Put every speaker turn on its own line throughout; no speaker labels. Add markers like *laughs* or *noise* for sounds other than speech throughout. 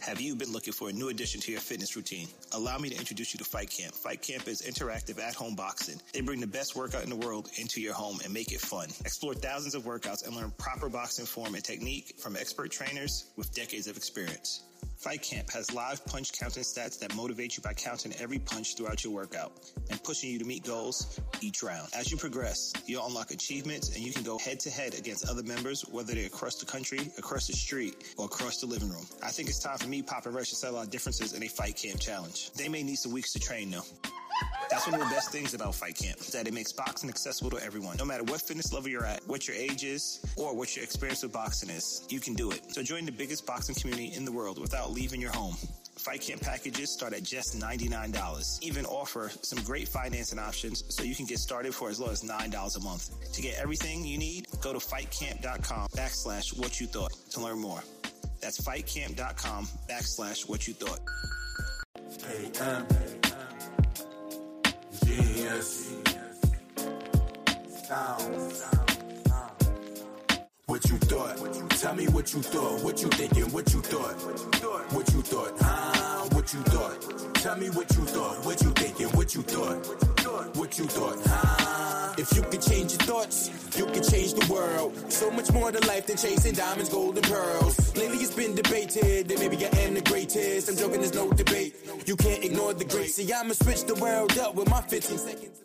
Have you been looking for a new addition to your fitness routine? Allow me to introduce you to Fight Camp. Fight Camp is interactive at home boxing. They bring the best workout in the world into your home and make it fun. Explore thousands of workouts and learn proper boxing form and technique from expert trainers with decades of experience. Fight Camp has live punch counting stats that motivate you by counting every punch throughout your workout and pushing you to meet goals each round. As you progress, you'll unlock achievements and you can go head to head against other members, whether they're across the country, across the street, or across the living room. I think it's time for me, Pop and Rush, to settle our differences in a Fight Camp challenge. They may need some weeks to train though. That's one of the best things about Fight Camp, is that it makes boxing accessible to everyone. No matter what fitness level you're at, what your age is, or what your experience with boxing is, you can do it. So join the biggest boxing community in the world without leaving your home. Fight Camp packages start at just $99. Even offer some great financing options so you can get started for as low as $9 a month. To get everything you need, go to fightcamp.com backslash what you thought to learn more. That's fightcamp.com backslash what you thought.
AM Genius Sound What you thought? Tell me what you thought. What you thinking? What you thought? What you thought? Huh? What you thought? Tell me what you thought. What you thinking? What you thought? What you thought? Huh? If you could change your thoughts, you could change the world. So much more to life than chasing diamonds, gold, and pearls. Lately it's been debated that maybe I am the greatest. I'm joking, there's no debate. You can't ignore the great. See, I'ma switch the world up with my 15 seconds.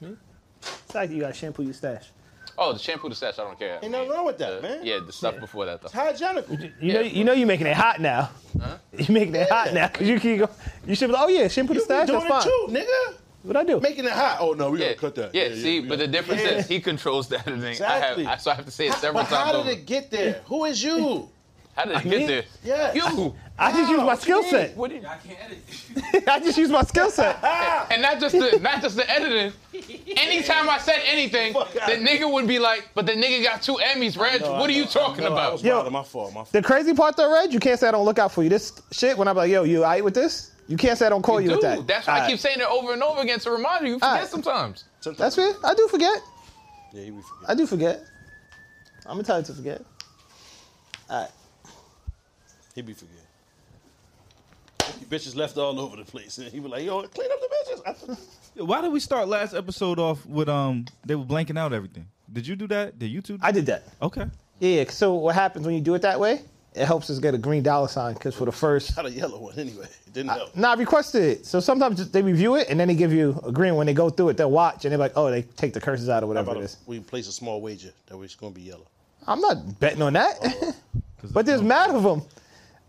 It's like you got to shampoo your stash.
Oh, the shampoo, the stash, I don't care.
Ain't nothing wrong with that, man.
Yeah, the stuff before that, though.
It's hygienical.
You know, you know, you're making it hot now. You making it hot now because you keep go. You should be like, oh yeah, shampoo the
You be
stash.
doing
That's fine.
it too, nigga.
What I do?
Making it hot. Oh no, we
Yeah,
gotta cut that.
Yeah, see,
we
but the
gotta-
difference
Yeah.
is he controls the editing.
Exactly.
I have, I, so I have to say it
How-
several
but
times.
How did
over.
it get there? Who is you?
How did it
mean-
get there?
Yeah. Oh, *laughs*
You.
I just use my skill set.
What
*laughs*
did,
I just use my skill set.
and not just the not just the editing. Anytime I said anything,
Fuck
the
outta
nigga would be like, "But the nigga got two Emmys, Reg.
No,
what
I
are you
know,
talking
I know, I
about?"
was
Yo.
wild. my fault. My fault.
The crazy part though, Reg, you can't say I don't look out for you. This shit, when I'm like, yo, you all right with this? You can't say I don't call you,
Dude,
with that.
that's why I
All
keep saying it over and over again to remind you. You forget
right.
sometimes.
That's fair. I do forget.
Yeah, you forget.
I do forget. I'm entitled to forget. All right.
He be forgetting. Bitches left all over the place, and he was like, "Yo, clean up the bitches."
Why did we start last episode off with um? They were blanking out everything. Did you do that? Did you two?
I did that.
okay.
Yeah, yeah. So what happens when you do it that way? It helps us get a green dollar sign because for the first,
Not a yellow one, anyway. It didn't help.
nah, I requested it. So sometimes just- they review it and then they give you a green. When they go through it, they'll watch and they're like, oh, they take the curses out or
How
whatever
about
it
if
is.
we place a small wager that it's going to be yellow?
I'm not betting on
Oh,
that. *laughs* but there's mad of them.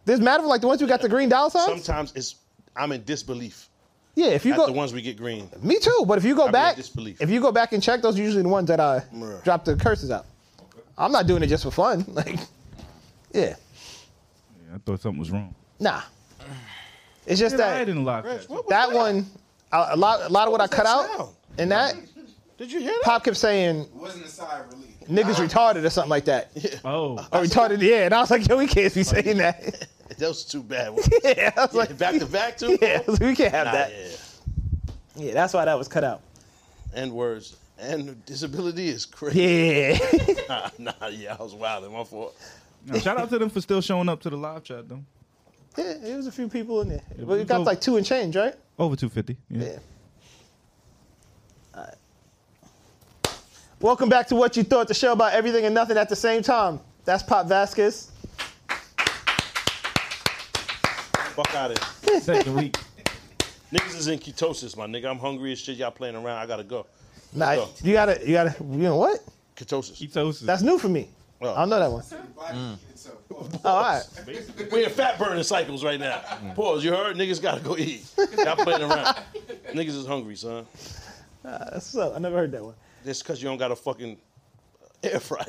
There's mad of them, like the ones who got the green dollar signs.
Sometimes it's I'm in disbelief
yeah, if you
at
go,
the ones we get
*laughs*
green.
Me too. But if you go
in
back,
disbelief.
if you go back and check, those are usually the ones that I
Bruh.
drop the curses out. I'm not doing it just for fun. *laughs* Like, yeah,
Yeah, I thought something was wrong.
nah. It's just
Man, I
that
didn't lock
Reg,
that.
what was
that one, a, a lot, a lot of what, I cut
that
out,
sound?
and that
Did you hear that?
Pop kept saying
wasn't a sigh of relief.
niggas retarded or something like that,
Oh,
or retarded. Yeah, and I was like, yo, we can't be saying that. *laughs*
Those two bad ones.
yeah, I was like,
back to back too.
*laughs* yeah, I was like, we can't have
Nah,
that.
yeah.
Yeah, that's why that was cut out.
And words and disability is crazy.
Yeah, *laughs*
*laughs* nah, yeah, I was wilding. My fault.
Now, shout out to them for still showing up to the live chat though.
yeah, it was a few people in there, but we got
dope.
like two and change, right?
Over two fifty. Yeah.
Yeah. Welcome back to What You Thought, the show about everything and nothing at the same time. That's Pop Vasquez.
Fuck out of here.
Second week.
Niggas is in ketosis, my nigga. I'm hungry as shit. Y'all playing around. I gotta go.
Nah,
Let's
you gotta, you gotta, you know what?
Ketosis.
Ketosis.
That's new for me.
Oh.
I don't know that one.
The body heat
*laughs*
itself. Oh,
Oh, all right.
We in fat burning cycles right now. Pause. You heard? Niggas gotta go eat. Y'all playing around. Niggas is hungry, son.
That's what's up. I never heard that one.
That's because you don't got a fucking air fryer.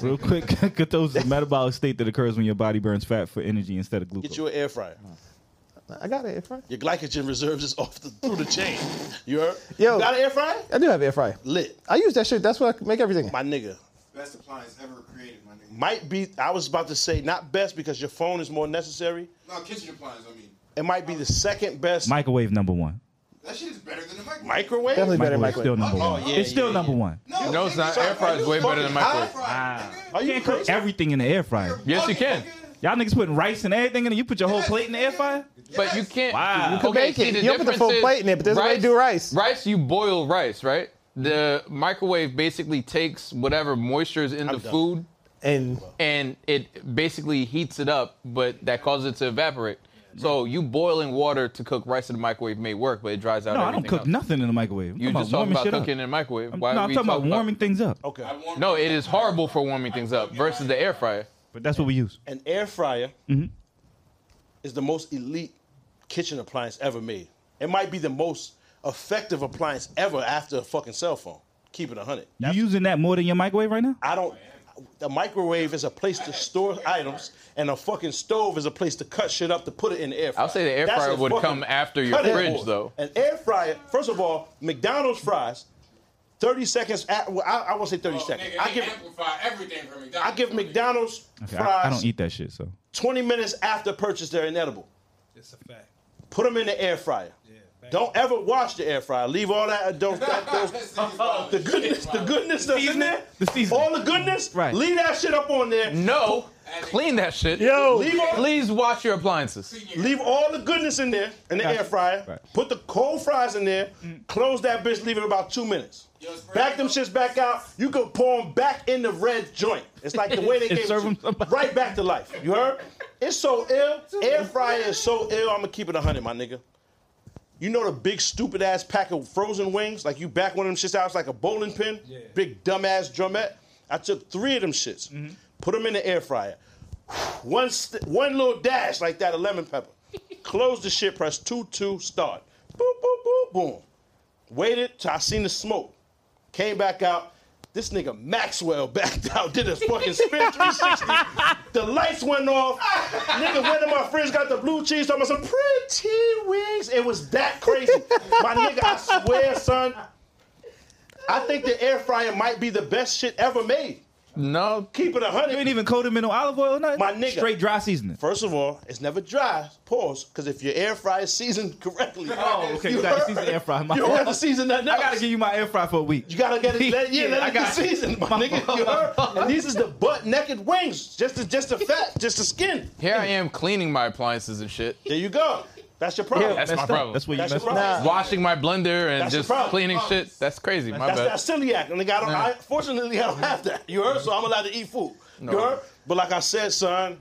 Real quick, *laughs* ketosis is a metabolic state that occurs when your body burns fat for energy instead of glucose.
Get you an air fryer.
I got an air fryer.
Your glycogen reserves is off the, through the chain. You heard?
Yo.
You got an air fryer?
I do have air fryer.
Lit.
I use that shit. That's what I make everything. in.
My nigga.
Best appliance ever created, my nigga.
Might be, I was about to say, not best because your phone is more necessary.
No, kitchen appliance, I mean.
It might be the second best
Microwave number one.
That shit is better than the microwave.
microwave.
Definitely better than
Microwave
microwave.
still number
Oh,
one.
yeah,
it's still
yeah,
number
yeah.
one.
No,
No, it's
nigga,
not.
sorry,
Air fryer's
you
way better
fucking
than microwave.
high fry, nigga.
Are you
Can't cook
crazy?
everything in the air fryer.
Yes, you
Fucking
can.
nigga.
Y'all niggas putting rice and everything in it. You put your whole
Yes.
plate in the air fryer.
But you can't.
Wow. You could
make it. You don't put the
difference
full
is
plate in it, but there's a way to do rice.
Rice, you boil rice, right? The microwave basically takes whatever moisture is in the
done.
food
And
and it basically heats it up, but that causes it to evaporate. So you boiling water to cook rice in the microwave may work, but it dries out.
No, I don't
everything
cook
else.
nothing in the microwave. I'm
You just talking
warming
about
shit up.
cooking in the microwave.
I'm,
Why
no,
are
I'm
we
talking about
about-
warming things up.
Okay.
*laughs* No, it is horrible for warming things up versus the air fryer.
But that's what we use.
An air fryer is the most elite kitchen appliance ever made. It might be the most effective appliance ever after a fucking cell phone. Keep it 100.
You using that more than your microwave right now?
I don't. The microwave is a place to store items, and a fucking stove is a place to cut shit up to put it in the air fryer.
I'll say the air
That's
fryer
a
would
fucking
come after your
cutting
fridge,
board.
though.
An air fryer, first of all, McDonald's fries, 30 seconds. At, well, I, I won't say 30
Oh,
seconds.
Nigga,
I
they
give,
amplify everything from McDonald's.
I give McDonald's
Okay,
fries
I, I don't eat that shit, so
20 minutes after purchase, they're inedible.
It's a fact.
Put them in the air fryer.
back
don't ever wash the air fryer. Leave all that. Don't, that
*laughs*
those, the goodness, the goodness that's in there.
The seasoning.
All the goodness.
Right. Mm.
Leave that shit up on there.
No, clean that shit.
Yo. Leave all-
please wash your appliances.
Leave all the goodness in there in the
Right.
air fryer.
Right. Mm.
Put the cold fries in there. Close that bitch. Leave it about two minutes.
it's pretty-
Back them shits back out. You can pour them back in the red joint. It's like the way they
*laughs* And
gave
serve
it
'em
to you.
somebody.
right back to life. You heard? It's so ill. Air fryer is so ill. I'm gonna keep it hundred, my nigga. You know the big stupid ass pack of frozen wings? Like you back one of them shits out, it's like a bowling pin.
Yeah.
Big dumb ass drumette. I took three of them shits,
Mm-hmm.
put them in the air fryer. One st- one little dash like that of lemon pepper. Close the shit, press two two start. Boop boop boop boom. Waited till I seen the smoke. Came back out. This nigga Maxwell backed *laughs* out, did a fucking spin 360. the lights went off. nigga went to my friends, got the blue cheese, talking about some pretty wings. It was that crazy. my nigga, I swear, son. I think the air fryer might be the best shit ever made.
No,
Keep it a hundred.
you ain't even coat them in no olive oil or nothing.
My nigga.
straight dry seasoning.
First of all, it's never dry. Pause, because if your air fryer is seasoned correctly,
Oh, okay, you gotta
heard?
season air fry. My
You don't have to season nothing
I
else.
gotta give you my air fry for a week.
You gotta get it. Let, yeah,
*laughs* Yeah,
let
I
it get
got it.
seasoned, my nigga.
*laughs*
You heard? And these is the butt naked wings, just the just the fat, just the skin.
here I am cleaning my appliances and shit.
There you go. That's your problem.
That's
that's
my
Messed up.
problem.
That's what you
That's
messed
your
up.
problem.
Washing my blender and
That's
just
the problem.
cleaning shit. That's crazy. My
That's
bad.
that celiac. And I, don't, I fortunately I don't have *laughs* that. You heard? So I'm allowed to eat food. You heard? But like I said, son,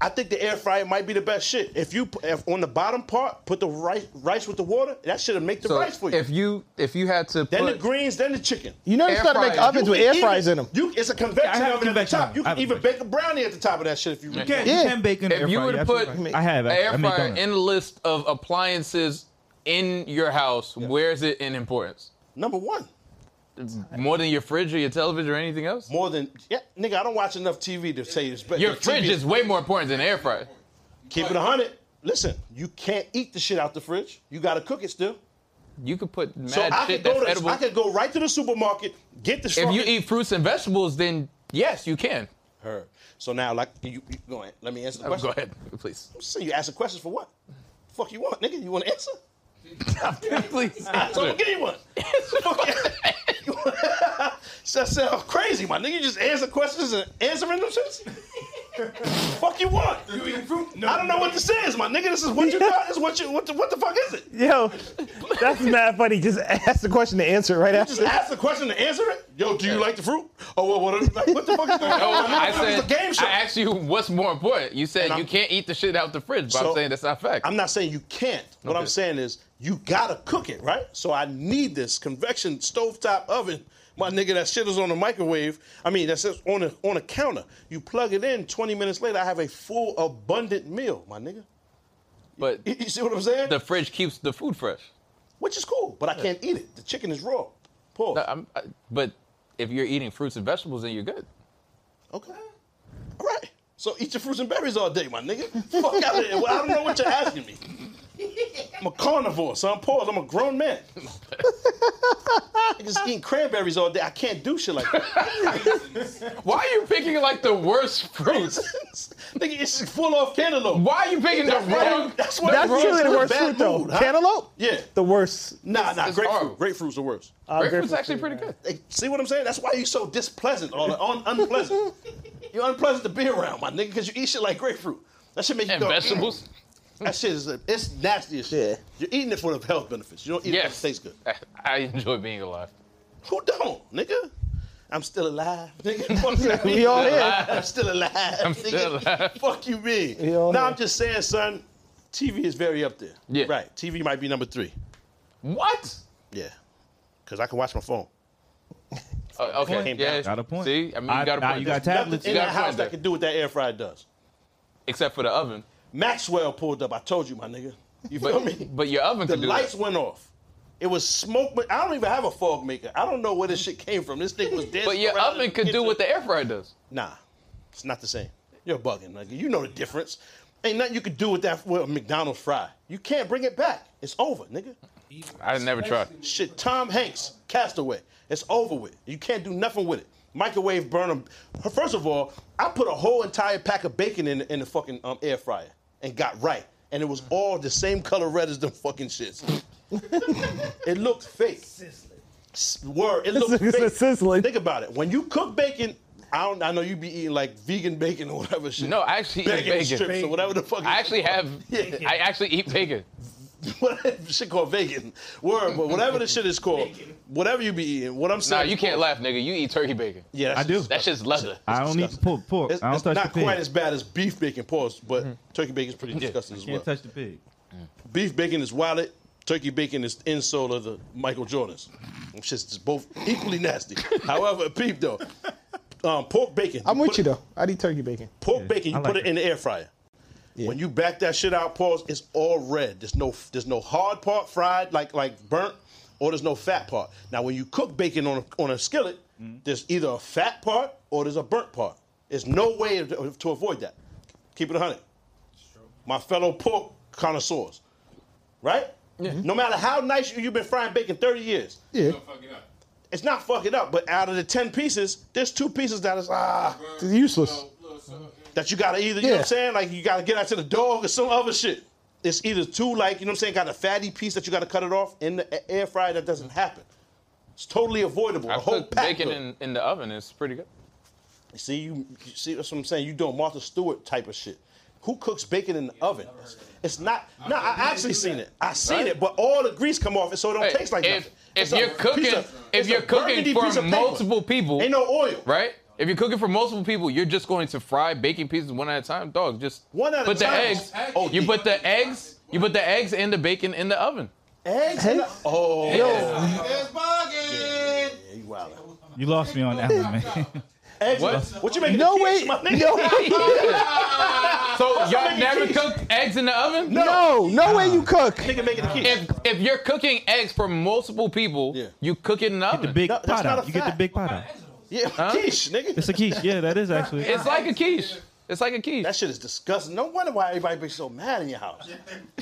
I think the air fryer might be the best shit. If you pu- if on the bottom part put the rice rice with the water, that shit'll make the
so
rice for you.
if you if you had to
then
put,
the greens, then the chicken.
you know they
Air
started making
fryer.
ovens
You
with
can
air
even-
fries in them.
You, it's a convection
I have a
oven at the
convection
top.
oven.
You
I
can
have a
even bake
convection.
a brownie at the top of that shit if you really
You can,
want.
Yeah.
you can bake in the
If
air
you
fryer,
were to
you're
put
absolutely right. I have
an
I- I
air
make
fryer
donuts.
in the list of appliances in your house, where is it in importance?
Number one.
More than your fridge or your television or anything else?
More than yeah, nigga, I don't watch enough TV to say it's better.
Your fridge is way more important than the air fryer.
keep it hundred. Listen, you can't eat the shit out the fridge. You gotta cook it still.
You could put mad
So I
shit that's
could go to
edible.
I could go right to the supermarket, get the
if you
fucking-
eat fruits and vegetables, then yes, you can.
Her. So now like you, you go ahead. Let me answer the
Oh,
question.
go ahead, *laughs* please.
So you asking questions for what? Fuck you want, nigga? You wanna answer?
please.
*laughs* So I'm gonna give you one. Fuck yeah. *laughs* You wanna- *laughs* that sounds crazy, my nigga. You just answer questions and answering them shits? fuck you want? I don't know what this is, my nigga. This is what you got. This is what you what the, what the fuck is it?
Yo, that's mad funny. Just ask the question to answer it right
Just
after.
ask the question and answer it. Yo, do you like the fruit? Oh, well, what, like, what the fuck is going
*laughs*
on?
No, I
it's a game
said
show.
I asked you what's more important. You said
I'm-
you can't eat the shit out the fridge, but
So-
I'm saying that's not fact.
I'm not saying you can't. What I'm
Okay.
saying is you gotta cook it, right? So I need this convection stovetop oven. My nigga, that shit is on the microwave. I mean, that's just on a on a counter. You plug it in. 20 minutes later, I have a full, abundant meal, my nigga.
but
You, you see what I'm saying?
the fridge keeps the food fresh.
Which is cool, but I can't eat it. The chicken is raw. Pause.
No, I'm- I- but if you're eating fruits and vegetables, then you're good.
Okay. All right. So eat your fruits and berries all day, my nigga. Fuck out of here. Well, I don't know what you're asking me. I'm a carnivore, son. Pause. I'm a grown man. Niggas eating cranberries all day. I can't do shit like that.
Why are you picking like the worst fruits?
Nigga, it's full off cantaloupe.
Why are you picking the
That's why-
wrong?
That's why
That's
Roy's
truly
in
the
a
worst
bad
fruit though.
mood, huh?
Cantaloupe,
Yeah.
the worst.
Nah, nah.
It's horrible.
Grapefruit. Grapefruit's the worst.
Uh,
Grapefruit's
grapefruit.
actually pretty good.
*laughs*
Hey, See what I'm saying? That's why you're so displeasant or un- unpleasant. You're unpleasant to be around, my nigga, because you eat shit like grapefruit. That shit make you
And
go.
vegetables.
That shit is it's nasty as shit. You're eating it for the health benefits. You don't eat
Yes.
it because it tastes good.
I, I enjoy being alive.
Who don't, nigga? I'm still alive, *laughs* nigga. Fuck you
We
mean?
all here.
I'm still alive.
I'm
nigga.
still alive.
*laughs* Fuck you, mean?
We all
No,
here.
I'm just saying, son. TV is very up there.
Yeah.
Right. TV might be number three.
What?
Yeah. Cause I can watch my phone.
Oh, okay.
Point.
Yeah.
Got a point.
See, I mean,
I-
you got a
now
point.
you got
Nothing
tablets.
in
You
that
got a
house
point
that
there.
can do what that air fryer does.
Except for the oven.
Maxwell pulled up. I told you, my nigga. You feel
But
me?
but your oven
the
can do
lights
that.
went off. It was smoke. But I don't even have a fog maker. I don't know where this shit came from. This thing was dancing.
But your
around in
oven
the
could do
kitchen.
what the air fryer does.
Nah, it's not the same. You're bugging, nigga. You know the difference. Ain't nothing you could do with that with a McDonald's fry. You can't bring it back. It's over, nigga.
I never tried.
Shit, Tom Hanks, Castaway. It's over with. You can't do nothing with it. Microwave burn 'em. First of all, I put a whole entire pack of bacon in the, in the fucking um, air fryer and got right, and it was all the same color red as them fucking shits. *laughs* it looked fake. S- Word, it
*laughs*
looked
It's
fake.
sizzling.
Think about it. When you cook bacon, I don't. I know you be eating like vegan bacon or whatever shit.
No, I actually eat
bacon,
bacon.
strips or whatever the fuck.
I
it's
actually have.
called. *laughs* Yeah.
I actually eat bacon.
Whatever *laughs* shit called vegan. Word, but whatever the shit
*laughs*
is called, whatever you be eating, what I'm
Nah,
saying.
you can't laugh, nigga. You eat turkey bacon.
Yeah,
I do.
That shit's leather.
I don't need to pull pork.
It's,
I don't
it's
touch
not
the pig.
quite as bad as beef bacon, pause, but
Mm-hmm.
turkey bacon is pretty disgusting as
Can't
well.
touch the pig.
Beef bacon is wallet. Turkey bacon is the insole of the Michael Jordans. Them shit's just both
*laughs*
equally nasty. However, peep though, um, pork bacon.
I'm with
put-
you though. I eat turkey bacon.
Pork bacon, you
I like
put it
it.
in the air fryer.
Yeah.
When you back that shit out, pause. It's all red. There's no there's no hard part fried like like burnt, or there's no fat part. Now when you cook bacon on a, on a skillet,
Mm-hmm.
there's either a fat part or there's a burnt part. There's no way to, to avoid that. Keep it a hundred. My fellow pork connoisseurs, right? No matter how nice you, you've been frying bacon 30 years,
Yeah,
Don't fuck it up.
it's not fucking up. But out of the 10 pieces, there's two pieces that is ah
it's useless.
So, look, so,
that you gotta either, you know what
Yeah.
I'm saying? Like you gotta get out to the dog or some other shit. It's either too like, you know what I'm saying, got a fatty piece that you gotta cut it off in the a- air fryer that doesn't happen. It's totally avoidable.
I
the whole
cook
pack
bacon
though.
in, in the oven. It's pretty good.
See you, you see that's what I'm saying. You doing Martha Stewart type of shit. Who cooks bacon in the oven? It's not. No, I actually seen it. I seen it, but all the grease come off it, so it don't
Hey,
taste like
if-
nothing.
if
It's a
you're cooking-
piece
if
it's a
you're cooking
burgundy
for
piece of paper.
multiple people-
ain't no oil.
Right? If you're cooking for multiple people, you're just going to fry bacon pieces one at a time. Dog, just
One at a
put the
time.
eggs.
Oh,
you
yeah.
put the eggs. You put the eggs and the bacon in the oven.
Eggs. in the- oh,
it's bugging.
yeah, you wild.
You lost me on that
*laughs*
one, man.
Eggs.
What?
What? what you making?
No
the
way.
kids,
No,
my nigga?
way-
So y'all
making
never
cheese.
cooked eggs in the oven?
no, no way you cook.
Nigga making the kids.
If if you're cooking eggs for multiple people,
Yeah.
you cook it in the oven.
The *laughs* big
No, that's
pot
not a
out. You get the
fact.
big pot out.
Yeah, quiche, nigga.
It's a quiche. Yeah, that is actually.
it's like a quiche. It's like a quiche.
that shit is disgusting. No wonder why everybody be so mad in your house.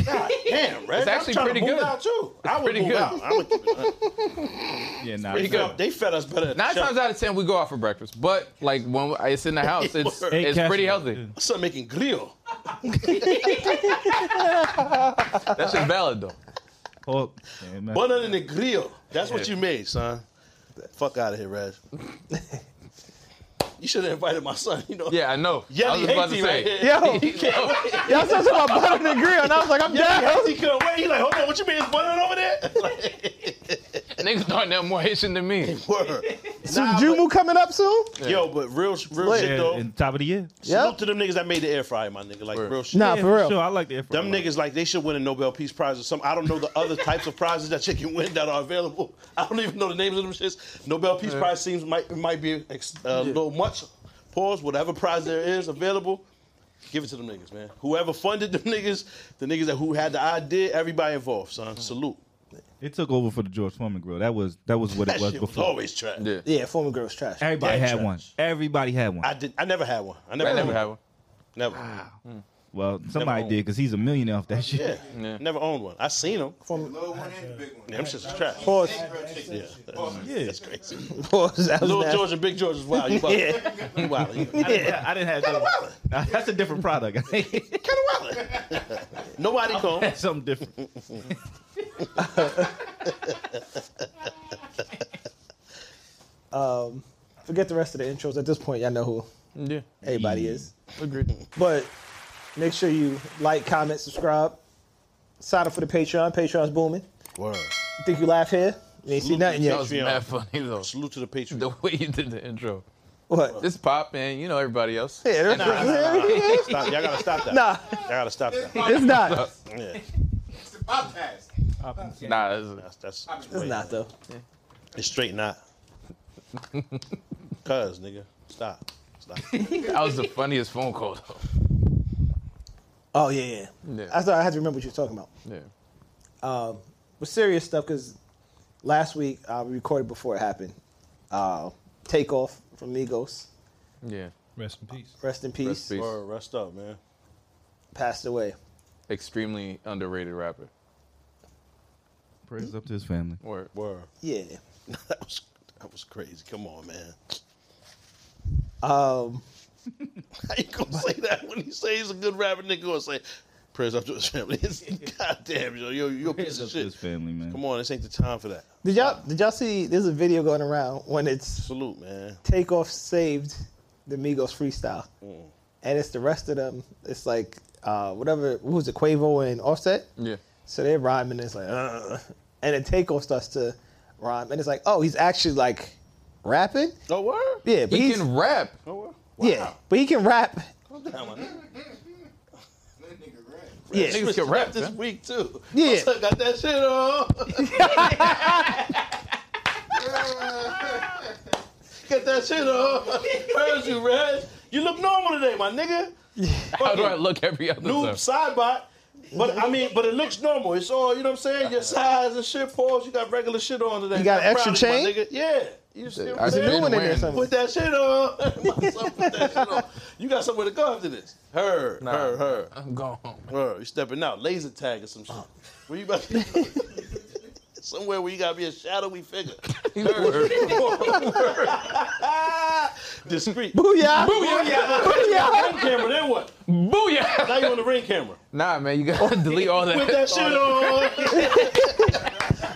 God damn, right?
It's actually
I'm trying
pretty
to move
good.
Out too. I would
pretty
move
good.
out. I would keep
*laughs*
it.
yeah, nah.
pretty
it's not.
good.
They fed us better. than
Nine
the
times
chef.
out of ten, we go out for breakfast. But like when it's in the
*laughs*
house, it's
Eight
Eight
it's
cashews.
pretty healthy.
I started making glio.
That's just valid though.
Pork. Yeah, man.
Butter in the grill. That's what you made, son. Fuck out of here, Raj. you should have invited my son. You know.
Yeah, I know. I
Yelly
was about to
Hazy right
say.
here.
Yo, y'all said something about butter in the grill, and I was like, I'm
Yelly
down.
Hazy couldn't wait. He like, hold on, what you mean? Is butter over there? *laughs*
Niggas aren't that more Haitian than me.
Word.
Some
Nah,
Jumu coming up soon?
but, yo, but real, real shit
Yeah,
though.
and top of the year.
Salute
Yep.
to them niggas that made the air fryer, my nigga. Like
Word.
real shit.
Nah,
Yeah,
for real.
Sure, I like the air fryer.
Them niggas like they should win a Nobel Peace Prize or something. I don't know the other types of prizes that you can win that are available. *laughs* I don't even know the names of them shits. Nobel Peace Prize seems might might be ex- a little much. Pause. Whatever prize there is available, give it to them niggas, man. Whoever funded them *laughs* niggas, the niggas that who had the idea, everybody involved, son. Salute.
It took over for the George Foreman grill. That was that was what
That
it was
shit was
before.
always trash.
Yeah.
Yeah, former girl's trash.
Everybody
Dead
had
trash.
one. Everybody had one.
I did. I never had one. I never,
I never
owned
had one.
Never.
well, somebody
owned.
did because he's a millionaire off that shit.
Yeah.
Yeah.
Never owned one. I seen them.
Low one and the big one.
Them shits is trash.
Pause.
Egg grilled chicken.
*laughs* Yeah.
Pause.
That's crazy. *laughs*
Pause. That was
Little
nasty.
George and Big George is wild. You *laughs* wild. You wild. You
I didn't, I didn't have
wild.
that. *laughs* That's a different product.
Kind of wild. Nobody come.
Something different.
Um, Forget the rest of the intros. At this point, y'all know who
Yeah.
Everybody is.
Agreed.
But make sure you like, comment, subscribe. Sign up for the Patreon. Patreon's booming.
Word.
Think you laugh here? You ain't seen nothing
That
yet.
was mad funny though. *laughs*
Salute to the Patriots.
The way you did the intro.
What?
This pop and you know everybody else.
Yeah, that's-
Stop. Y'all gotta stop *laughs* that.
Nah,
Y'all gotta stop that.
*laughs* it's not.
Yeah.
It's the podcast.
Nah, that's,
That's that's
It's not though.
it's straight *laughs* not. Cuz nigga. Stop. *laughs* Stop.
that was the funniest phone call though.
Oh yeah, yeah.
Yeah.
I thought I had to remember what you were talking about.
Yeah.
But serious stuff because last week uh, we recorded before it happened. Uh, Takeoff from Migos,
Yeah.
Rest in peace.
rest in peace,
Rest in peace.
Word, rest up, man.
passed away.
Extremely underrated rapper.
Praise up to his family.
Word.
Word.
Yeah.
*laughs* That was that was crazy. Come on, man. *laughs*
Um,
How you gonna say that when he say he's a good rapper nigga gonna say prayers up to his family? *laughs* God damn, yo, yo, you a piece
Praise
of
up to
shit.
his family, man.
Come on, this ain't the time for that.
did y'all did y'all see? There's a video going around when it's
Salute, man.
Takeoff saved the Migos freestyle,
Mm.
and it's the rest of them. It's like uh, whatever. Who was it? Quavo and Offset.
Yeah.
So they're rhyming. And it's like, uh, and then Takeoff starts to rhyme, and it's like, oh, he's actually like rapping.
No word.
Yeah, but
He
he's,
can rap.
No word.
yeah, but he can rap.
Come on, man.
That nigga red.
Yeah,
Niggas can rap.
this
man.
week too.
Yeah.
What's up, got that shit on. *laughs* Get that shit on. Where's you, Red? You look normal today, my nigga.
How do I look every other
Noob
time?
sidebot. But I mean, but it looks normal. It's all you know what I'm saying. Your size and shit falls. You got regular shit on today.
You got
I'm
extra
proud of you, my
chain?
nigga. Yeah. You see what I'm
I've
saying?
new
been
one in there
wearing-
somewhere.
Put that shit on. *laughs* My son put that shit on. You got somewhere to go after this. Her, her, her,
I'm gone. Oh.
her. You stepping out, laser tag or some shit. Where you about to *laughs* Somewhere where you gotta be a
*laughs*
shadowy figure. *laughs* Her. Discreet.
Booyah!
Ring camera, then what?
Booyah!
Now you on the ring camera.
Nah, man, you gotta *laughs* delete all that.
With that shit on.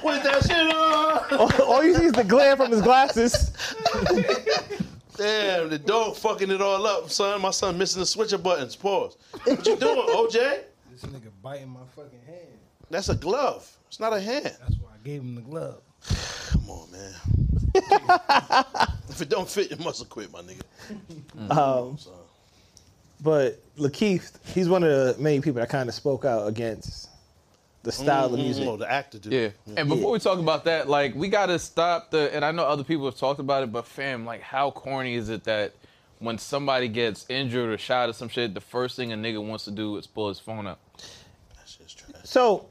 *laughs* With that shit on.
*laughs* All you see is the glare from his glasses.
Damn, the dog fucking it all up, son. My son missing the switcher buttons. Pause. What you doing, OJ?
This nigga biting my fucking hand.
That's a glove. It's not a hand.
That's why I gave him the glove.
Come on,
*laughs*
man. if it don't fit, you must have quit, my nigga.
Um,
So,
but Lakeith, he's one of the many people that kind of spoke out against the style of music.
Oh, the actor dude.
Yeah. And before we talk about that, like we gotta stop the and I know other people have talked about it, but fam, like how corny is it that when somebody gets injured or shot or some shit, the first thing a nigga wants to do is pull his phone up.
That shit's trash.
So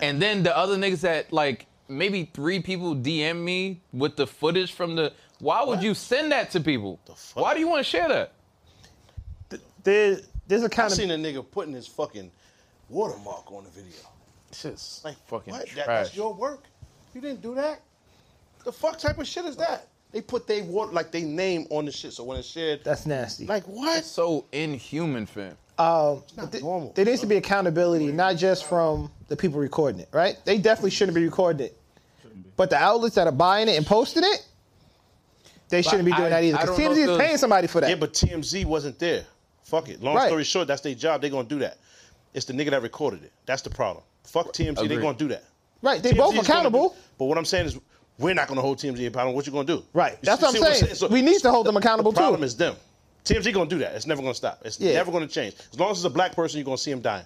And then the other niggas that like maybe three people DM me with the footage from the why would you send that to people?
fuck?
Why do you want to share that?
there's there's a
I
kind of
seen a nigga putting his fucking watermark on the video.
Shit's
Like,
fucking
what? That,
trash.
that's your work. You didn't do that. The fuck type of shit is that? They put they water like they name on the shit. So when it's shared,
that's nasty.
like what?
so inhuman, fam.
Um,
not
th-
normal.
There needs to be accountability, not just from the people recording it, right? They definitely shouldn't be recording it, but the outlets that are buying it and posting it, they shouldn't be doing
I-
that either.
I
Because
don't know
TMZ is
if
paying
those-
somebody for that.
Yeah, but TMZ wasn't there. Fuck it. Long
Right.
story short, that's their job. They're gonna do that. It's the nigga that recorded it. That's the problem. Fuck TMZ. They're
Agreed.
gonna do that.
right? They
TMZ
both
is gonna
accountable.
do- but what I'm saying is, we're not gonna hold TMZ accountable. What you gonna do?
Right.
You
That's
see-
what I'm
see
saying. We need to hold them accountable,
the problem
too.
is them. TMZ gonna do that. It's never gonna stop. It's
Yeah.
never gonna change. As long as it's a black person, you're gonna see him dying.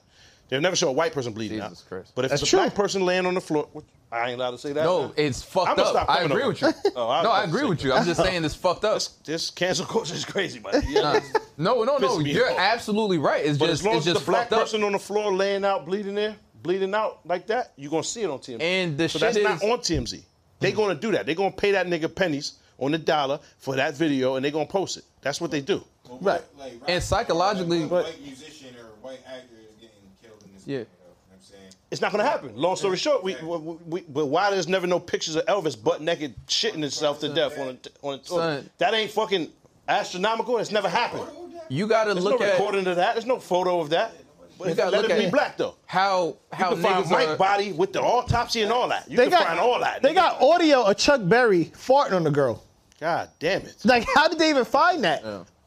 They'll never show a white person bleeding
Jesus
out.
Christ.
But if it's a
true.
black person laying on the floor, which I ain't allowed to say that.
No,
man.
it's fucked
I'ma
up.
stop
I
coming
agree
over.
with you.
*laughs* Oh, I was
no,
about
I
to
agree
say
with you. I'm just saying it's fucked up.
This cancel culture is crazy, man.
*laughs*
Yeah.
Nah. *laughs* No, no, no.
Pissed me
You're
off.
absolutely right. It's
But
just
as long
it's
as the
just
black
fucked up.
person on the floor laying out, bleeding there, bleeding out like that, you're gonna see it on TMZ.
And the
so
shit
that's
is-
not
Mm.
on TMZ. They're gonna do that. They're gonna pay that nigga pennies on the dollar for that video, and they're gonna post it. That's what they do.
Well,
Right.
what- Like, right
And psychologically-
now,
But-
like, white musician or white actor is getting killed in this.
Yeah.
movie, though, you know what I'm saying.
It's not gonna happen. Long story short, we, we, we but why there's never no pictures of Elvis butt naked shitting himself to death on a, on a tour?
Son.
That ain't fucking astronomical. It's never happened.
You got to
There's
look
no
at
recording of that. There's no photo of that. But if-
gotta
let
look
it
at
be
it.
black though.
how how
You can find
niggas
Mike
are.
body with the autopsy and all that. You
They
can
got
find all that.
They
nigga.
got audio of Chuck Berry farting on the girl.
God damn it.
Like, how did they even find that?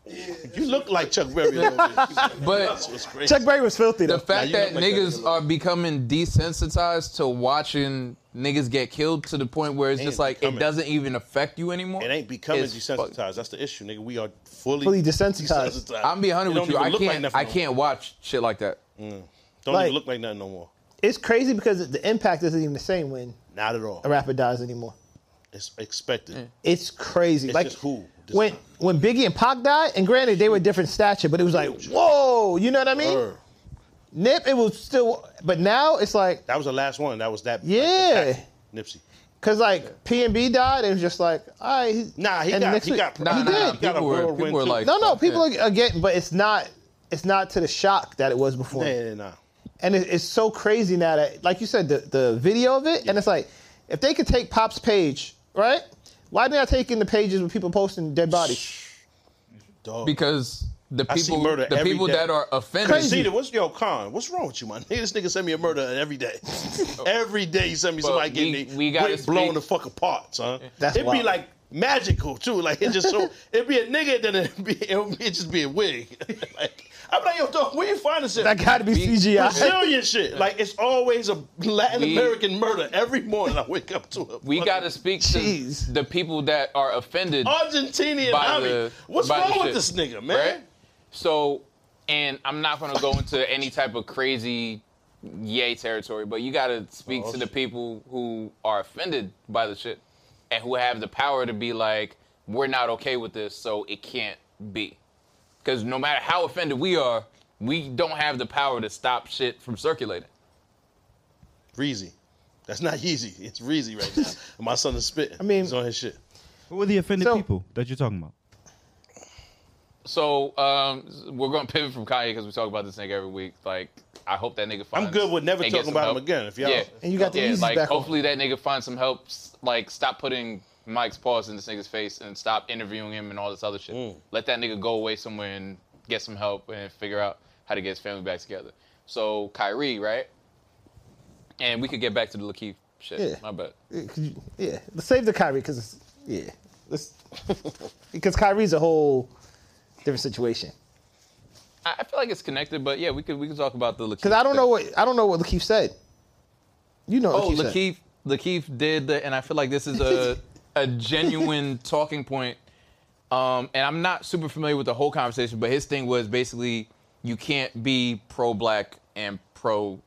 You look like Chuck Berry a little bit.
But
It's crazy.
Chuck Berry was filthy though.
the fact
Now, you
that
look like that
niggas
nigga.
are becoming desensitized to watching niggas get killed to the point where it's just
Ain't
like
becoming.
it doesn't even affect you anymore.
It ain't becoming
It's
desensitized.
fuck-
That's the issue, nigga. We are fully,
Fully desensitized.
I'm be
It
hundred
don't
with you.
even
I
look like
can't.
nothing
I
no
can't watch shit like that.
Don't
Like-
even look like nothing no more.
it's crazy because the impact isn't even the same when
Not at all.
a rapper dies anymore.
It's expected.
It's crazy.
It's
like
just who this
when
time.
when Biggie and Pac died, and granted they were different stature, but it was like whoa, you know what I mean?
Word.
Nip, it was still, but now it's like
That was the last one. That was that.
Yeah.
impactful. Nipsey.
because like P and B died, it was just like all right. he's-
Nah, he
and
got
next
he
week-
got
Nah,
he
nah, nah.
did. got a
People were-
whirlwind
people were
too.
like-
no no
fuck
people
that.
are, are getting, but it's not it's not to the shock that it was before.
Yeah, yeah, nah.
and it, it's so crazy now that like you said the, the video of it and it's like if they could take pop's page right why are they not taking the pages with people posting dead bodies
Dog.
because the
Oh. I see
people,
murder
the
every
people
day.
that are offended,
Crazy.
See, what's yo Khan? What's wrong with you, man? This *laughs* nigga send me a murder
*laughs*
every day. every day, you send me somebody
we-
getting
we
their
gotta
wig blown
speak-
the fuck apart, son.
That's
it'd be
wild.
like magical too. Like it just so *laughs* it'd be a nigga, then it'd be it'd be, it'd just be a wig. *laughs* like I'm like yo, dog, where you find this? shit?
that gotta be cgi
Brazilian shit. Like it's always a Latin
We-
American murder every morning. I wake up to it.
we got to speak
Jeez.
to the people that are offended.
Argentinian
by
army.
the-
What's
by the
wrong with
shit,
this nigga, man?
right? So, and I'm not gonna go into any type of crazy yay territory, but you gotta speak to the people who are offended by the shit and who have the power to be like, we're not okay with this, so it can't be. Because no matter how offended we are, we don't have the power to stop shit from circulating.
Reezy. That's not Yeezy. It's Reezy right
*laughs*
now. And my son is spitting. I
mean-
he's on his shit.
Who are the offended
So-
people that you're talking about?
So um, we're gonna pivot from Kanye because we talk about this nigga every week. Like, I hope that nigga. Finds
I'm good with never
and gets
talking
some
about him
help.
again. If y'all,
yeah,
and you got the
yeah,
Yeezys
like
back on.
hopefully that nigga finds some help. S- Like, stop putting Mike's paws in this nigga's face and stop interviewing him and all this other shit.
Mm.
Let that nigga go away somewhere and get some help and figure out how to get his family back together. So Kyrie, right? And we could get back to the Lakeith shit.
Yeah.
My bad.
yeah, 'cause you- yeah. Let's save the kyrie because it's yeah Let's, *laughs* because kyrie's a whole different situation
I, I feel like it's connected, but yeah, we could we could talk about the Lakeith.
because i don't
thing.
know what i don't know what Lakeith said you know
Oh,
what Lakeith said.
Lakeith, Lakeith did the, and I feel like this is a
*laughs*
a genuine talking point. Um, and I'm not super familiar with the whole conversation, but his thing was basically you can't be pro black and pro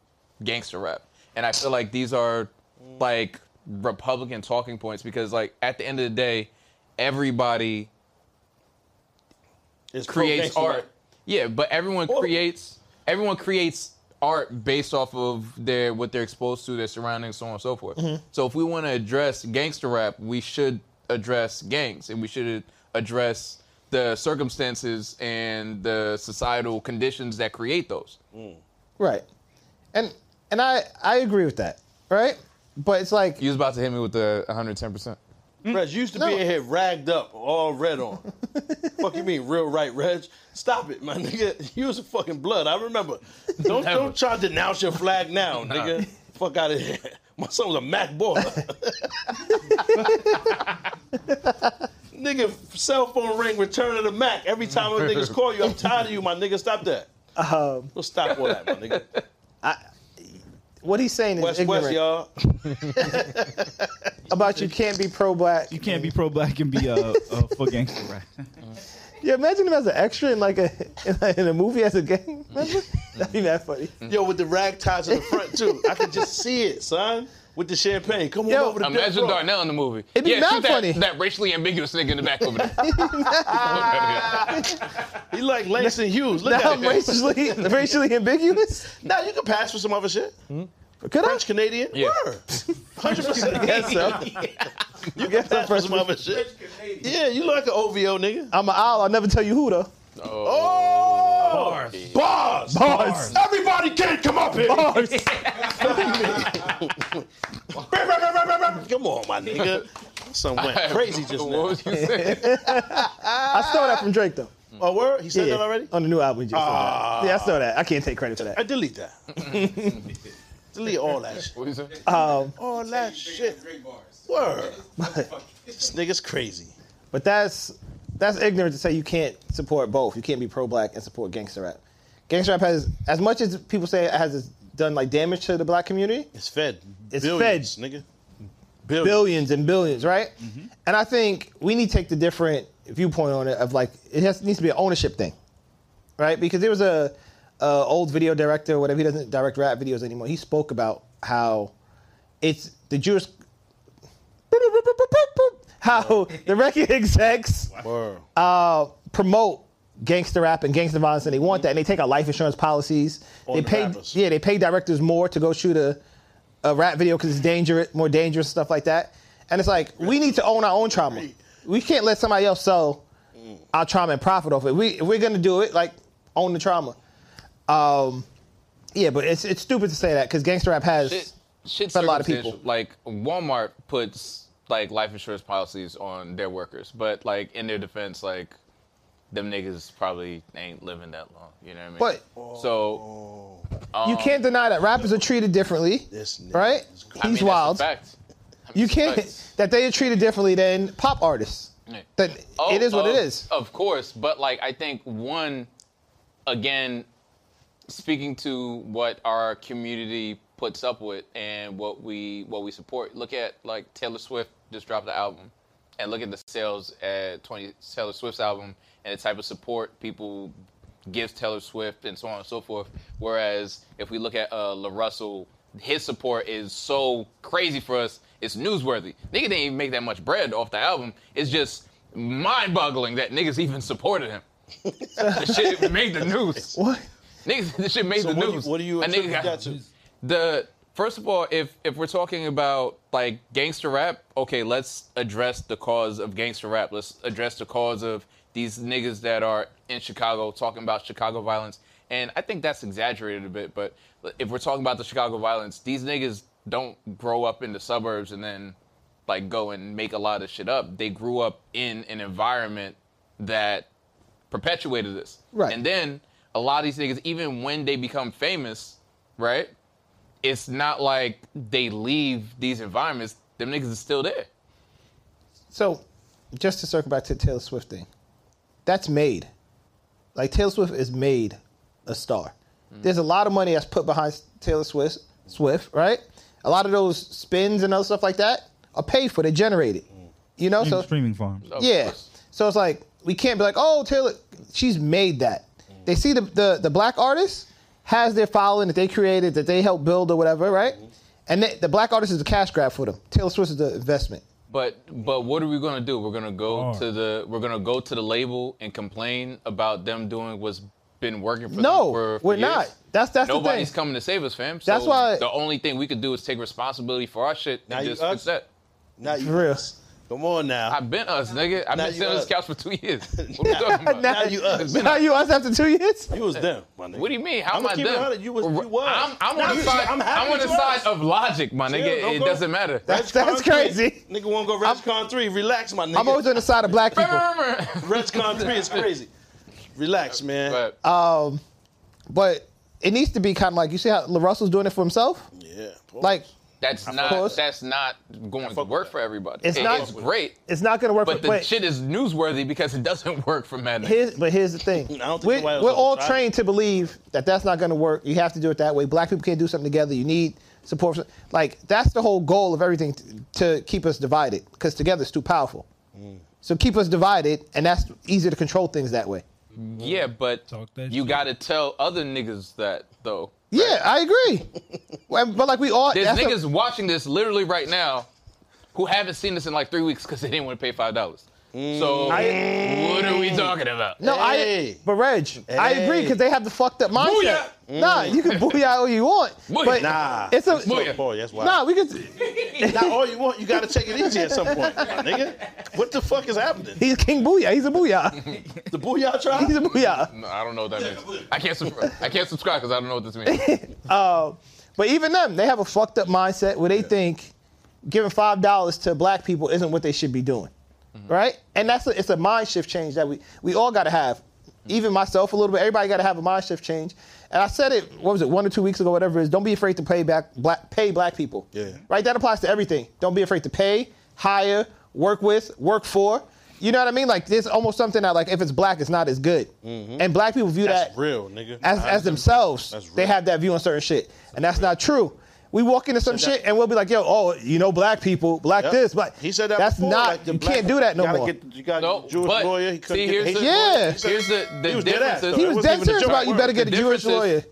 gangster rap. And I feel like these are like Republican talking points because like at the end of the day, everybody
it's
creates
pro-gangsta,
art. Yeah, but everyone creates everyone creates art based off of their what they're exposed to, their surroundings, so on and so forth. So if we want to address gangster rap, we should address gangs and we should address the circumstances and the societal conditions that create those.
right and and i i agree with that right but it's like
You was about to hit me with the 110%.
right? Reg you used to
Mm. No.
be in here ragged up, all red on.
*laughs*
Fuck you mean real right, Reg? Stop it, my nigga. You was a fucking blood. I
*laughs*
remember. Don't
Never.
don't try to denounce your flag now, nigga. Fuck out of here. My son was a Mac
*laughs*
boy. nigga, cell phone ring, return of the Mac. Every time those niggas call you, I'm tired of you, my nigga. Stop that. Um, we'll stop all that, my nigga.
what he's saying is
West,
ignorant
West, y'all.
about you can't be pro-black
You can't be pro black and be uh,
*laughs*
uh for gangster rap.
Yeah, imagine him as an extra in like a in, like, in a movie as a gang member. *laughs* That'd be that funny. *laughs*
Yo, with the rag ties in the front too. I could just see it, son. With the champagne. Come on
Yo,
over to
Imagine
Bill Brock.
Darnell in the movie.
It'd be
yeah,
mad
shoot that,
funny.
that racially ambiguous nigga in the back over
*laughs*
there. Over there.
He like Langston Hughes. Look
now
at
I'm
him.
racially racially ambiguous.
Now you can pass for some other shit.
Could I?
French Canadian.
Yeah.
*laughs* Hundred percent.
Yes, so.
You can pass for some other shit. Yeah, you look like an OVO nigga.
I'm an owl. I'll never tell you who though.
Oh,
Bars.
bars.
Bars.
Everybody can't come up here.
Bars.
*laughs* come on, my nigga. Some went crazy just
what
now.
was you saying?
I stole that from Drake though.
Oh, word? He said that already? Ah.
On the new album. he Just uh, yeah, I stole that. I can't take credit for
I
that.
delete that. *laughs* delete all that shit.
What you saying?
All that shit.
Great bars.
Word. this nigga's crazy.
But that's that's ignorant to say you can't support both. You can't be pro black and support gangster rap. Gangster rap has as much as people say it has done like damage to the black community.
It's fed.
It's
Billions, nigga. Billions. Mm-hmm.
billions and billions, right? And I think we need to take the different viewpoint on it of like it has, needs to be an ownership thing, right? Because there was a, a old video director, whatever he doesn't direct rap videos anymore. He spoke about how it's the Jewish how the record execs
Word.
uh, promote gangster rap and gangster violence, and they want that, and they take out life insurance policies.
On
they
the
pay,
rappers.
yeah, they pay directors more to go shoot a, a rap video because it's dangerous, more dangerous stuff like that. And it's like we need to own our own trauma. We can't let somebody else sell
Mm.
our trauma and profit off it. We if we're gonna do it, like own the trauma. Um, yeah, but it's it's stupid to say that because gangster rap has.
Shit, shit's
for a lot of
circumstantial.
people.
Like Walmart puts like life insurance policies on their workers, but like in their defense, like them niggas probably ain't living that long. You know what I mean? But so
you can't deny that rappers are treated differently,
This nigga
right? He's
is crazy.
I mean, that's a
wild.
fact. I mean,
You
it's a
can't *laughs*
fact.
that they are treated differently than pop artists.
Yeah.
That
Oh,
it is what it
of-
is.
Of course, but like I think one, again, speaking to what our community puts up with and what we what we support. Look at like Taylor Swift just dropped the album, and look at the sales at twenty Taylor Swift's album and the type of support people gives Taylor Swift and so on and so forth. Whereas if we look at uh, La Russell, his support is so crazy for us. It's newsworthy. Nigga didn't even make that much bread off the album. It's just mind-boggling that niggas even supported him. the shit made the news.
What?
Niggas, this shit made
So
the
what do you-
news.
what do you
A
attribute
nigga
that to?
The first of all, if if we're talking about like gangster rap, okay, let's address the cause of gangster rap. Let's address the cause of these niggas that are in Chicago talking about Chicago violence. And I think that's exaggerated a bit, but if we're talking about the Chicago violence, these niggas don't grow up in the suburbs and then like go and make a lot of shit up. They grew up in an environment that perpetuated this.
Right.
And then a lot of these niggas, even when they become famous, right? It's not like they leave these environments. Them niggas is still there.
So, just to circle back to the Taylor Swift thing, that's made. Like Taylor Swift is made a star.
Hmm.
There's a lot of money that's put behind Taylor Swift, Swift, right? A lot of those spins and other stuff like that are paid for. They generated,
Hmm.
you know.
Hmm.
So
streaming farms.
Of
yeah.
course.
So it's like we can't be like, oh, Taylor, she's made that. They see the, the the black artist has their following that they created that they helped build or whatever, right?
Mm-hmm.
And they, the black artist is the cash grab for them. Taylor Swift is the investment.
But but what are we gonna do? We're gonna go
Hard.
to the we're gonna go to the label and complain about them doing what's been working for
no,
them for, for
we're
years?
not. That's that's
Nobody's
the thing.
coming to save us, fam. So
That's why-
the only thing we could do is take responsibility for our shit
Now
and
you
just
up?
fix that.
Now you
For real.
Come on now.
I've been us, nigga. I've
Now
been
you
sitting on this
up.
couch for two
*laughs*
years. What are we talking about?
Now
*laughs*
you us.
*laughs* Now you us after two years?
You was them. My nigga.
What do you mean? How
I'ma
am I
keep it
done?
100. You was- you was.
I'm, I'm
Nah,
on the
you-
side. I'm,
I'm happy
on
you
the side
was.
of logic, my nigga.
don't
it
go-
doesn't matter. *laughs*
That's- that's
Con
crazy.
Three. Nigga won't go Rescon 3. Relax, my nigga.
I'm always on the side of black
*laughs*
people.
*laughs* Rescon 3 is crazy. Relax, man.
But
But it needs to be kind of like you see how LaRussell's doing it for himself?
yeah. pause.
Like,
that's not
course.
that's not going to
fuck
work
with
for everybody.
It's
It-
not-
it's great,
it's not going to work
but
for
the
wait,
shit is newsworthy because it doesn't *laughs* work for Mad Nigga.
here's, But here's the thing.
*laughs* I don't think
we're
nobody else
we're all
knows. I-
trained to believe that that's not going to work. You have to do it that way. Black people can't do something together. You need support. for- Like, that's the whole goal of everything to, to keep us divided because together is too powerful.
Mm.
So keep us divided, and that's easier to control things that way.
Yeah, but
Talk that
you
shit.
got to tell other niggas that though.
Yeah, I
*laughs*
agree. Well, but like we all,
There's
that's the-
niggas watching this literally right now who haven't seen this in like three weeks because they didn't want to pay five dollars. So what are we talking about?
Mm. No, I.
Hey.
But Reg, I
Hey. Mm.
agree because they have the fucked up mindset. Nah, you can booyah all you want.
Booyah.
But
Nah.
it's a
Oh,
Booyah.
boy, that's wild.
nah. We could.
Not all you want, you gotta take it easy at some point, my nigga. What the fuck is happening?
He's King Booyah. He's a booyah.
The booyah tribe?
He's a booyah.
No, I don't know what that means. I can't. Sub- I can't subscribe because I don't know what
*laughs*
this means.
But even them, they have a fucked up mindset where they think giving five dollars to black people isn't what they should be doing,
Mm-hmm.
right? And that's a, it's a mind shift change that we we all got to have.
Mm-hmm.
Even myself a little bit. Everybody got to have a mind shift change. And I said it. What was it? One or two weeks ago, whatever it is. Don't be afraid to pay back black pay black people.
Yeah.
Right. That applies to everything. Don't be afraid to pay, hire, work with, work for. You know what I mean? Like there's almost something that like if it's black, it's not as good. And black people view
Mm-hmm. That's
that
real, nigga.
as, as themselves.
That's real.
They have that view on certain shit, and that's not true. We walk into some shit and we'll be like, "Yo, oh, you know, black people, black
Yep.
this, black."
He said that.
That's
before,
not.
like, the
you
black-
can't do that
you
no
gotta
more.
Get, you got
No,
a Jewish
but
lawyer. He couldn't
see,
get
here's the,
Haitian
Yeah.
lawyer.
here's the,
He
the
was dead ass,
difference.
though.
is-
he
It
was
wasn't
dead
even a
serious
joke.
about you better get a
The
Jewish
difference
lawyer.
is-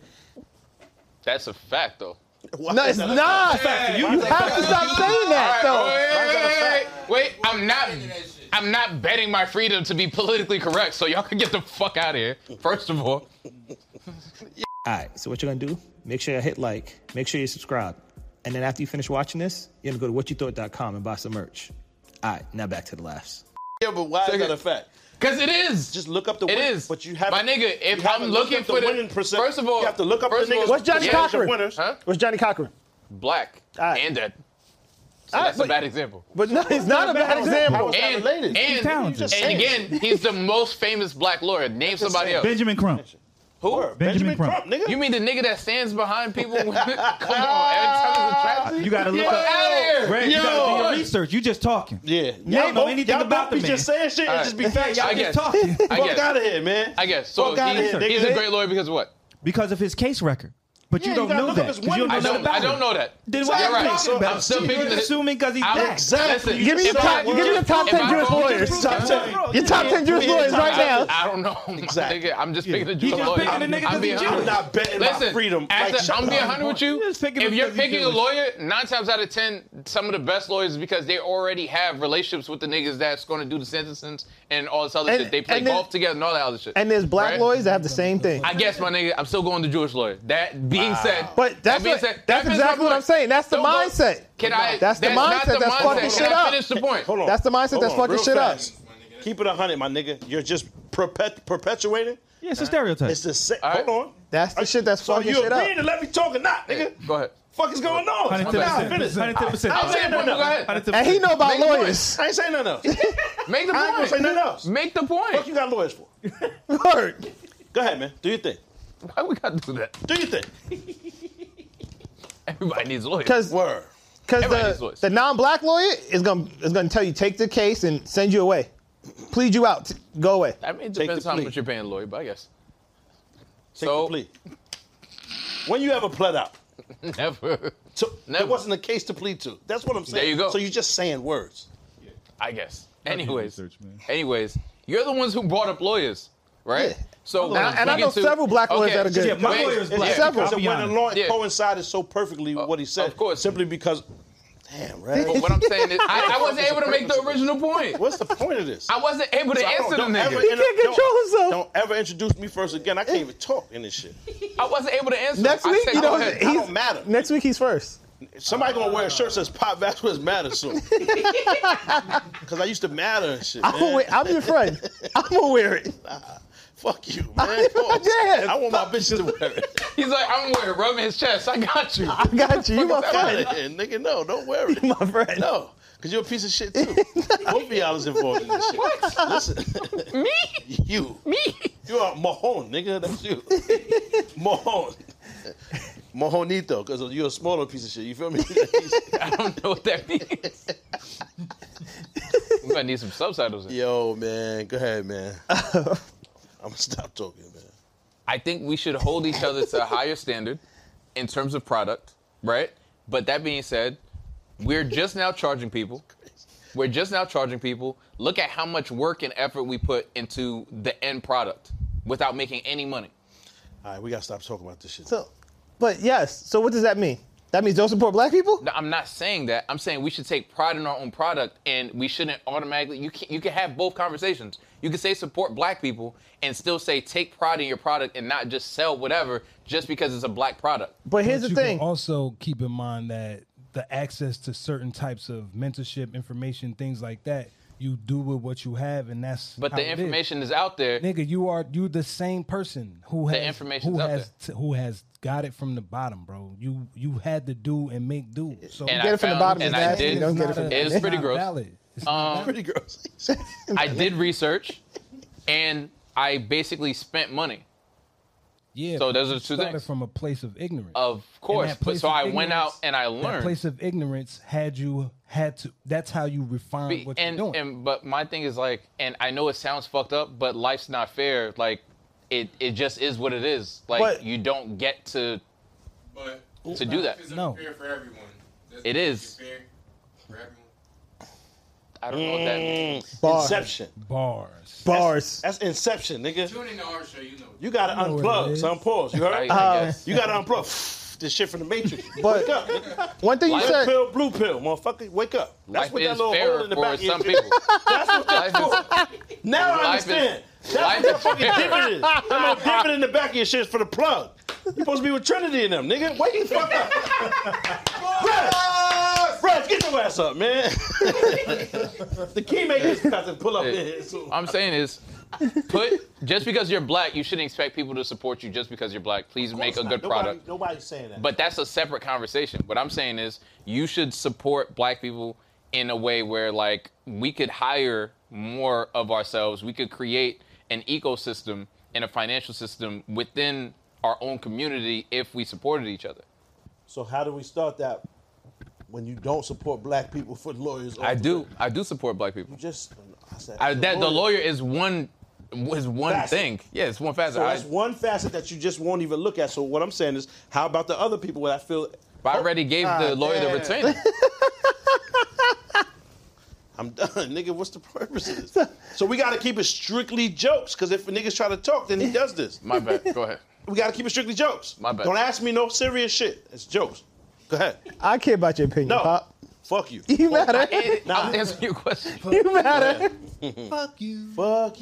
That's a fact, though.
No, it's not. You, have to stop saying that,
All
though.
right, wait, wait, wait, wait, I'm not. I'm not betting my freedom to be politically correct, so y'all can get the fuck out of here. First of all,
All right, so what you're gonna do? Make sure you hit like, make sure you subscribe, and then after you finish watching this, you're gonna go to whatyoutthought.com and buy some merch. All right, now back to the laughs.
Yeah, but why is
Second.
that a fact?
because it is.
Just look up the.
It
win-
is.
But you have
My nigga, if
you haven't
I'm
looked
looking
up
for the-
winning percent.
first of all-
you have to look up the
first of all-
niggas.
What's Johnny
percentage of
Cochran?
Winners.
Huh?
What's Johnny Cochran?
black
right.
and dead. So
All right,
that's
but-
a bad example.
But no, it's not a bad example.
How
And,
is that
and,
related?
and,
talented.
again, he's the most famous black lawyer. Name somebody else.
Benjamin Crump.
Who?
Benjamin
Benjamin
Trump,
Crump.
nigga.
You mean the nigga that stands behind people?
*laughs*
*laughs* Come on, every time it's a tragedy.
You gotta look
Get
up.
out of here.
Brad, you
Yo.
gotta do your research. You just talking.
yeah.
Y'all don't know
both-
anything
y'all
about
both be
the
just saying shit and
Alright.
just be facts.
Y'all
I
just
guess.
talking.
I
Fuck
guess.
out of here, man.
I guess. So
Fuck outta
he's,
here,
he's
nigga.
a great lawyer because of what?
Because of his case record. But
Yeah,
you
you
don't
gotta
know
look at
that.
this
'cause
one
you don't
I
person.
know
don't.
about
I don't
him.
know that.
Then why
You're
are you
right.
talking about
I'm still
it?
picking
You're
the-
assuming because he's
I'm-
black.
Exactly.
Listen,
Give
You
me
said
your top.
that
Give me
word.
your top
If
ten
I
Jewish
go-
lawyers.
Top ten.
Your top ten Jewish lawyers right now.
I don't know. *laughs*
Exactly.
Exactly. Nigga, I'm just picking the
He
Jewish
just
lawyer.
picking the nigga 'cause he
being
Jewish.
honest.
I'm not betting my
Listen,
freedom.
as
Like,
the- I'm being hundred with you.
He just picking
if
him
you're
'cause he
picking a
Jewish.
lawyer, nine times out of ten, some of the best lawyers is because they already have relationships with the niggas that's going to do the sentencing and all this other
And-
shit. They play
and then-
golf together and all that other shit.
And there's black
Right?
lawyers that have the same thing.
I guess my nigga, I'm still going to Jewish lawyer. That being said,
But that's
that being
what-
said,
that's
that is
exactly
my
what
point.
I'm saying. That's the
Don't go-
mindset.
Can I?
That's the
not
mindset that's fucking
mindset.
shit
Can I
up.
Finish the point.
Hold on.
That's the mindset
Hold
that's
on,
fucking
real
shit up.
fast. Keep it hundred, my nigga. You're just perpet- perpetuating.
Yeah, it's a stereotype.
It's the same.
All right.
Hold on.
That's the shit that's
so
fucking
you
shit up.
agreeing to let me talk or not, nigga?
Go ahead.
Fuck is going on? I'm not
110%.
finished.
110%.
I ain't saying nothing
Go
else.
ahead.
And he know about
Make the point.
lawyers. *laughs*
I ain't
*laughs*
saying nothing else. I ain't
Make the
gonna say
point.
nothing else.
Make the point.
Fuck you got lawyers for.
Word.
Go ahead, man. Do your thing.
Why we gotta do that? *laughs*
Do your thing.
Everybody needs lawyers.
Because
Word.
Everybody needs
the,
lawyers.
the non-black lawyer is gonna is gonna tell you take the case and send you away, plead you out, T- go away.
I mean, it
Take
depends
the
how
plea.
much you're paying lawyer, but I guess
Take
So-
the plea. When you ever pled out,
*laughs* never.
so
Never.
there wasn't a case to plead to. That's what I'm saying.
There you go.
So you're just saying words.
I guess. Anyways,
research, man.
anyways, you're the ones who brought up lawyers, right?
Yeah.
So
And I- and I
we get
know several black lawyers that are good.
Yeah, my
wait,
lawyer is black.
yeah.
Several.
Because
I'll be
when the
honest.
law
Yeah.
coincided so perfectly with what he said.
of course.
Simply because, damn,
*laughs*
right?
But what I'm
*laughs*
saying is, I, I wasn't able to make the original point.
What's the point of this?
I wasn't able to
So I don't-
answer the
don't ever
nigga.
inter-
can't control
don't-
himself.
Don't ever introduce me first again. I can't even talk in this shit.
I wasn't able to answer.
Next
I
week,
said,
you
go
know,
ahead.
I don't matter.
Next week he's first. *laughs*
Somebody gonna wear a shirt that says Pop Vasquez matter soon. Cause I used to matter and shit.
I'm,
Man.
wear, I'm your friend. I'm gonna wear it.
Fuck you, man.
*laughs*
Pause.
Damn.
I want my bitches to wear it.
He's like, I'm wearing rubbing his chest. I got you. *laughs*
I got you. You my friend.
Outta here, nigga, no, don't wear it.
You my friend.
No, because you're a piece of shit too. Both of y'all is involved in this shit. What? Listen,
Me?
you.
Me?
You are Mahone, nigga. That's you. Mahone. Mojonito, because you're a smaller piece of shit. You feel me?
I don't know what that means.
*laughs*
we might need some subtitles. in.
Yo, man. Go ahead, man. I'm going to stop talking, man.
I think we should hold each other to a higher standard in terms of product, right? But that being said, we're just now charging people. We're just now charging people. Look at how much work and effort we put into the end product without making any money.
All right, we got to stop talking about this shit.
So, but yes. So what does that mean? That means don't support black people.
No, I'm not saying that. I'm saying we should take pride in our own product, and we shouldn't automatically. You can you can have both conversations. You can say support black people, and still say take pride in your product, and not just sell whatever just because it's a black product.
But here's
But
the
you
thing.
Can also keep in mind that the access to certain types of mentorship, information, things like that, you do with what you have, and that's.
But
how
the
it is.
information is out there.
nigga, you are you the same person who has
information's
who
out
has t- who has got it from the bottom, bro. You you had to do and make do. So
And
get
I
it from the
found-
bottom is
and I
nasty.
did-
You don't get it from
a- It's
the
pretty
not
gross.
Valid. It's not valid.
Pretty girls.
I did research, and I basically spent money.
Yeah.
Um, So those
you
are two
started
things.
from a place of ignorance.
Of
And
course.
that
But
place
so
of
I went out
ignorance-
and I
That
learned.
place of ignorance had you had to. That's how you refine
Be-
what
and
you're doing.
and but my thing is like, and I know it sounds fucked up, but life's not fair. Like, it it just is what it is. Like
But-
you don't get to
But
to do that.
It's
No.
unfair for everyone. That's
It is.
fair for everyone.
I don't know what that means.
Bars.
Inception.
Bars.
Bars.
That's Inception, nigga.
Tune into our show, you know.
You gotta
know what it
unplug.
is.
Son, pause. You
Mm.
heard?
Uh,
I, I guess.
you gotta unplug. This shit from the Matrix.
But-
wake up. nigga.
One thing you
Red
said.
pill, blue pill, motherfucker. Wake up. That's
Life
what that
is
little hole
fair
in the
for
back
some
is.
people.
*laughs* That's what that
Life
Now I
Life is-
understand.
life
That's what
is
that fucking
fair.
dividend is. That little dividend in the back of your shit is for the plug. You supposed to be with Trinity and them, nigga. Wake the fuck up. Bruh, bruh, get your ass up, man. *laughs* the key maker is about to pull up in here soon.
I'm saying is put just because you're black, you shouldn't expect people to support you just because you're black. Please make a good
Nobody-
product.
Nobody's saying that.
But that's a separate conversation. What I'm saying is you should support black people in a way where like we could hire more of ourselves. We could create an ecosystem and a financial system within our own community if we supported each other.
so how do we start that when you don't support black people for lawyers?
I do. I do support black people.
Just I said,
I, that, the
lawyer-
lawyer is one is one
Facet.
thing. Yeah, it's one facet.
So
I,
that's one facet that you just won't even look at. So what I'm saying is, how about the other people that I feel?
but I already gave the lawyer the
Ah, damn.
retainer.
I'm done, *laughs* nigga. What's the purpose of this? so we got to keep it strictly jokes, because if niggas try to talk, then he does this.
My bad. Go
*laughs*
ahead.
We got to keep it strictly jokes.
My bad.
Don't ask me no serious shit. It's jokes. Go ahead.
I care about your opinion,
No.
Pop.
Fuck you.
You matter.
I'll answer your question.
*laughs* You matter.
Fuck you.
Let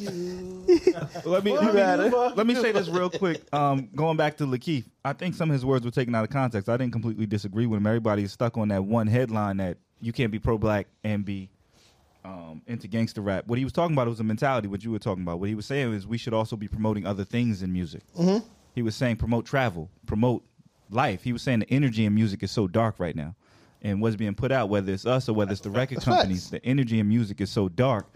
me
You matter.
let me say this real quick. Um, going back to Lakeith, I think some of his words were taken out of context. I didn't completely disagree with him. Everybody's stuck on that one headline that you can't be pro black and be um, into gangster rap. What he was talking about was a mentality. What you were talking about. What he was saying is we should also be promoting other things in music. He was saying promote travel, promote life. He was saying the energy in music is so dark right now, and what's being put out, whether it's us or whether it's the record companies, the energy in music is so dark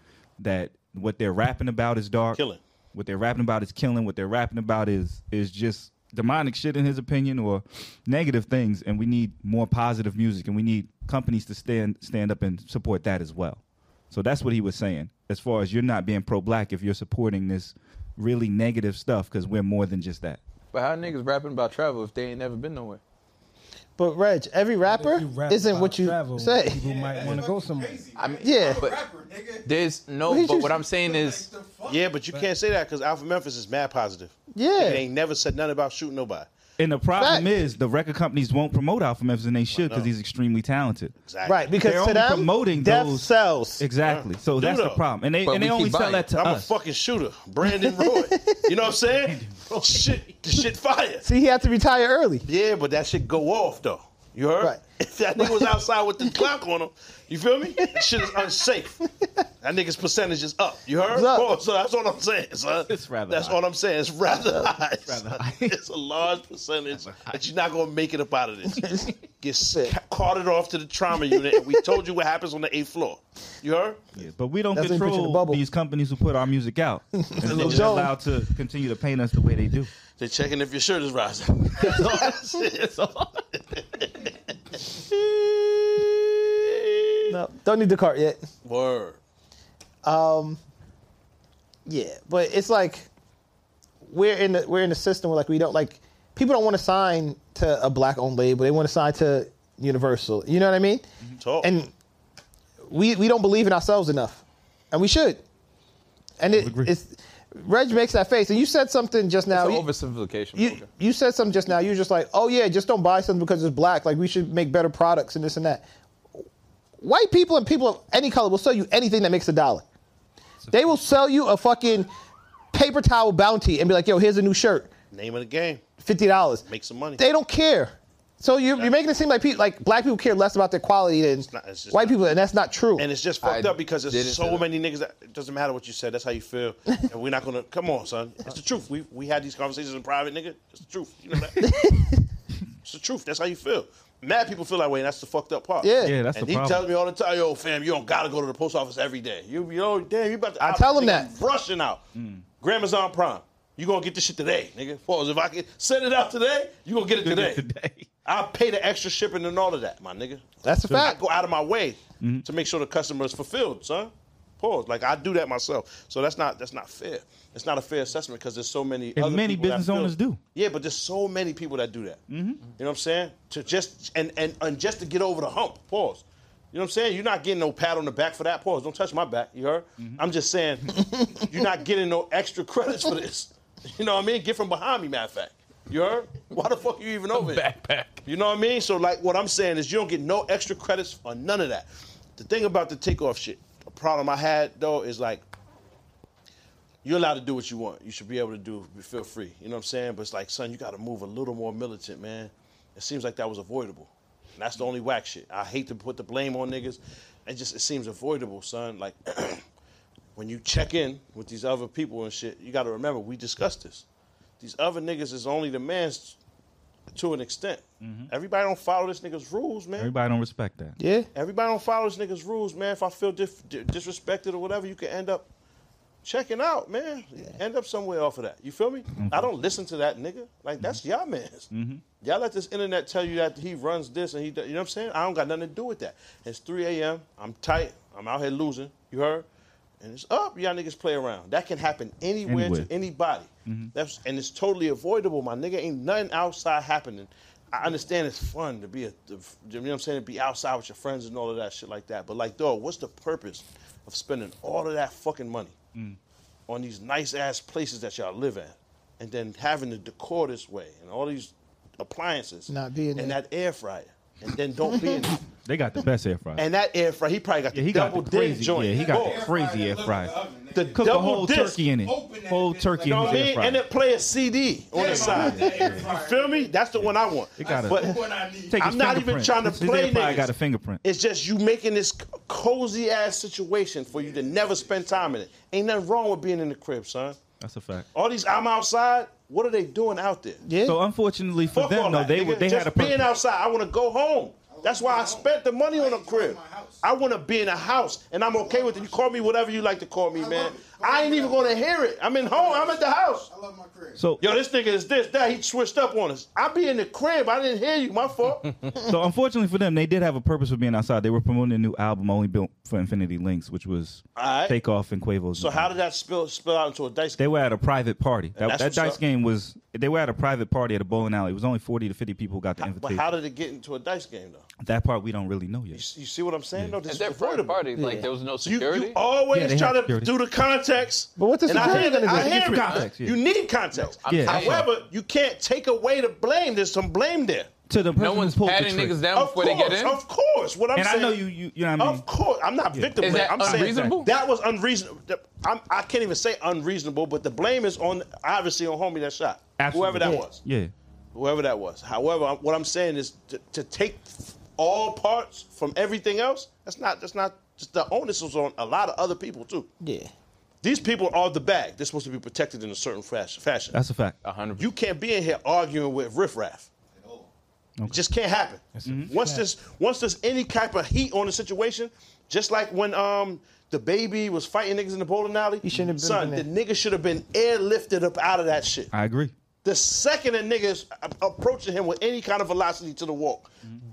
that what they're rapping about is dark
Killing.
what they're rapping about is killing what they're rapping about is is just demonic shit in his opinion or negative things and we need more positive music and we need companies to stand stand up and support that as well so that's what he was saying as far as you're not being pro-black if you're supporting this really negative stuff because we're more than just that
But how niggas rapping about travel if they ain't never been nowhere?
But Reg, every rapper
If you rap
isn't
about
what you
travel,
say.
People might want to go somewhere.
I mean,
Yeah.
but
Rapper, nigga.
there's no.
What did
but
you
what
say?
I'm saying is,
The fuck?
Yeah, but you can't say that because Alpha Memphis is mad positive.
Yeah.
It ain't never said nothing about shooting nobody.
and the problem
Facts.
is the record companies won't promote alpha memphis and they should because he's extremely talented
Exactly.
Right, because
They're
to
only
them,
promoting
death
those-
sells.
exactly so
Do
that's the
though.
problem and they,
uh, But
and
we
they only
keep
sell
buying
that
it.
to
I'm
us
a fucking shooter, Brandon Roy. you know what I'm saying? Oh shit, the shit fire.
See, he had to retire early.
Yeah, but that shit go off though. You heard?
Right.
*laughs* If that nigga was outside with the clock on him, you feel me? That shit is unsafe. That nigga's percentage is up. You heard?
It's up.
Oh, so that's all I'm saying, son.
It's rather
That's
high.
all I'm saying. It's rather high. son. It's a large percentage that you're not gonna make it up out of
*laughs*
this. Get ca- carted off to the trauma unit, and we told you what happens on the eighth floor. You heard?
Yeah, but we don't
That's what you put in the
control
bubble.
these companies who put our
*laughs*
music out. and so
Lil
they're
Jon.
allowed to continue to paint us the way they do.
They're checking if your shirt is *laughs* rising. That's all that's it. That's all.
No, don't need the cart yet.
Word.
Yeah, but it's like we're in the we're in the system where like we don't like people don't want to sign to a black owned label. They want to sign to Universal. You know what I mean?
Mm-hmm.
Talk.
And we we don't believe in ourselves enough, and we should. And it, it's Reg makes that face, and you said something just now.
it's
oh, you-
an oversimplification.
you,
okay.
you said something just now. You were just like, oh yeah, just don't buy something because it's black. Like we should make better products and this and that. White people and people of any color will sell you anything that makes a dollar. They will sell you a fucking paper towel bounty and be like, yo, here's a new shirt,
Name of the game.
fifty dollars.
Make some money.
They don't care. So you're, you're making it seem like people, like black people care less about their quality than
not- it's just
white
not.
people, and that's not true.
And it's just fucked
I
up because
didn't
there's
say
so
that.
many niggas that it doesn't matter what you said. That's how you feel. and we're not gonna come on, son. It's the truth. We we had these conversations in private, nigga. It's the truth. You know that. it's the truth. That's how you feel. Mad people feel that way, and that's the fucked up part.
Yeah.
Yeah, that's
and
the
he
problem.
tells me all the time, yo, fam, you don't gotta go to the post office every day. You, you know, damn, you about to.
I tell him that.
nigga
Mm.
rushing out. Grandma's on prime. You gonna get this shit today, nigga. Pause. If I can send it out today, you gonna get it today.
*laughs* today.
I'll pay the extra shipping and all of that, my nigga.
That's a
I
fact.
go out of my way to make sure the customer is fulfilled, son. Pause. Like I do that myself, so that's not that's not fair. It's not a fair assessment because there's so many.
And
other
many
people that
business
feel-
owners do. Mm-hmm.
Yeah, but there's so many people that do that. You know what I'm saying? To just and, and and just to get over the hump. Pause. You know what I'm saying? You're not getting no pat on the back for that. Pause. Don't touch my back. You heard?
Mm-hmm.
I'm just
*laughs*
saying you're not getting no extra credits for this. *laughs* You know what I mean? Get from behind me, matter of fact. You heard? Why the fuck you even over here?
Backpack.
You know what I mean? So like what I'm saying is you don't get no extra credits or none of that. The thing about the takeoff shit, a problem I had though is like you're allowed to do what you want. You should be able to do feel free. You know what I'm saying? But it's like, son, you gotta move a little more militant, man. It seems like that was avoidable. And that's the only whack shit. I hate to put the blame on niggas. It just it seems avoidable, son. Like *clears throat* when you check in with these other people and shit, you gotta remember we discussed this. These other niggas is only the man's to an extent. Everybody don't follow this nigga's rules, man. Everybody.
Everybody don't respect that.
Yeah.
don't follow this nigga's rules, man. If I feel dis- di- disrespected or whatever, you can end up checking out, man. End up somewhere off of that. You feel me? I don't listen to that nigga. Like that's y'all man's. Y'all let this internet tell you that he runs this and he. do- You know what I'm saying? I don't got nothing to do with that. It's 3 a.m. I'm tight. I'm out here losing. You heard? And it's up. Y'all niggas play around. That can happen anywhere,
Anywhere.
to anybody. That's and it's totally avoidable. My nigga, ain't nothing outside happening. I understand it's fun to be a, to, you know what I'm saying, to be outside with your friends and all of that shit like that. But like, dog, what's the purpose of spending all of that fucking money? on these nice ass places that y'all live at, and then having the decor this way and all these appliances,
Not being
and
there.
that air fryer, and then don't be
*laughs*
in it.
They got the best air fryer.
And that air fryer, he probably got
yeah,
the
he got
double
the
dick
crazy.
joint.
Yeah, he got
Oh,
the crazy air fryer.
the
Cook a
double
whole
disc.
turkey in it.
Open that
Whole
bitch
turkey
like-
You know
in
what I
his air
mean? And
fryer.
then play a CD on the side. You feel me? That's the one I want.
It got a-
but
What I need.
Take
I'm
his
not even
fingerprint.
trying to
His air
play
fryer
niggas.
got a fingerprint.
It's just you making this c- cozy ass situation for you to never spend time in it. Ain't nothing wrong with being in the crib, son.
That's a fact.
All these I'm outside. What are they doing out there?
Yeah.
So unfortunately for
Fuck all
them, though,
that,
they
nigga.
were they
just
had a
being
purpose.
outside. I want to go home. That's why I spent the money on a crib. I want to be in a house, and I'm okay with it. You call me whatever you like to call me, man. I ain't even gonna hear it. I'm in home. I'm at the house.
I love my crib.
So
Yo, this nigga is this that. He switched up on us. I be in the crib. I didn't hear you. My
*laughs*
fault.
so unfortunately for them, they did have a purpose for being outside. They were promoting a new album only built for Infinity Links, which was
All right.
Takeoff and Quavo's.
so how did that spill spill out into a dice?
they were at a private party. That,
that's
that
what's
dice
up.
game was they were at a private party at a bowling alley. It was only forty to fifty people got the
But
invitation.
how did it get into a dice game though?
that part we don't really know yet.
You, s- you see what I'm saying? No,
At
this is
that private
avoidable.
party, like there was no
So you,
security.
you always
Yeah, they
try
have
to
security.
do the context.
But what's the
and I
security
hear, it,
gonna
I
do?
hear
Give you
it.
context, yeah.
You need context.
I'm
Yeah,
saying,
However, you can't take away the blame. There's some blame there.
To the person
no
who
one's
pulled the
patting
trick.
niggas down
Of
before
course,
they get in.
of course. What I'm
And I
saying,
know you- you- you know what I mean?
Of course, I'm not victim.
Is that
I'm
unreasonable?
Saying that was unreasonable. That- I'm, I can't even say unreasonable, but the blame is on obviously on homie that shot,
Absolutely.
whoever that
Yeah.
was,
Yeah.
whoever that was. However, I'm- what I'm saying is to, to take all parts from everything else. That's not. That's not. Just the onus was on a lot of other people too.
Yeah.
These people are the bag. They're supposed to be protected in a certain fashion. fashion.
That's a fact.
hundred.
You can't be in here arguing with riffraff. It just can't happen. Once there's once there's any type of heat on the situation, just like when um the baby was fighting niggas in the bowling alley, he
shouldn't have been
son,
in there.
the nigga should have been airlifted up out of that shit.
I agree.
The second a nigga's a- approaching him with any kind of velocity to the walk,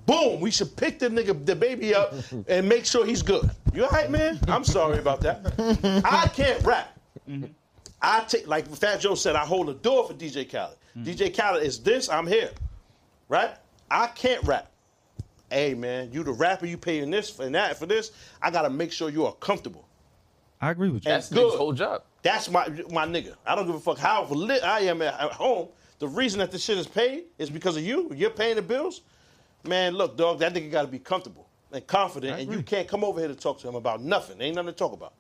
boom, we should pick the nigga, the baby up, and make sure he's good. You all right, man? I'm sorry about that. I can't rap. I take, like Fat Joe said, I hold the door for DJ Khaled. DJ Khaled is this, I'm here, right? I can't rap. Hey, man, you the rapper, you paying this and that for this. I gotta make sure you are comfortable.
I agree with you.
And
That's the nigga's
good.
whole job.
That's my my nigga. I don't give a fuck how lit I am at, at home. The reason that this shit is paid is because of you. You're paying the bills. Man, look, dog, that nigga got to be comfortable and confident, and you can't come over here to talk to him about nothing. Ain't nothing to talk about.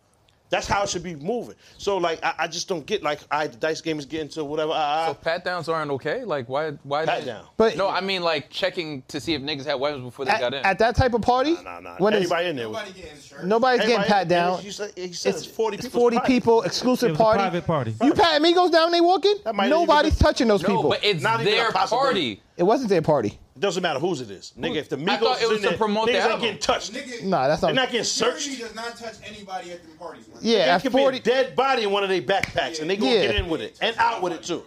That's how it should be moving. So, like, I, I just don't get, like, all right, the dice game is getting to whatever. I, I,
So pat downs aren't okay. Like why? Why?
Pat
did-
down.
But-
no, I mean like checking to see if niggas had weapons before they
At,
got in.
at that type of party,
nah, nah.
when it's,
everybody in there. was-
Nobody getting shirt.
nobody's getting
everybody-
pat down.
He said, he said
It's
it's 40
it's
people's
40
party.
people,
It
exclusive
was
party.
a private party.
You pat amigos down, they walking.
That might not even
Nobody's
be-
touching those
no,
people.
but it's
Not even a
their
possibility.
party.
it wasn't their party.
It doesn't matter whose it is. Nigga, if the Migos
thought it
is
was
in
to
there,
promote the
niggas ain't
album.
getting touched.
Nigga,
Nah, that's not.
They're not getting
security
searched.
does not touch anybody at them parties. Man.
yeah,
There
at
could be a
40,
dead body in one of their backpacks, and they gonna
Yeah.
get in with it and out with it too.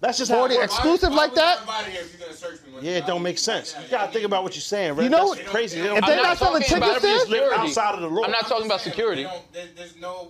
That's just how
40
it works.
Why-
exclusive
why
like
would
that.
somebody if you're gonna search me like
Yeah, it
that?
don't make sense. You gotta think about what you're saying, right?
You know-
That's crazy. They
If
don't
they
I'm
not selling
talking about
tickets there?
Live outside of the law.
I'm not talking about security.
They don't- there- There's no.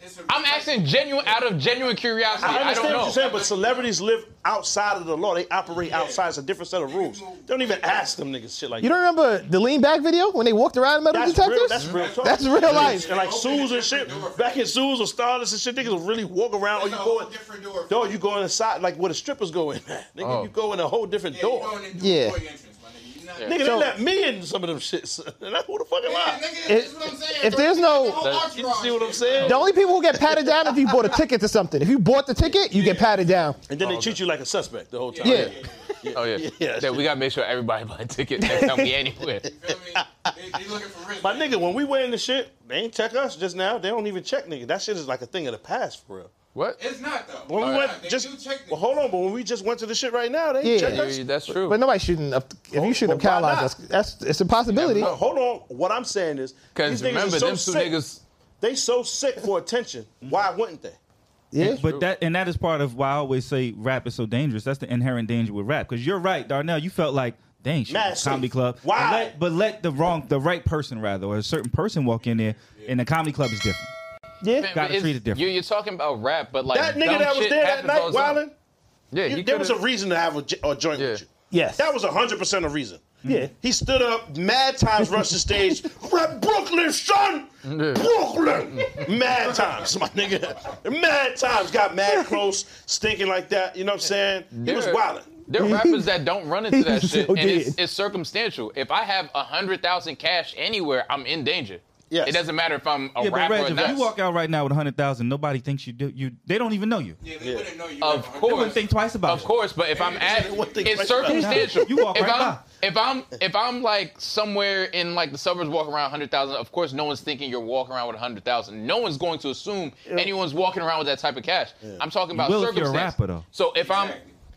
it's a-
I'm asking genuine out of genuine curiosity.
I
I,
understand
don't know.
what you're saying, but celebrities live outside of the law. They operate outside. It's a different set of rules. They don't even ask them niggas shit like
You don't remember the lean back video when they walked around the metal
That's
detectors?
real. That's real. Talk.
That's real life.
And like Sues and shit, back in Sues or Stardust and shit, niggas will really walk around. Or
There's
Oh, you
a whole
go in,
different door for
dog,
that.
you go inside like where the strippers go in. Nigga, you go in a whole different
Yeah,
door.
you're going into
Yeah.
a boy entrance, my nigga. You're not-
Nigga, they
So-
let me in some of them shits. *laughs* And I who the fuck am
Yeah,
I?
nigga,
If-
that's what I'm saying.
if there's no-
The whole
That's-
entourage
You see what I'm
shit.
saying?
The only people who get patted down if you bought a ticket to something. If you bought the ticket, you get patted down.
And then they treat you like a suspect the whole time.
Oh, Yeah.
Oh
*laughs*
yeah,
Yeah,
That we gotta make sure everybody buy a ticket next time we
*laughs*
anywhere.
You feel me? They, they looking for risk.
My nigga, when we wearing the shit, they ain't check us just now. They don't even check, nigga. That shit is like a thing of the past for real.
What?
It's not though.
When we
Alright.
went,
They do
just
check niggas.
well, hold on. But when we just went to the shit right now, they ain't
Yeah.
check
Yeah,
us.
you- that's true.
But nobody's shooting up. If you shoot up
Oh, But why
Carolines, that's,
not?
that's it's a possibility.
But hold on. What I'm saying is,
Because
these niggas
remember,
are so
them two
sick.
niggas.
They so sick for attention. Why wouldn't they?
Yeah.
But that and that is part of why I always say rap is so dangerous. That's the inherent danger with rap. Because you're right, Darnell. You felt like dang, shit,
Massive.
comedy club.
Why?
But let, but let the wrong, the right person rather, or a certain person walk in there, and the comedy club is different.
Yeah.
Gotta
It's-
treat it different.
You're, you're talking about rap, but like
That nigga
dumb
that was
shit
there that
happens
night,
all the time.
wildin',
Yeah,
you-
you
there was a
could've-
reason to have a, j- a joint
Yeah.
with you.
Yes.
That was 100% a reason.
Yeah.
He stood up, mad times, rushed
*laughs*
the stage. Rap Brooklyn, son!
*laughs*
Brooklyn! mad times, my nigga. Mad times. Got mad close, stinking like that. You know what I'm saying? He was
There-
wildin'.
There are rappers that don't run
*laughs*
into that
He's
shit,
so
and it's,
dead.
it's circumstantial. If I have a hundred thousand cash anywhere, I'm in danger.
Yes.
It doesn't matter if I'm a
Yeah, but
rapper
Reg,
or
if
not.
you walk out right now with hundred thousand, nobody thinks you do. You they don't even know you.
Yeah, they wouldn't know you.
Of
have a-
course.
They wouldn't think twice about
Of
it.
course, but if I'm at,
*laughs* One thing
it's
right
circumstantial.
You walk
if
right
I'm,
by.
if I'm, if I'm like somewhere in like the suburbs, walking around hundred thousand, of course, no one's thinking you're walking around with hundred thousand. No one's going to assume anyone's walking around with that type of cash. I'm talking about
will if you're a
circumstance.
rapper, though.
So if I'm,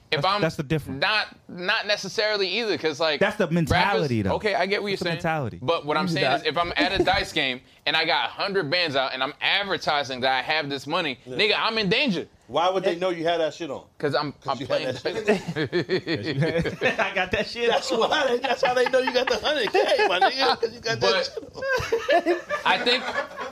Exactly.
if
That's-
I'm,
that's the difference.
Not, not necessarily either, because like
That's the mentality, though.
Okay, I get what
That's the
you're saying.
mentality.
But what I'm saying
that.
is, if I'm at a dice game and I got hundred bands out and I'm advertising that I have this money, nigga, I'm in danger
Why would they know you had that shit on?
because I'm, I'm
you had
playing.
that
*laughs* I got that shit.
That's why. They, that's how they know you got the 100K, my nigga. 'cause you got that
But-
shit on.
I think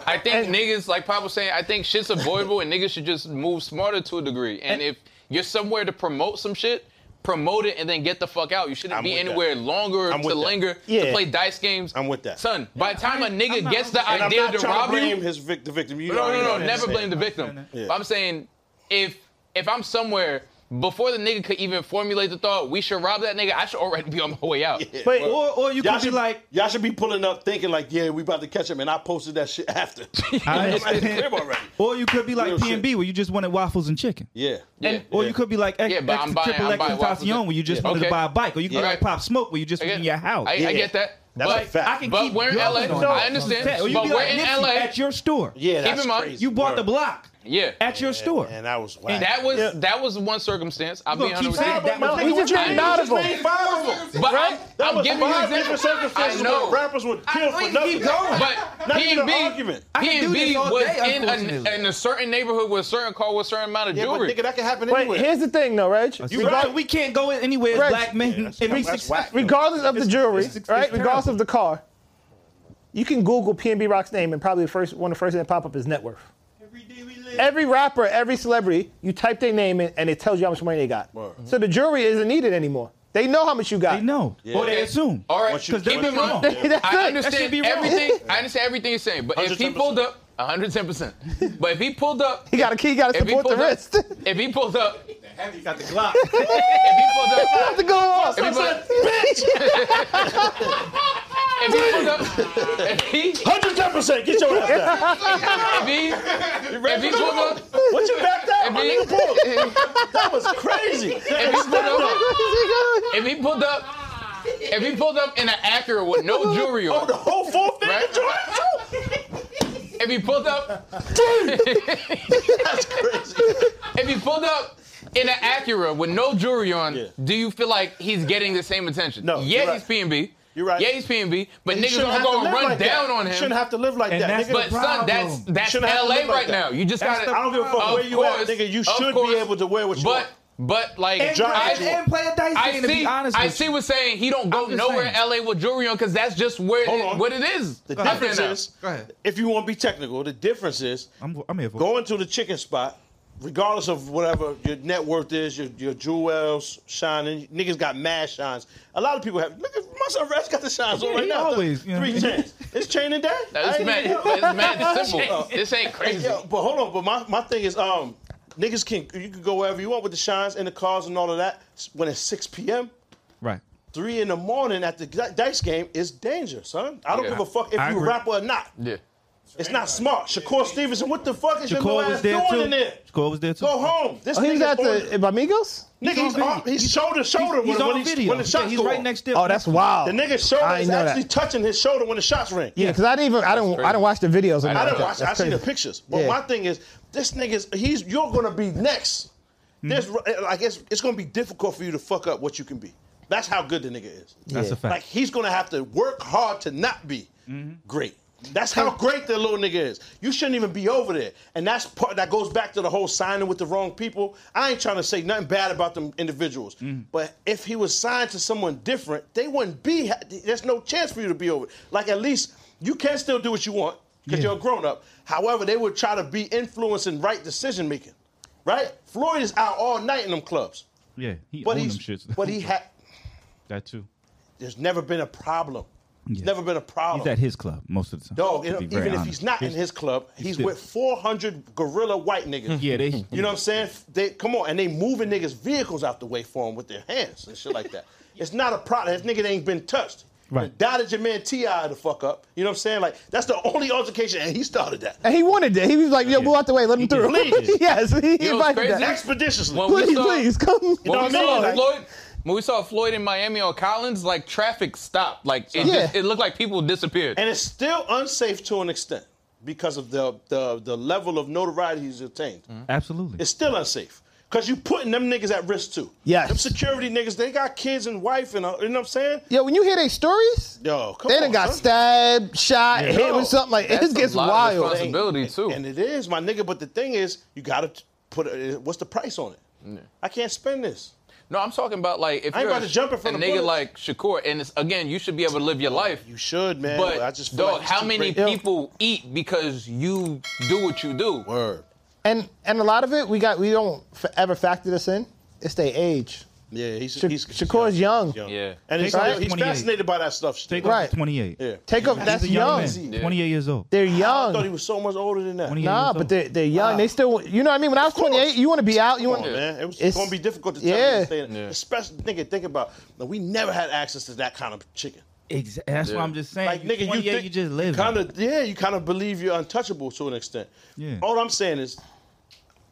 I think niggas like Pop was saying, I think shit's avoidable and niggas should just move smarter to a degree. And, if you're somewhere to promote some shit, promote it and then get the fuck out. You shouldn't
I'm
be
with that.
anywhere longer
I'm
to
with that.
linger to
Yeah.
play dice games.
I'm with that.
Son, by the time a nigga
I'm not-
gets the
And
And I'm
idea
not
to
trying to
rob
blame
you,
his vic- the victim. You
no,
already
no,
know
no,
that
never
shit.
blame the victim.
Yeah.
But I'm saying if if I'm somewhere before the nigga could even formulate the thought, we should rob that nigga, I should already be on my way out.
But or or you
Y'all
could be
should
like,
y'all should be pulling up thinking like, yeah, we about to catch him, and I posted that shit after. *laughs*
I
I'm at the crib
understand.
already.
or you could be like
Real
P and B
shit.
where you just wanted waffles and chicken.
Yeah.
Yeah.
Or you could be like X,
Yeah, but
X
I'm buying-
triple
I'm
X
buying waffles
Tentacion
and-
where you just
Yeah.
wanted
Okay.
to buy a bike, or you could
Yeah.
be like Pop Smoke where you just
I
was
get-
in your house.
I, I get that.
That's
but
a fact.
I can
But
keep
we're in
going
LA.
on
I
that.
understand.
Or you
But
be
we're
like
in
Nipsey
LA.
at your store.
Yeah, that's
in mind,
crazy.
You bought the block
Yeah.
at your store.
and that was whack.
That was that was one circumstance. I'll be
gonna keep
honest with
saying
you.
that was
We just
I-
named out of
Name
them.
five of them.
But
Right?
I'm,
That
I'm
was
giving you
five
an example.
different circumstances
I know.
where rappers would kill
we
for
can
nothing.
keep going.
But
Not even an
P&B,
argument.
I can do
P&B
this all
was
day,
in a,
unfortunately.
in a certain neighborhood with a certain car with a certain amount of
Yeah, but
jewelry.
nigga, that can happen
But
anywhere.
here's the thing, though, Reg.
You right. We can't go in anywhere as
Right.
black men and be
that's whack.
successful.
Regardless of the
It's-
jewelry,
it's- it's
right?
terrible.
Regardless of the car, you can Google PNB Rock's name and probably the first one of the first thing that pop up is net worth. Every rapper, every celebrity, you type their name in and it tells you how much money they got. So the jury isn't needed anymore. They know how much you got.
They know. Or they assume.
All right,
Once you-
keep in
once you-
mind.
That's
it.
*laughs* I
That should
understand
be wrong.
*laughs*
everything. I understand everything you're saying. But if he
110%.
pulled up, 110. percent But if he pulled
*laughs*
up,
He got a key, he got to
if he
support the
pulled
*laughs*
up-
wrist.
*laughs* If he pulled up, if
The heavy got
*laughs*
the
he pulled up,
Have to go off.
If he pulled up, *laughs* if he pulled up, *laughs* if he, if
110%. Get your ass down.
he, if he pulled up,
What you backed out? My
If
nigga
he-
pulled. That was
*laughs*
crazy.
if he pulled up, if he pulled up, if he pulled up in an Acura with no jewelry
Oh,
on,
the whole four finger
Right?
joint?
if he pulled up, *laughs*
That's crazy.
if he pulled up in an Acura with no jewelry on,
Yeah.
do you feel like he's getting the same attention?
No,
Yeah,
you're
he's
right.
PNB.
You're right.
Yeah, he's PNB. But
You
niggas
shouldn't
gonna
have to
go and
live
run
like that.
down on
You
him.
shouldn't have to live like
And
that.
that's
nigga.
the
but son, that's
problem.
that's
Shouldn't have to
LA
live like
right
that.
now. You just
That's
gotta.
the
I don't give a fuck
Of
where you
course,
at, nigga. You
of
should
course.
be able to wear what you
But
want.
but like
and,
Josh,
play,
I,
drive you.
and play a dice
I
game, to
see.
be honest
I
with
see
you.
what's saying. He don't go
I'm just
nowhere.
saying.
in LA with jewelry on because that's just where
Hold on.
it, what it is.
The
Up there
difference
now.
is,
Go ahead.
if you want to be technical, the difference is
I'm, I'm here for
going to the chicken spot, regardless of whatever your net worth is, your, your jewels shining. Niggas got mad shines. A lot of people have. Look at my son Rez got the shines on
Yeah,
right
he
now.
always, you know.
three chains. It's chain and dad.
That's mad. It's
*laughs*
mad simple. This ain't crazy.
Yeah, but hold on. But my, my thing is, um, niggas can you can go wherever you want with the shines and the cars and all of that. When it's six p.m.,
Right.
three in the morning at the di- dice game is danger, son. I don't
Yeah.
give a fuck if
I
you
agree.
rap or not.
Yeah.
It's not smart. Shakur Stevenson, what the fuck is your little
Shakur was
ass
there
doing
too.
in there?
Shakur was there too.
Go home. This
Oh, he was
nigga's
at
on-
the Amigos.
Nigga, he's,
on
on,
video.
he's shoulder to shoulder
He's
when,
on
when, he's,
video.
when the
Yeah,
shots
he's
go
right
off.
next to
Oh, that's wild.
The nigga's shoulder
I
is
didn't know that.
actually touching his shoulder when the shots ring.
Yeah, because I didn't even I don't I don't watch the videos. or
I
I
nothing
didn't
like
watch.
that.
I
That's
seen the
crazy.
pictures. But
Yeah.
my thing is, this nigga's he's you're gonna be next.
Mm-hmm.
There's eh, like it's it's gonna be difficult for you to fuck up what you can be. That's how good the nigga is.
That's a fact.
Like he's gonna have to work hard to not be
Mm-hmm.
great. That's how great the little nigga is. You shouldn't even be over there. And that's part that goes back to the whole signing with the wrong people. I ain't trying to say nothing bad about them individuals.
Mm-hmm.
But if he was signed to someone different, they wouldn't be there's no chance for you to be over. Like at least you can still do what you want because
Yeah.
you're a grown up. However, they would try to be influencing right decision making. Right? Floyd is out all night in them clubs.
Yeah, he
But
owned
he's
them shits.
but he had
*laughs* that too.
there's never been a problem. There's
Yeah.
never been a problem.
He's at his club most of the time.
Dog,
to
and
be
even
very
if
honest.
he's not in his club, he's
still-
with 400 gorilla white niggas.
*laughs* Yeah, they.
You know what I'm saying? They come on, and they moving niggas' vehicles out the way for him with their hands and shit like that. it's not a problem. That nigga ain't been touched.
Right.
Dotted your man Ti the fuck up. You know what I'm saying? Like that's the only altercation, and he started that
And he wanted that. He was like, "Yo,
Yeah.
move out the way, let him through."
did.
*laughs* yes, he
know what's
invited
crazy?
that.
expeditiously.
Well,
Please,
saw-
please come.
When
know
we
what I mean?
saw
Like-
Floyd, when we saw Floyd in Miami or Collins, like traffic stopped. Like it,
Yeah.
just, it looked like people disappeared.
and it's still unsafe to an extent because of the the, the level of notoriety he's attained.
Absolutely.
It's still unsafe. Cause you putting them niggas at risk too.
Yes.
Them security niggas, they got kids and wife and uh, you know what I'm saying?
Yo, when you hear their stories,
Yo, come
they
on,
done got
son.
stabbed, shot,
Yeah.
hit with something like
That's
it gets
a lot of
wild.
responsibility too.
And it is, my nigga. But the thing is, you gotta t- put a, eh, what's the price on it? I can't spend this.
no, I'm talking about like if
I ain't
you're
about
a,
to jump in front
a
of
nigga
bullets.
like Shakur, and it's, again, you should be able to live your life.
You should, man.
but
I just feel
dog,
like it's
how
too
many
great.
people eat because you do what you do?
Word.
And and a lot of it we got we don't f- ever factor this in. It's their age.
Yeah, he's,
Sha-
he's
Shakur's young.
He's
Yeah.
and he's,
Takeoff's
he's
28.
fascinated by that stuff. still.
Take
Right.
right. 28.
Yeah.
Take up that's
He's a young,
young.
man. 28 years old.
They're
I thought he
young.
was so much older than that.
28
Nah,
years
but
old.
they're they're young. They still you know what I mean. When I was
course.
28, you want to be out. You
Come
want
on, man. It was
it's-
gonna be difficult to tell
yeah.
yeah. you to stay in. Especially nigga, think about now, we never had access to that kind of chicken.
Exa- that's
Yeah.
what I'm just saying.
Like
you
nigga, you
28,
think
you just live.
Kind of, yeah. You kind of believe you're untouchable to an extent.
Yeah.
All I'm saying is,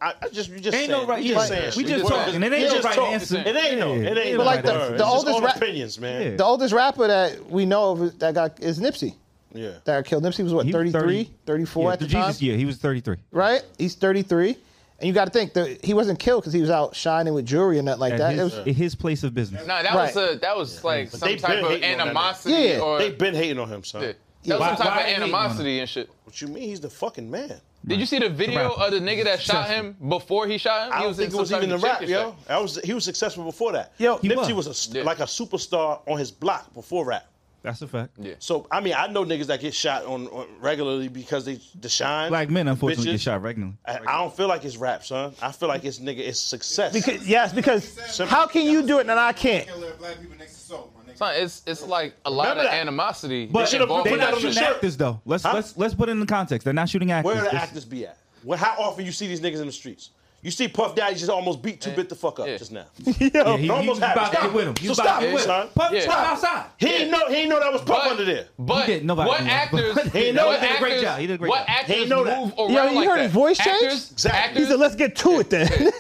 I, I just you just saying,
Ain't no right-
we just
yeah.
saying,
We
shit.
just
We're
talking. It ain't
we
no
just
right
talking.
answer.
It ain't no.
Yeah.
It ain't no
But like
right
the-
answer.
the
It's just
oldest
all
rap-
opinions, man.
The oldest rapper that we know of that got is Nipsey.
Yeah.
That got killed. Nipsey was what
He was
33,
30
34
yeah,
at the
Jesus
time.
year, he was 33.
right? He's 33. And you got to think that he wasn't killed because he was out shining with jewelry and nothing like
At
that. It
his, uh,
was,
at his place of business.
No, that
Right.
was a that was like some
they
type
been
of
hating on that nigga.
animosity
Yeah.
or
They've been hating on him, son.
that
Why-
was some
why
type of
hating on
animosity and shit.
What you mean? He's the fucking man.
Did you see the video
rapper.
of the nigga that shot
Successful.
him before he shot him?
I
He
don't
in
think it was
some type
even a
of
rap,
chicken
yo.
shack.
I was he was successful before that.
Yo,
He
Nipsey was,
was.
a st-
Yeah.
like a superstar on his block before rap.
That's a fact.
Yeah.
So I mean, I know niggas that get shot on, on regularly because they the shine.
Black men, unfortunately,
bitches.
get shot regularly.
I, I don't feel like it's rap, son. I feel like it's nigga, it's success.
because, yes, because how can you do it and I can't?
Killer of black people next to soul, my nigga.
Son, It's it's like a lot
Remember
of
that.
animosity.
They should've
involved
put
They're
in
that
not
on the
shooting
shirt.
actors, though. Let's,
Huh?
let's, let's put it in context. They're not shooting actors.
Where the
This-
actors be at? Well, how often you see these niggas in the streets? You see Puff Daddy just almost beat two bit the fuck up
Yeah.
just
*laughs*
now.
Yeah, he,
It almost
he was about
happened.
to get with him. He
So
was
stop
about to
it,
get with
son.
him. Puff,
Yeah.
stop outside.
He ain't know he ain't know that was Puff under there.
But
didn't- nobody
what
knew.
actors?
He
didn't know
what
that. He
did a great job. He did a great
what
job.
actors
He didn't know that.
move
you
around like
heard
that?
his voice change?
Actors,
Exactly.
He
actors,
said, let's get to it then.
And you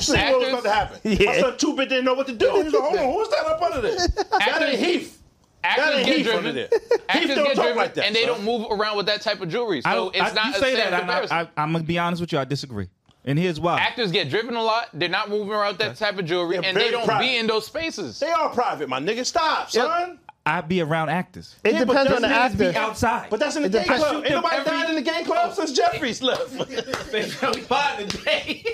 see what was about to happen. My
Yeah.
son two bit didn't know what to do. He was like, hold on, who's that up under there?
*laughs*
That
Actors-
ain't Heath. That
actors
ain't
get
Heath under
driven.
there.
Actors
Heath don't
get
talk
driven,
like that,
and they
son.
don't move around with that type of jewelry.
I
So
don't,
it's
I,
not
you
a
say
fair
that, and
comparison.
I, I, I'm gonna be honest with you. I disagree. And here's why.
Actors get driven a lot. They're not moving around that type of jewelry,
They're
and they
very
don't
private.
be in those spaces.
They are private, my nigga. Stop, son.
I be around actors.
It
Yeah, but
depends on the
doesn't it
actor.
Be outside.
But that's in the
It
gay
depends-
club. Ain't nobody
Every-
died in the gay club since Jeffries left.
today.
*laughs*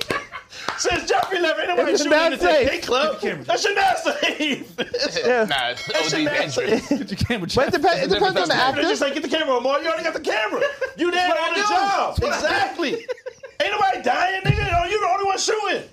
since Jeffrey left, ain't nobody
It's
shooting in the
not safe.
gay club. That's your not *laughs* safe.
nah, it's OD's
That's your
entrance.
Get your camera
But it, depends.
checked.
it depends
It's a
on the
different
They just
actor.
like, get the camera, Omar. You already got the camera. You there on the job. Exactly. Ain't nobody dying, nigga. Oh, You're the only one shooting.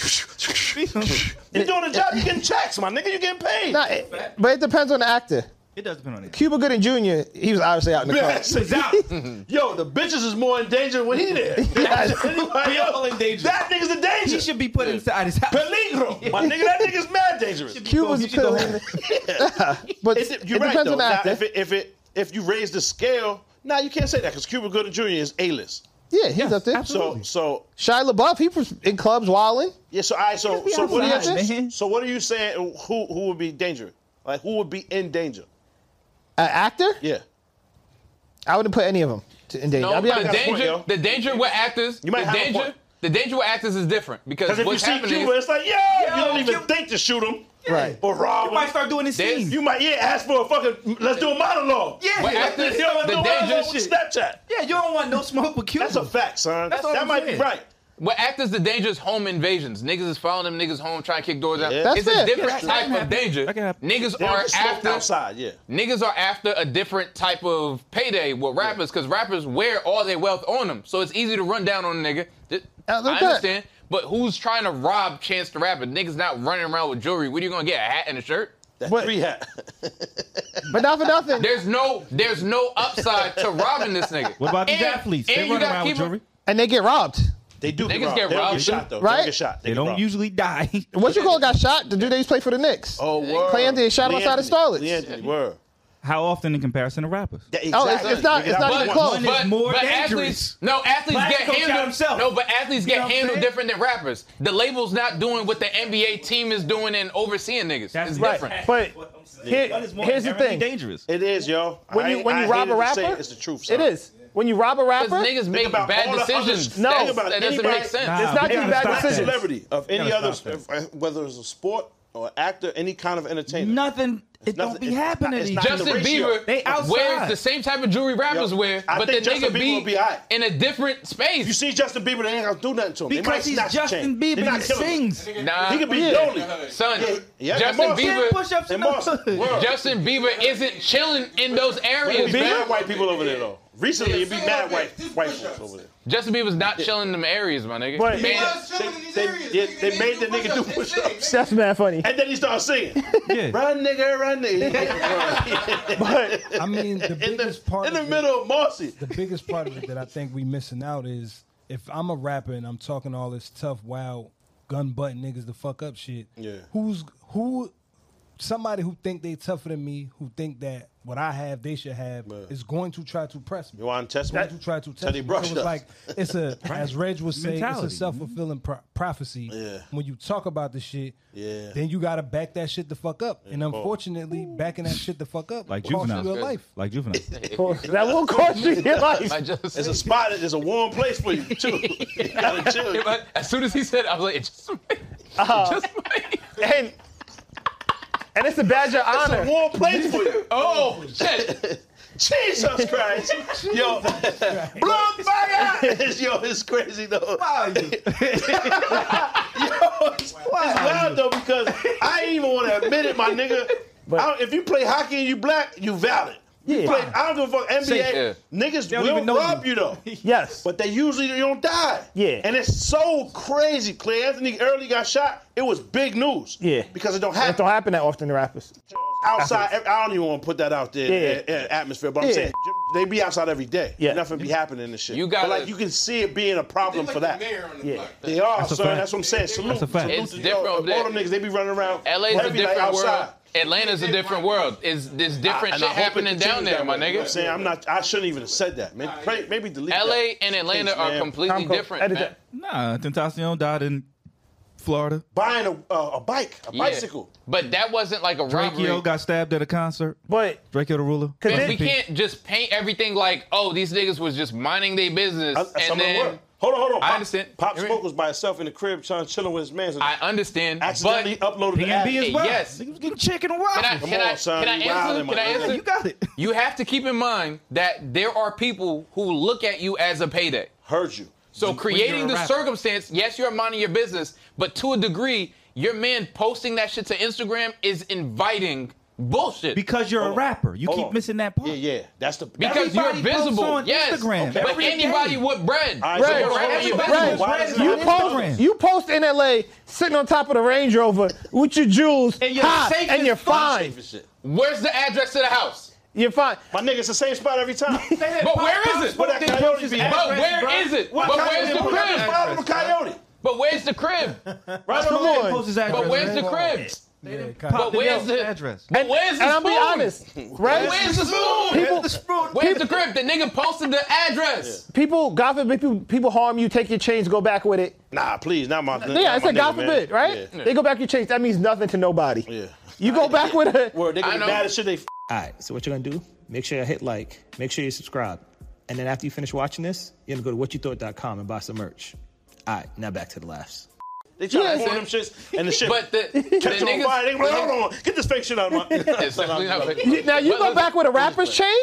*laughs* You're doing a job. You're getting checks, my nigga. You're getting paid.
Nah, it- but it depends on the actor.
It does depend on it.
Cuba Gooding Jr. He was obviously out in the car.
Yes, exactly. *laughs* Yo, the bitches is more in danger when he *laughs* there.
Yes.
Anybody
We
else?
all in danger.
That nigga's in danger.
He should be put inside his house.
Peligro. My nigga, that nigga's mad dangerous.
Cuba's
He should go
clearly.
home.
*laughs*
But
It's-
it
you're right,
depends
though.
on the
Now,
actor.
if, it, if, it, if you raise the scale, now you can't say that because Cuba Gooding Jr. is A-list.
yeah, he's up there.
So, so
Shia LaBeouf, he was in clubs wilding.
Yeah, so I so so what, are
outside,
you,
man.
so what are you saying? Who who would be danger? Like who would be in danger?
An actor?
Yeah,
I wouldn't put any of them to, in danger.
No,
I'll be
but the
honest.
got a point,
danger,
yo.
the danger with actors,
You might
the
have a
danger,
point.
the danger with actors is different because
because if you
what's
see
happening
Cuba,
is
it's like yo, you don't even think to shoot him,
Right.
Or rob
You
him.
might start doing this
There's-
scene.
You might, yeah, ask for a fucking let's do a monologue.
Yeah.
But
Like,
actors,
you
the
don't do a monologue
dangerous
with
shit.
Snapchat.
yeah, you don't want no smoke with Cuba.
That's a fact, son.
That's all
that
I'm
might
saying.
be right.
What act is the danger is home invasions. Niggas is following them niggas home trying to kick doors out.
Yeah.
That's
it's
fair.
a different
Yeah, that
type
can
of
happen.
danger.
That can happen.
Niggas
They
are
just smoked
after
outside, yeah.
niggas are after a different type of payday with rappers because rappers wear all their wealth on them. So it's easy to run down on a nigga. Th-
Uh, look
I
at that.
understand. But who's trying to rob Chance the Rapper? Niggas not running around with jewelry. What are you gonna get? A hat and a shirt?
That
But-
three hat.
But not for nothing.
There's no there's no upside to robbing this nigga.
What about these
And-
athletes?
and
They
you
run
gotta
around with
keep it-
jewelry.
And they get robbed.
They do
Niggas get
robbed. They don't
robbed,
get shot though. They
Right?
don't get shot.
They don't
robbed.
usually die. *laughs*
What you call got shot? The dude that used played for the Knicks.
Oh, word.
Clay Anthony shot him
Lee
outside of Starlets.
Lee Anthony, word.
How often in comparison to rappers?
Yeah,
Oh, it's-
exactly.
it's not-
Nigga,
it's
that
not
was
even
one-
close.
But,
One is more
but
dangerous.
athletes, no athletes
Black
get
coach got
handled.
himself.
No, but athletes
know
get
what I'm
handled
saying?
different than rappers. The label's not doing what the NBA team is doing and overseeing niggas.
That's
it's
right.
different.
But here-
One is more
here's the
inherently
thing.
Dangerous.
It is, yo.
When
I
you
ain't-
when
I
you
hate
rob a
to say
rapper,
it, it's the truth.
It
son.
is. When you rob a rapper,
Because niggas make
about
bad
all the other
decisions.
shit.
No.
That's-
Think about it.
that doesn't
Anybody-
make sense.
Nah,
it's not just
we gotta
bad
stop that.
decisions.
celebrity of any
gotta
other,
stop
whether it's a sport or actor, any kind of entertainer.
Nothing. It don't
nothing-
be
it's not-
happening
it's
to
not
these.
the
Justin
ratio.
Bieber
They outside.
wears the same type of jewelry rappers
Yo,
wear,
I
but the
think
nigga
Justin Bieber
be
will be all right.
in a different space.
You see Justin Bieber, they ain't gonna do nothing to him. They might
Because he's
snatch the
Justin
chain. They
Bieber,
not
he
killing him.
sings.
nah,
He could be
Yeah.
lonely.
son.
Yeah, yeah,
Justin
and
Ten
Bieber,
push-ups
And
and
*laughs* Boston.
nothing.
Justin Bieber isn't chilling in those areas,
It'd be
man.
mad white people over there though. Recently, it'd be
Yeah,
mad
yeah,
white
just
white
push-ups.
folks over there.
Justin Bieber's not chilling in them areas, my nigga.
But-
Man,
was chilling in these
they-
areas,
yeah,
nigga.
they
They
made
do
the nigga do
push-ups and
push-ups.
shit.
that's mad
*laughs*
funny.
And then he starts singing.
Yeah.
*laughs* Run, nigga, run, nigga. *laughs*
But
I
*laughs*
mean, the
in
biggest
the
part
in the
of it-
middle of Marcy.
the biggest part of it that I think we missing out is if I'm a rapper and I'm talking all this tough, wild, gun butt niggas to fuck up shit.
Yeah.
Who's who? Somebody who think they tougher than me, who think that what I have they should have, is going to try to press me.
You want to test me?
Going to try to test
they
me.
brushed
so it's
us.
like
*laughs*
it's a as Reg was saying,
Mentality.
it's a self fulfilling pro- prophecy.
Yeah.
When you talk about the shit,
Yeah.
then you gotta back that shit the fuck up. and unfortunately, backing that shit the fuck up
Like
costs
juvenile.
you your life.
Like juvenile.
*laughs*
that will cost you your life.
I just,
*laughs* It's a spot. It's a warm place *laughs* for you too. you *laughs* gotta chill.
Yeah, but as soon as he said, it, I was like, it just, it just might.
And and it's a badge of
It's a
honor.
warm place for *laughs* you.
Oh shit!
Jesus *laughs* Christ. Yo, blood fire. Yo, it's crazy though. *laughs* It's wild though because I ain't even want to admit it, my nigga. I don't- if you play hockey and you black, you valid. You
Yeah.
play, I don't give a fuck. NBA,
yeah.
niggas
don't
will
even know
rob you,
you.
though.
*laughs* Yes.
But they usually don't die.
Yeah.
And it's so crazy. Clay Anthony early got shot. It was big news.
Yeah.
Because it don't happen.
That don't happen that often to rappers.
outside. I don't even want to put that out there
Yeah.
in, in atmosphere, but I'm
Yeah.
saying they be outside every day.
Yeah.
Nothing be happening and shit.
You
But,
gotta-
like you can see it being a problem
They
for that.
like the mayor on the
Yeah.
block.
They are,
That's a
son.
fact.
That's what I'm saying. Salute.
That's a fact.
Salute
It's
to
different
all,
over there.
all them niggas. They be running around.
LA's a
heavy, like,
different world.
outside.
Atlanta's a different world. It's this
And
different
I
shit
hope it
happening down
continues
there,
that
my
way. You know what I'm
nigga.
saying I'm not. I shouldn't even have said that. Maybe, pray- maybe delete.
LA
that.
and Atlanta
Thanks,
are
man.
completely
Tom Cole,
different.
edit
Man.
that.
Nah, Tentacion died in Florida.
Buying a, uh, a bike, a
Yeah.
bicycle.
But that wasn't like a robbery.
Drake got stabbed at a concert.
But
Drake the ruler.
Cause
And
it-
we can't just paint everything like, oh, these niggas was just minding their business
Uh, some
and
of them
then
were. Hold on, hold on.
I
Pop-
understand.
Pop
Hear me?
Smoke was by himself in the crib trying to chilling with his man.
I understand,
accidentally
but
uploaded the
B&B
ad.
as well.
Yes.
Niggas was getting chicken and waffles.
can I,
Come
can
on,
I,
son,
can I
you wildin',
answer?
my
Can I
nigga.
answer?
you got it.
You have to keep in mind that there are people who look at you as a payday.
Heard you.
So creating
a
the
rapper.
circumstance, yes, you're minding your business, but to a degree, your man posting that shit to Instagram is inviting bullshit.
Because you're a
on.
rapper. You
Hold
keep
on.
missing that part.
Yeah, yeah. That's the
because you're
Everybody posts
visible,
on
yes.
Instagram.
But
Every
anybody
day.
with bread,
All right,
You're
Right.
so hold on, hold on,
minding your
hold
Everybody-
on.
business.
Right.
Why
Right.
does it
You
have to be
post,
Instagram.
you post in LA sitting on top of the Range Rover with your jewels
And you're
hot,
safe
and
as
you're
fuck.
fine.
and shit?
Where's the address to the house?
You're fine.
My nigga, it's the same spot
*laughs*
every time.
But where is it?
Where that coyote be? at?
But where is it?
What
But
coyote
where's the
put that
crib?
bottom of a coyote?
But where's the crib?
Right
Come
on.
on.
Post his address.
But where's the crib?
Yeah,
But
Then
where's
they'll-
the
address?
But where's the
And I'll be
spoon?
honest, right?
Where's the spoon?
People-
Where's the crib? The nigga posted the address.
people, God forbid, people, people harm you, take your chains, go back with it.
Nah, please, not my.
Yeah, I
not my
said, God
nigga, man.
forbid, right?
Yeah.
They go back your chains. That means nothing to nobody.
Yeah.
You go back with
*laughs*
a.
Word, they
I
gonna
know.
be mad as shit. They f-
All right, so what you're gonna do? Make sure you hit like, make sure you subscribe, and then after you finish watching this, you're gonna go to whatyoutthought.com and buy some merch. All right, now back to the laughs.
they try
Yeah,
to
son.
horn them
*laughs*
shits and the shit.
But the, the
catch them on fire. They
niggas.
gonna be like, hold on, get this fake shit out
*laughs*
of my. *laughs*
It's definitely not like-
You- now you
But
go
listen,
back with a rapper's chain,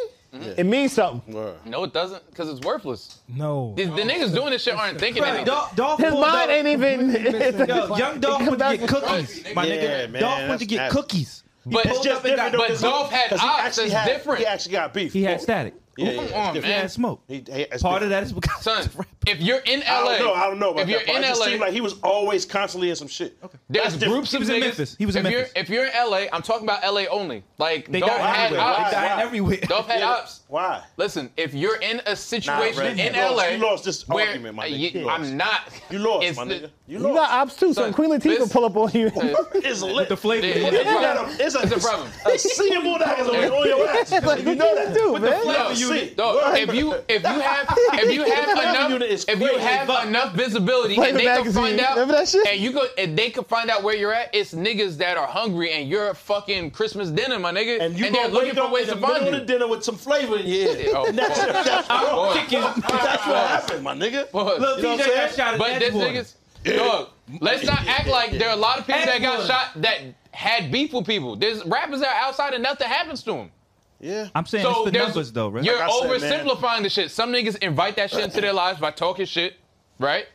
it means something.
No, it doesn't, because it's worthless.
No.
The, the niggas doing this shit aren't thinking
Right,
anything.
Dolph, Dolph
His
pulled
mind
up-
ain't even.
Yo, young Dolph
Come
went to
back
get
with
cookies. My
Yeah,
nigga,
man,
Dolph went
that's
to get
nasty.
cookies.
But
It's
pulled
just
up and
different.
got-
though,
but
'cause
Dolph had
he
ops,
actually
it's
had-
different.
He actually got beef.
He had static.
Yeah, yeah,
Come
it's
on,
different.
He
man.
had smoke.
He- he- it's
Part
different.
of that is because *laughs*
Son, if you're in LA,
I don't know. I don't know about
if you're
that. part. it
in
just
LA,
seemed like he was always constantly in some shit. Okay.
there's groups
He was
of
in
niggas.
Memphis. He was in
if
Memphis.
You're, if you're in LA, I'm talking about LA only. Like
they
Dolph
got
had
everywhere.
why-
They
ops.
got
why-
everywhere.
Dolph had ops.
Why?
Listen, if you're in a situation
Brandon,
in
you lost-
LA,
you lost this
where
argument, my
uh,
nigga.
you-
You lost.
I'm not.
You lost,
It's
my
the-
nigga. You
You got
lost.
ops too, so
Son,
Queen Latifah
this-
pull up on you.
It's lit.
the flavor.
Yeah,
You
it's a
got
problem.
a- It's a,
It's a problem.
*laughs* A seeable that is on your ass.
like,
you know that.
too, man.
No,
Yo, see,
no,
word.
if you if you
*laughs*
have if you have
Flavor
enough
unit is
if you
crazy
have
as fuck.
enough visibility
Flavor
and they can
magazine,
find out
remember that shit?
and you go and they can find out where you're at, it's niggas that are hungry and you're a fucking Christmas dinner, my nigga,
and you
they're
gonna
looking
wake
for
up
ways
in the
to
middle
find
of the
you.
dinner with some flavor in your head.
Oh,
that's
boy.
*laughs* that's,
Boy. Oh,
that's what happened, my nigga.
Boy.
Little
You know what
DJ
I'm
got
saying?
shot at
But this
Edgewater.
niggas, dog, let's not act like there are a lot of people that got shot that had beef with people. There's rappers that are outside and nothing happens to them.
Yeah.
I'm saying
So
it's the
there's-
numbers though, right?
You're
Like I said, man.
oversimplifying the shit. Some niggas invite that shit into their lives by talking shit, right?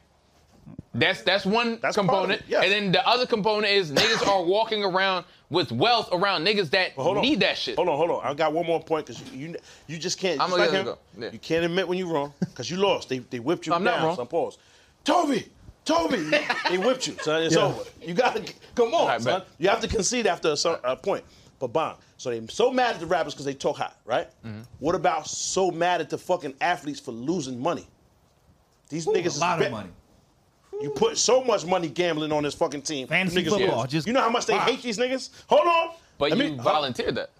That's that's one
That's part of
component.
it, yes.
And then the other component is niggas are walking around with wealth around niggas that
Hold on.
need that shit.
Hold on, hold on. I got one more point because you, you you just can't.
I'm
just
gonna
like
let it
him,
go. Yeah.
You can't admit when you're wrong because you lost. They they whipped you
I'm not
down.
wrong.
Son, pause. Toby, Toby,
*laughs*
they whipped you. Son, it's over. You gotta come on,
right,
son.
bet.
You have to concede after a, cer- a point. But bomb. So they so mad at the rappers because they talk hot, right?
Mm-hmm.
What about so mad at the fucking athletes for losing money? These niggas
a
is
lot of
bet-
money.
You put so much money gambling on this fucking team.
Fantasy
niggas
football,
lose.
just-
you know how much they hate these niggas? Hold on.
But
Let
you
me-
volunteered that.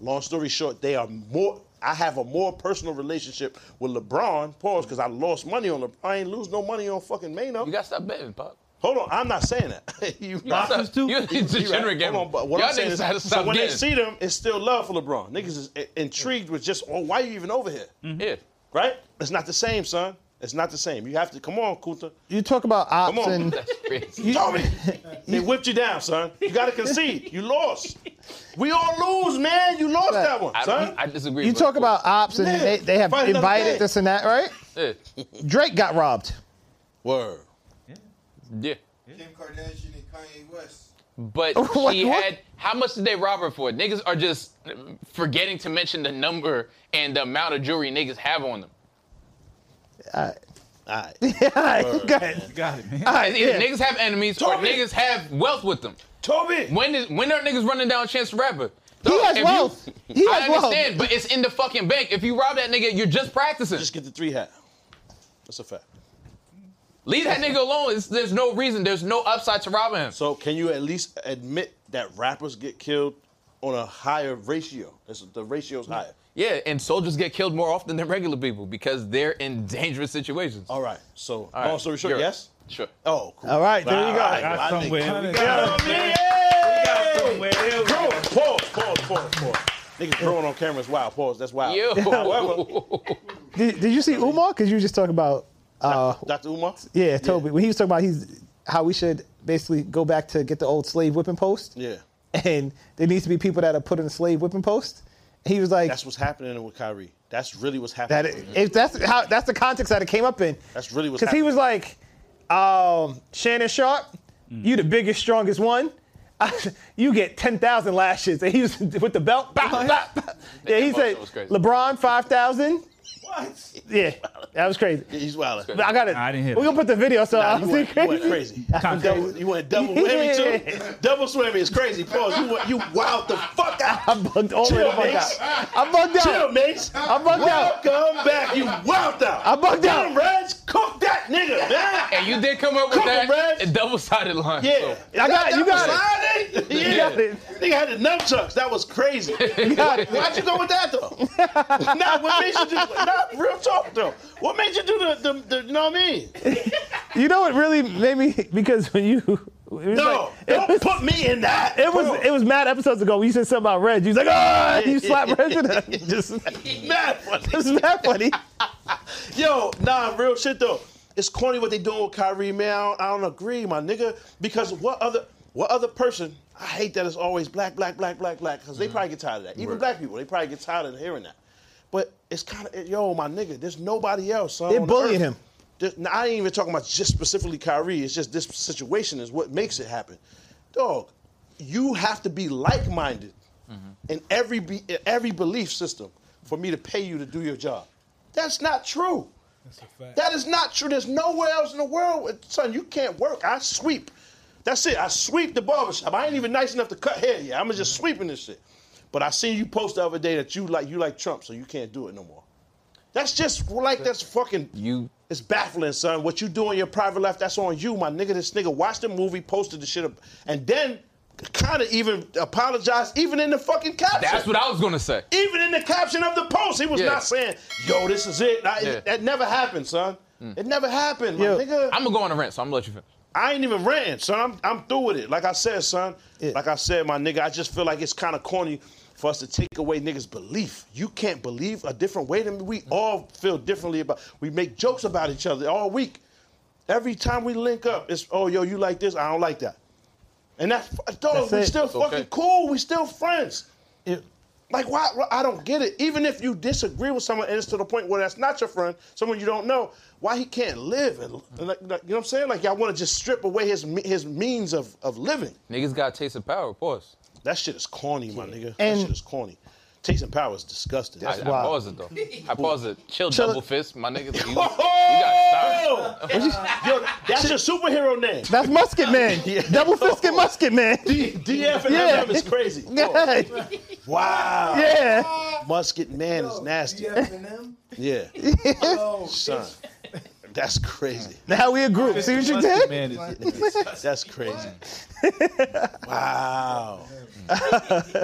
Long story short, they are more. I have a more personal relationship with LeBron. Pause, because I lost money on LeBron. I ain't lose no money on fucking Mano.
You gotta stop betting, Pop.
Hold on, I'm not saying that. *laughs* you
You *laughs* gotta
Boxers
stop-
too?
You're a degenerate gamer.
Hold on, but what
Y'all
I'm saying
niggas
is,
gotta
so
stop
when they
getting.
see them, it's still love for LeBron. Niggas is i- intrigued with just, oh, why you even over here? *laughs*
Yeah.
Right? It's not the same, son. It's not the same. You have to come on, Kunta.
You talk about ops
on.
and
That's crazy.
Toby, they whipped you down, son. You got to concede. You lost. We all lose, man. You lost that one,
I,
son.
don't, I disagree.
you
but-
talk about ops and
Yeah,
they, they have
fight another day.
invited this and that, right?
Yeah.
Drake got robbed.
Word.
yeah.
Kim Kardashian and Kanye West.
But
*laughs* What-
she
what?
had how much did they rob her for? Niggas are just forgetting to mention the number and the amount of jewelry niggas have on them.
All
*laughs*
right.
Alright, go ahead.
Got it, man.
Alright,
Either
yeah.
niggas have enemies or
Toby.
niggas have wealth with them.
Toby.
When is when are niggas running down Chance the Rapper?
He has
if you-
wealth. He
I
has wealth.
understand, but it's in the fucking bank. If you rob that nigga, you're just practicing.
Just get the three hat. That's a fact.
Leave that nigga alone. It's, there's no reason. There's no upside to robbing him.
So can you at least admit that rappers get killed on a higher ratio? It's, the ratio's higher.
Yeah, and soldiers get killed more often than regular people because they're in dangerous situations.
All right. So
All right,
long story short,
you're-
yes.
*laughs* Sure.
Oh, cool.
All right, there you go.
All right,
Got
my nigga.
somewhere. We
You know
got
what I mean?
somewhere.
Hey!
Somewhere.
Bro, pause, pause, pause, pause. Niggas throwing on camera is wild. Pause. That's wild.
Yo.
*laughs*
*laughs*
However,
Did, did you see Umar? Because you were just talking about
Uh, Dr. Umar?
Yeah, Toby. When he was talking about he's how we should basically go back to get the old slave whipping post.
Yeah.
And there needs to be people that are put in the slave whipping post. He was like,
That's what's happening with Kyrie. That's really what's
that
happening.
it- if that's how that's the context that it came up in.
That's really what's
because he was
happening.
like, um, Shannon Sharp, you the biggest, strongest one. *laughs* you get ten thousand lashes, and he was *laughs* with the belt. bop, bop, bop. Yeah, he said
That bullshit was crazy.
LeBron five thousand.
What?
Yeah, that was crazy.
He's wild.
But I got it.
Nah, I didn't hear
We're
that.
gonna put the video so
Nah,
I'll
you,
see
went, you
crazy. *laughs*
went crazy. Double, you went double whammy too. Double swhammy is crazy. Pause. You went, you wild the fuck
I
out.
bugged all the way
Chill,
the fuck
Mace.
out. I bugged
Chill,
out.
mates.
I bugged out.
Welcome back. You wild out.
I bugged
Damn,
out.
Reds, cook that nigga, man.
And you did come up with
Come on,
that
Reg.
double sided line.
Yeah,
so-
I got it. You got it.
it. Yeah,
You got it.
nigga had the nunchucks. That was crazy. Why'd you go with
*laughs*
that though? nah, what made you do? Nah, real talk though. What made you do the, the, the you know what I mean?
You know what really made me because when you it was
No,
like, it
don't
was,
put me in that.
it was
Bro.
it was mad episodes ago when you said something about Reg. You was like, ah, and you slapped Reg in the
*laughs*
just *laughs* it
mad funny.
was mad funny.
Yo, nah, real shit though. It's corny what they doing with Kyrie, man. I don't, I don't agree, my nigga. Because what other what other person? I hate that it's always black, black, black, black, black. Because
Mm-hmm.
they probably get tired of that. Even black people, they probably get tired of hearing that. But it's kind of yo, my nigga. There's nobody else. Son,
They
on the
bullying
earth.
him.
Just- now, I ain't even talking about just specifically Kyrie. It's just this situation is what makes it happen. Dog, you have to be like-minded in every be, in every belief system for me to pay you to do your job. That's not true.
That's a fact.
That is not true. There's nowhere else in the world, where- son. You can't work. I sweep. That's it. I sweep the barbershop. I ain't even nice enough to cut hair yet. I'm
Mm-hmm.
just sweeping this shit. But I seen you post the other day that you like you like Trump, so you can't do it no more. That's just like that's fucking
You
it's baffling, son. What you do in your private life, that's on you, my nigga. This nigga watched the movie, posted the shit up, and then kind of even apologized, even in the fucking caption.
that's what I was gonna say.
even in the caption of the post, he was
Yeah.
not saying, yo, this is it. I-
Yeah. Mm.
That never happened, son. It never happened, my
Yo.
nigga.
I'm gonna go on a rant, so I'm gonna let you finish.
I ain't even ranting, son. I'm, I'm through with it. Like I said, son. Like I said, my nigga, I just feel like it's kind of corny for us to take away niggas' belief. You can't believe a different way than we all feel differently about. We make jokes about each other all week. Every time we link up, it's oh yo, you like this, I don't like that, and that's dog.
That's
we
it.
still
okay.
fucking cool. We still friends. Like why? why- I don't get it. Even if you disagree with someone, and it's to the point where that's not your friend, someone you don't know, why he can't live? And, and like, like, you know what I'm saying? Like y'all want to just strip away his me- his means of of living.
Niggas got a taste of power, pause.
That shit is corny, my nigga. that
And-
shit is corny. Taste and power is disgusting.
I, I
wild.
paused it though. I paused it. Chill,
Chill.
double fist, my nigga.
*laughs*
You, you got stop.
Oh! Yo, that's your superhero name.
That's Musket Man.
*laughs* Yeah.
Double fisted Musket Man.
D- DF and
Yeah.
MM is crazy.
Yeah.
Wow.
yeah.
Musket man is nasty.
Yeah, and them.
Yeah. *laughs*
Oh,
Son. That's crazy.
Now we a group. See what you did?
Man is
That's crazy. Wow.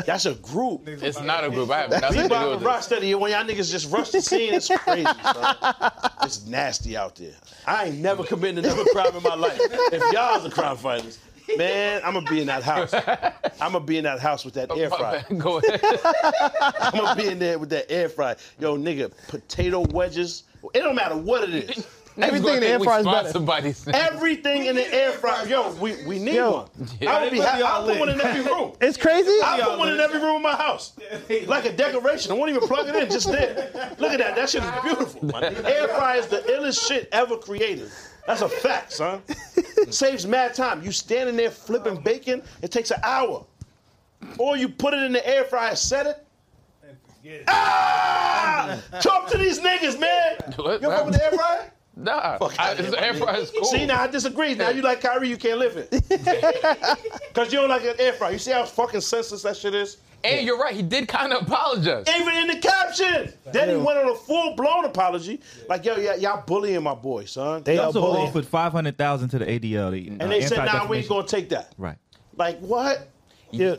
That's a group.
It's not a group. I have nothing to
Bebop
do with
and
this.
Rocksteady, when y'all niggas just rush the scene, it's crazy, son. It's nasty out there. I ain't never committed another crime in my life. If y'all's the crime fighters, man, I'ma be in that house. I'ma be in that house with
Oh,
that air fryer.
*laughs* Go
*laughs*
ahead.
I'm gonna be in there with that air fry. Yo, nigga, potato wedges. It don't matter what it is.
Everything in the air fryer is better.
*laughs*
better.
Everything in the air fryer. Yo, we, we need
Yo.
one. I would be happy. I'll put one in every room.
It's crazy.
I'll put one in every room in my house. Like a decoration. I won't even plug it in, just there. Look at that. That shit is beautiful. my nigga. Air fryer is the illest shit ever created. That's a fact, son. Saves mad time. You standing there flipping bacon, it takes an hour. Or you put it in the air fryer, set it, Ah! Talk to these niggas, man.
What?
You fuck with the air fryer?
Nah, I, it's air fryer
*laughs*
is cool.
See, now I disagree. Now you like Kyrie, you can't live *laughs* it. Because you don't like an air fryer. You see how fucking senseless that shit is?
And you're right. He did kind of apologize.
Even in the caption. Then he went on a full blown apology. Like, yo, yeah, y'all bullying my boy, son.
They
y'all
also
also
bullying.
offered five hundred thousand to the ADL. The,
And they said, nah, we ain't going to take that.
uh, Right.
Like, what?
Yeah.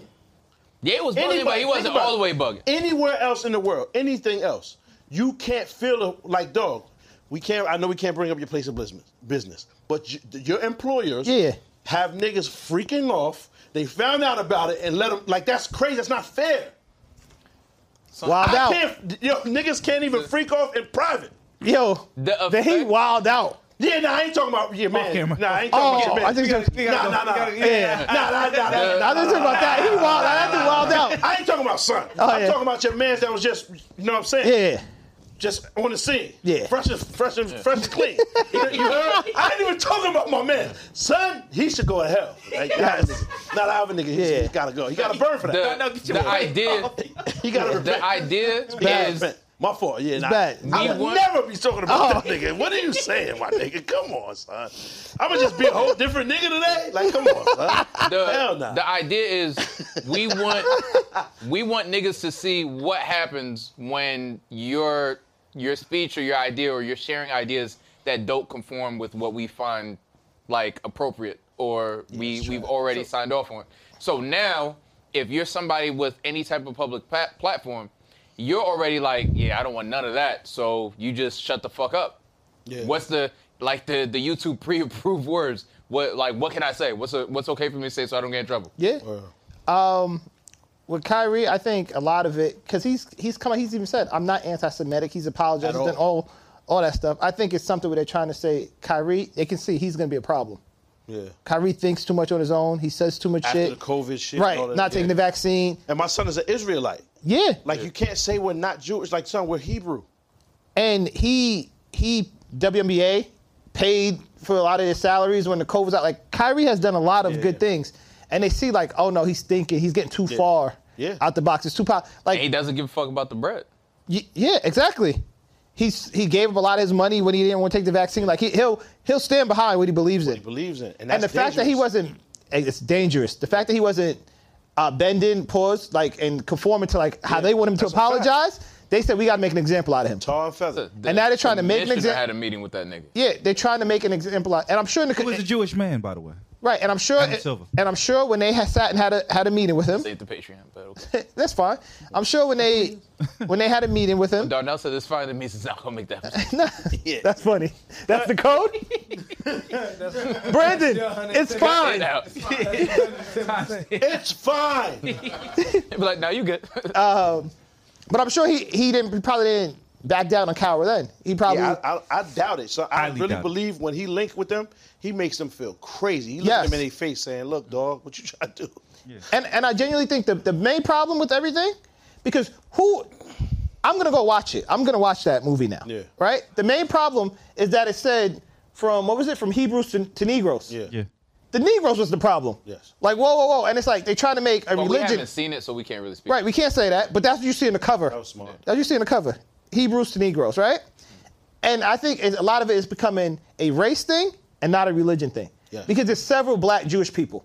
Yeah, it was bugging, but
Anybody-
he wasn't
think about
all the way
it.
bugging.
Anywhere else in the world, anything else, you can't feel a, like dog. We can't. I know we can't bring up your place of business, business, but you, your employers
Yeah.
have niggas freaking off. They found out about it and let them like that's crazy. That's not fair.
Wild
I
out.
can't. Yo, niggas can't even freak off in private.
Yo,
The
then he
effect-
wild out.
Yeah, nah, I ain't talking about your man.
camera.
Nah, I ain't
Oh,
talking about your man.
I think that's,
We
Nah,
gotta
nah, nah.
go. We gotta-
yeah.
Nah, nah, nah, nah, nah.
I didn't talk about that. He wild out. That dude wild out.
I ain't talking about son.
Oh,
I'm
yeah.
talking about your man that was just, you know what I'm saying?
Yeah.
Just on the scene.
Yeah.
Fresh and fresh and fresh and clean. you you heard? I ain't even talking about my man. Son, he should go to hell. Like, yes. Not our nigga. He's,
Yeah.
he's gotta go. He gotta burn for
The,
that.
the idea,
*laughs* he gotta repent.
the idea
Yeah,
is
man. My fault. Yeah, nah.
bad.
I
We
would
want-
never be talking about
Oh.
that nigga. What are you saying, my nigga? Come on, son. I'ma just be a whole different nigga today. Like, come on, son.
the,
Hell nah.
the idea is we want we want niggas to see what happens when your your speech or your idea or your sharing ideas that don't conform with what we find like appropriate or we we've already signed off on. So now, if you're somebody with any type of public plat- platform, you're already like, yeah, I don't want none of that. So you just shut the fuck up. What's the like the the YouTube pre-approved words? What like what can I say? What's a, what's okay for me to say so I don't get in trouble?
Yeah. Um, with Kyrie, I think a lot of it because he's he's come out. He's even said, "I'm not anti-Semitic." He's apologized
At
and all all that stuff. I think it's something where they're trying to say Kyrie. They can see he's going to be a problem.
Yeah.
Kyrie thinks too much on his own. He says too much
After
shit.
the COVID shit. and
right.
all that,
not taking the vaccine.
And my son is an Israelite.
Yeah.
Like you can't say we're not Jewish. Like son, we're Hebrew.
and he he WNBA paid for a lot of his salaries when the COVID was out. Like Kyrie has done a lot of good things, and they see like, oh no, he's thinking he's getting too far
Yeah.
out the box. It's too power. Like
And he doesn't give a fuck about the bread.
y- yeah, exactly. He's he gave up a lot of his money when he didn't want to take the vaccine. Like he, he'll he'll stand behind what he believes in.
He believes in. And,
and
that's
the fact that he
dangerous.
wasn't it's dangerous. The fact that he wasn't uh, bending, pause, like and conforming to like how they want him to
that's a fact.
apologize. They said we got to make an example out of him.
tar and feather.
And now they're trying to make an
Commissioner
exa-
had a meeting with that nigga.
Yeah, they're trying to make an example out. And I'm sure in the
Who is a Jewish man, by the way?
Right, and I'm sure,
Adam Silver.
and I'm sure when they had sat and had a had a meeting with him,
Save the Patreon, but okay. *laughs*
*laughs* that's fine. I'm sure when they when they had a meeting with
*laughs*
him,
Darnell said it's fine. That means it's not gonna make that.
*laughs*
mistake.
that's funny. That's the
*laughs*
code. Brandon, it's fine.
Now,
*laughs*
It's fine.
be like, now you good.
But I'm sure he he didn't he probably didn't back down on Kyra then. He probably
Yeah, I, I, I doubt it. So I
Highly
really
doubt it.
believe when he linked with them, he makes them feel crazy. He looks
Yes.
them in their face saying, "Look, dog, what you trying to do?"
and and I genuinely think the the main problem with everything, because who. I'm gonna go watch it. I'm gonna watch that movie now.
Yeah.
Right. The main problem is that it said from what was it from Hebrews to, to Negroes.
Yeah.
Yeah.
The Negroes was the problem.
Yes.
Like whoa, whoa, whoa, and it's like they try to make a
But we
religion.
haven't seen it, so we can't really speak.
right. We can't say that, but that's what you see in the cover.
That was smart.
That's what you see in the cover. Hebrews to Negroes, right? And I think it's, a lot of it is becoming a race thing and not a religion thing.
Yes.
Because there's several black Jewish people.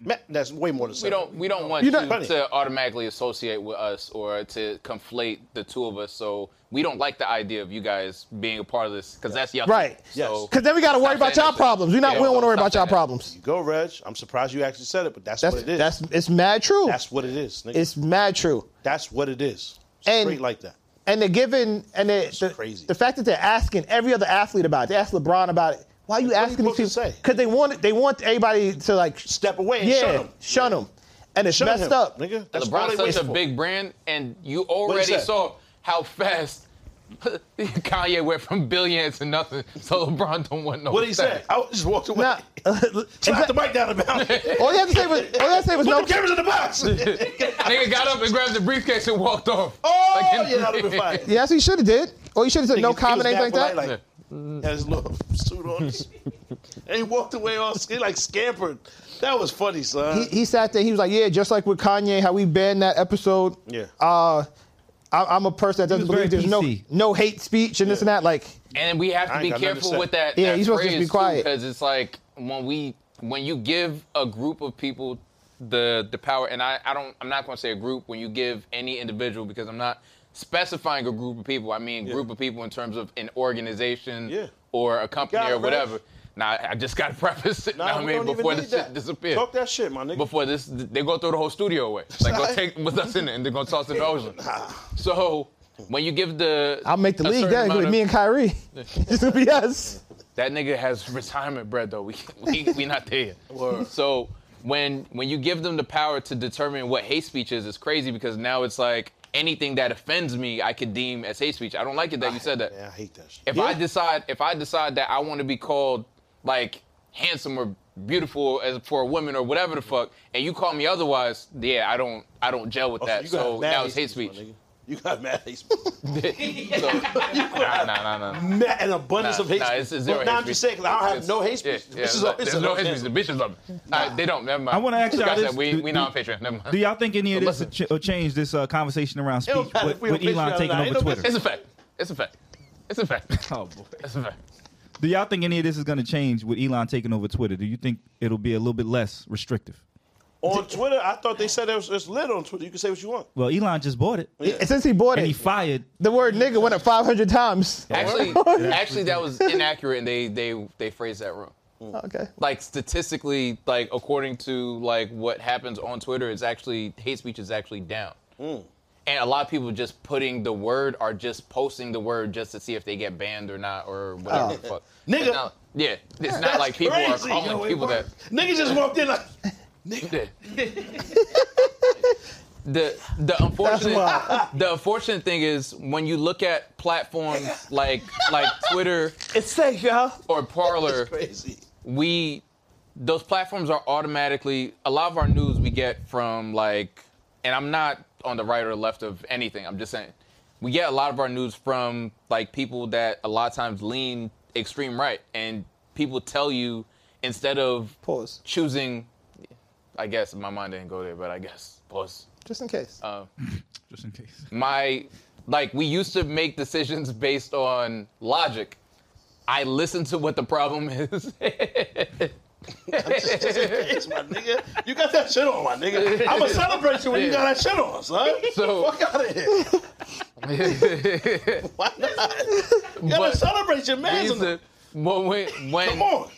Ma- That's way more than
We don't. We don't want
You
you,
don't-
to automatically associate with us or to conflate the two of us. So we don't like the idea of you guys being a part of this because that's y'all.
Right.
Yes.
So
Because then we got to worry
Stop
about
saying
y'all
that.
problems. We not.
Yeah,
we don't want to worry
stop
about y'all
saying that.
problems.
Go, Reg. I'm surprised you actually said it, but that's,
That's
what it is.
that's it's mad true.
That's what it is. Nigga.
it's mad true.
that's what it is.
And-
Straight like that.
And they're giving and they, the,
crazy.
the fact that they're asking every other athlete about it. They asked LeBron about it. Why are you
What are you
asking these
supposed to
people?
say?
Because they want they want everybody to like
Step away and
yeah,
shun him.
shun him. And it's
Shun
messed
him,
up.
nigga. That's all they
LeBron's
wait
such a
for.
big brand, and you
is
already
that?
saw how fast *laughs* Kanye went from billions to nothing. So LeBron don't want no.
What he
status.
said? I just walked away.
Nah,
*laughs* Slap the mic down about
*laughs*
it.
all you had to say was all you had to say was
Put
uh, Oh, no.
the cameras in
*laughs*
the box.
Nigga got up and grabbed the briefcase and walked off.
oh,
Like,
yeah, that'd have been fine.
Yes, he should have did. Or *laughs* you should have said no
He- he was
comment, anything like that.
back with, Like, had his little
*laughs*
suit on. and he walked away all he like scampered. That was funny, son.
he, he sat there. He was like, "Yeah, just like with Kanye, how we banned that episode.
Yeah.
Uh, I, I'm a person that doesn't
was very
believe there's
PC.
no no hate speech and this and that. Like,
And we have to
I ain't
be
got nothing to
careful
say.
with that.
Yeah,
that
you're supposed to just be quiet.
because it's like when we when you give a group of people the the power, and I, I don't I'm not going to say a group when you give any individual because I'm not specifying a group of people. I mean group of people in terms of an organization
Yeah.
or a company
got it,
or
Reg.
whatever. Now I just got to *laughs* preface it.
Nah,
now, I
we
mean
don't even
before
need
this
that.
shit disappears.
Talk that shit, my nigga.
Before this, they go throw the whole studio away. Like, go take what's us in it, and they're gonna toss it in the ocean. So, when you give the,
I'll make the
a
league
certain
then.
amount
With
of-
me and Kyrie,
*laughs*
*laughs* it's gonna be us.
that nigga has retirement bread though. We *laughs* we, we not there. So when when you give them the power to determine what hate speech is, it's crazy because now it's like anything that offends me, I could deem as hate speech. I don't like it that you said that.
Man, I hate that shit.
If I decide, if I decide that I want to be called like handsome or beautiful as for a woman or whatever the fuck, and you call me otherwise, yeah, I don't, I don't gel with
Oh,
that.
you got
So
mad
now it's hate
my
speech.
nigga. You got mad hate
*laughs*
speech.
*laughs*
*laughs*
so, nah, nah, nah, nah.
mad, an abundance
Nah,
of hate
nah,
speech.
it's- it's zero
But
hate
now I'm just
speech.
saying, 'cause I don't have
It's-
no hate
yeah,
speech.
yeah,
This is
no,
all- this
there's
is
no
all-
hate speech. The bitches love me. Nah, they don't. Never mind.
I wanna ask
You
y'all
guys
this.
said We,
Do-
we
do-
not on Patreon. Never mind.
Do y'all think any of this
Listen.
would ch- or change this uh, conversation around
It don't
speech
matter
with,
if we on
with
Patreon
Elon
or
taking
not. Ain't
over
no
*laughs*
Twitter?
It's a fact. It's a fact. It's a fact. *laughs*
Oh, boy.
It's a fact.
Do y'all think any of this is going to change with Elon taking over Twitter? Do you think it'll be a little bit less restrictive?
On Twitter, I thought they said it was, it's lit on Twitter. You can say what you want.
Well, Elon just bought it
And Since he bought
and he
it,
fired.
the word nigga went up 500 times.
Actually, actually, that was inaccurate, and they they they phrased that wrong.
*laughs* Okay.
Like statistically, like according to like what happens on Twitter, it's actually hate speech is actually down.
Hmm.
And a lot of people just putting the word are just posting the word just to see if they get banned or not or whatever the fuck.
Oh. *laughs* Nigga.
It's not- yeah, it's not
That's
like people
crazy.
are calling
Yo, it
people that.
Niggas just walked in like, *laughs*
Yeah. the the unfortunate the unfortunate thing is when you look at platforms like like Twitter
it's safe, y'all.
or Parlor,
Crazy.
we those platforms are automatically a lot of our news we get from like and I'm not on the right or left of anything. I'm just saying we get a lot of our news from like people that a lot of times lean extreme right and people tell you instead of
Pause.
choosing I guess my mind didn't go there, but I guess pause
Just in case.
Uh, Just in case.
my like we used to make decisions based on logic. I listen to what the problem is. *laughs*
It's my nigga. You got that shit on, my nigga. I'ma celebrate you when you got that shit on, son.
*laughs* So-
fuck out of
*laughs*
here. Why not? You gotta
But-
celebrate your
We
man's
used
in the
to- when when
*laughs* Come
when,
on.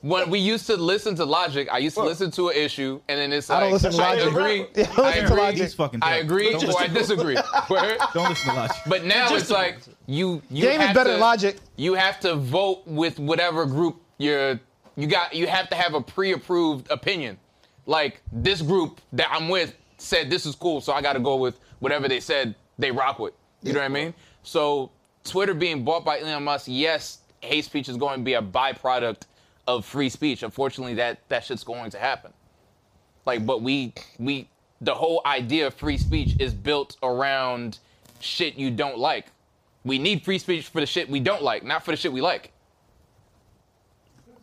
when we used to listen to logic, I used to
Look.
listen to an issue, and then it's
I
like
don't listen to
I
logic.
agree,
Yeah, *laughs* I don't
I
listen to
agree,
logic.
He's fucking
I
dumb.
agree,
Don't
or I
listen,
disagree. Word?
don't listen to logic.
But now it's like you you
Game is
have
better
to,
than logic.
You have to vote with whatever group you're you got you have to have a pre-approved opinion. Like this group that I'm with said this is cool, so I gotta go with whatever they said they rock with. You know what I mean? So Twitter being bought by Elon Musk, yes, hate speech is going to be a byproduct of free speech. Unfortunately, that that shit's going to happen. Like, but we we the whole idea of free speech is built around shit you don't like. We need free speech for the shit we don't like, not for the shit we like.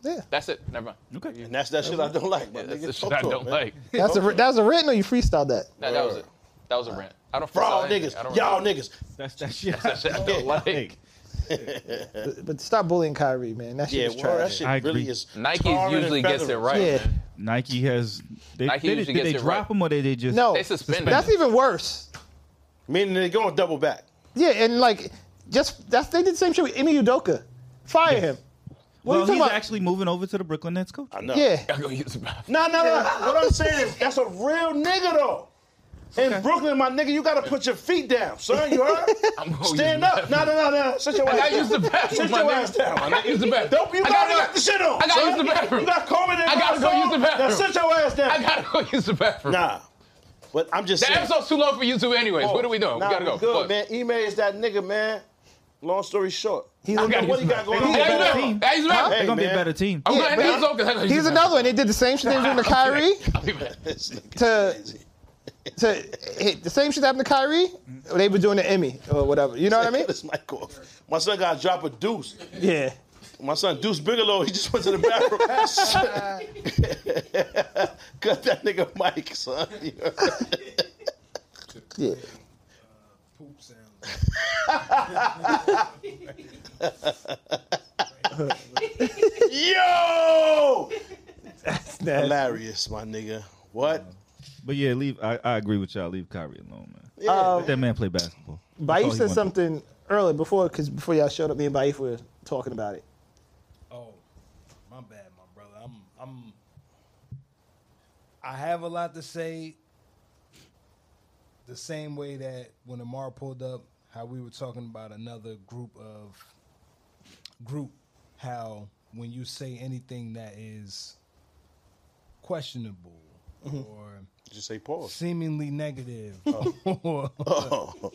Yeah.
That's it. Never mind.
And that's that shit I don't like, my
That's
nigga.
the shit
Fuck
I
off,
don't
man.
like.
That's a, that was a written or you freestyled that?
That, that was it. That was a rant. I don't
For all
freestyle anything. I
niggas.
don't
Y'all niggas.
That's
*laughs*
that shit.
shit I don't like.
But, but stop bullying Kyrie, man. That shit
Yeah,
is
well, that
trash.
shit
I
really
agree.
is.
Nike
tarring and
usually gets it
feathering.
right.
Yeah.
man.
Nike has. They,
Nike
they-
usually
did
gets
they
it
drop
right.
him or did they just?
No.
They suspended.
That's
him.
even worse.
Meaning they're going double back.
Yeah, and like, just that's they did the same shit with Emi Udoka. Fire him. What
Well,
are you
he's
talking about?
actually moving over to the Brooklyn Nets coach.
I know.
yeah.
I go use my-
No, no, no. What I'm saying is that's a real nigga though. In Brooklyn, my nigga, you gotta put your feet down, son. You heard?
*laughs* I'm gonna
Stand
use
up. No, no, no, no. Sit your
I
ass
gotta
down.
use the bathroom.
Sit
my
your
nigga.
ass down, my
I gotta
nigga.
use the bathroom.
Don't you
I
already
gotta,
got the shit on.
I gotta
son.
use the bathroom.
You got Coleman in
I gotta
my
go use the
phone.
bathroom.
Now sit your ass down.
I gotta go use the bathroom.
nah. But I'm just
The
saying.
episode's too low for you two, anyways. what are we doing?
Nah,
we gotta go.
Good,
Fuck.
man. Email is that nigga, man. Long story short.
He's
I
a-
got what he got going on.
He's a
Hey,
better
look.
team.
Hey, he's back.
They're gonna be
man.
a better team.
I'm
Yeah,
glad
but
he's okay. I thought he
He's
was back.
another one. They did the same shit they were
*laughs*
doing to Kyrie.
I'll be back.
To to hit the same shit happened to Kyrie. They were doing to Emmy or whatever. You know what I mean?
This mic off. My son got to drop a deuce.
Yeah.
My son Deuce Bigelow, he just went to the
*laughs*
bathroom. *laughs* Cut that nigga mic,
*laughs*
son.
*laughs* Yeah.
Poop sound.
Yo!
Nah.
Hilarious, my nigga. What?
But yeah, leave. I, I agree with y'all. Leave Kyrie alone, man.
Yeah,
Let that man play basketball. That's all
Baif
he
said
wanted.
something earlier before because before y'all showed up, me and Baif were talking about it.
Oh, my bad, my brother. I'm I'm I have a lot to say. The same way that when Amar pulled up, how we were talking about another group of group, how when you say anything that is questionable or
Just say pause.
seemingly negative. *laughs*
Oh,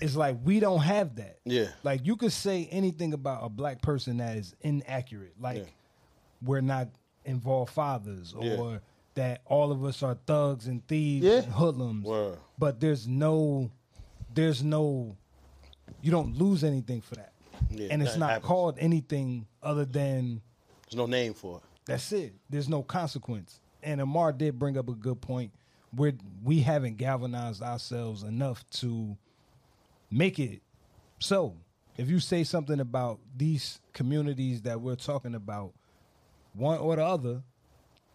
it's like we don't have that.
Yeah.
Like you could say anything about a black person that is inaccurate. Like
Yeah.
we're not involved fathers or
Yeah.
that all of us are thugs and thieves
Yeah.
and hoodlums.
Word.
But there's no there's no you don't lose anything for that.
Yeah,
and it's
nothing
not
happens.
called anything other than
there's no name for it.
that's it. There's no consequence. And Amar did bring up a good point. We're, we haven't galvanized ourselves enough to make it so. If you say something about these communities that we're talking about, one or the other,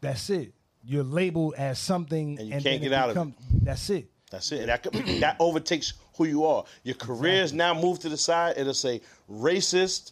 that's it. You're labeled as something,
And you can't
then
get out of it.
become- That's it.
That's it. And that, *clears throat* could- that overtakes who you are. Your career's now moved to the side. It'll say racist,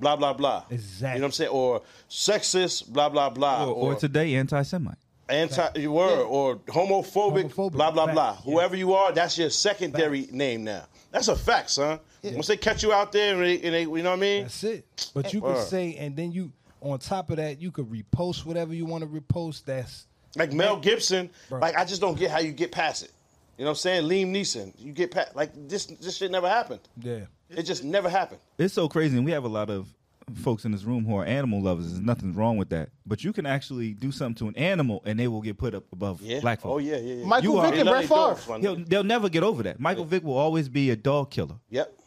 blah blah blah. You
Exactly.
know what I'm saying? Or sexist, blah blah blah.
Or, or today, anti-Semite.
anti you were or homophobic,
Homophobic,
blah blah
fact,
blah.
yeah.
Whoever you are, that's your secondary name now. That's a fact, son. Once they catch you out there, and they, and they you know what I mean?
That's it. But you could
Word.
say, and then you on top of that, you could repost whatever you want to repost. That's
Like Mel Gibson,
Bro.
like I just don't get how you get past it. You know what I'm saying? Liam Neeson, you get past like this. This shit never happened.
yeah.
It just never happened.
It's so crazy, and we have a lot of folks in this room who are animal lovers. There's nothing wrong with that, but you can actually do something to an animal, and they will get put up above
Yeah.
black
oh
folk.
yeah, yeah, yeah.
Michael
You are-
Vick and
They love
Brett
their dogs,
Favre.
son.
He'll- they'll never get over that. Michael Vick will always be a dog killer.
Yep.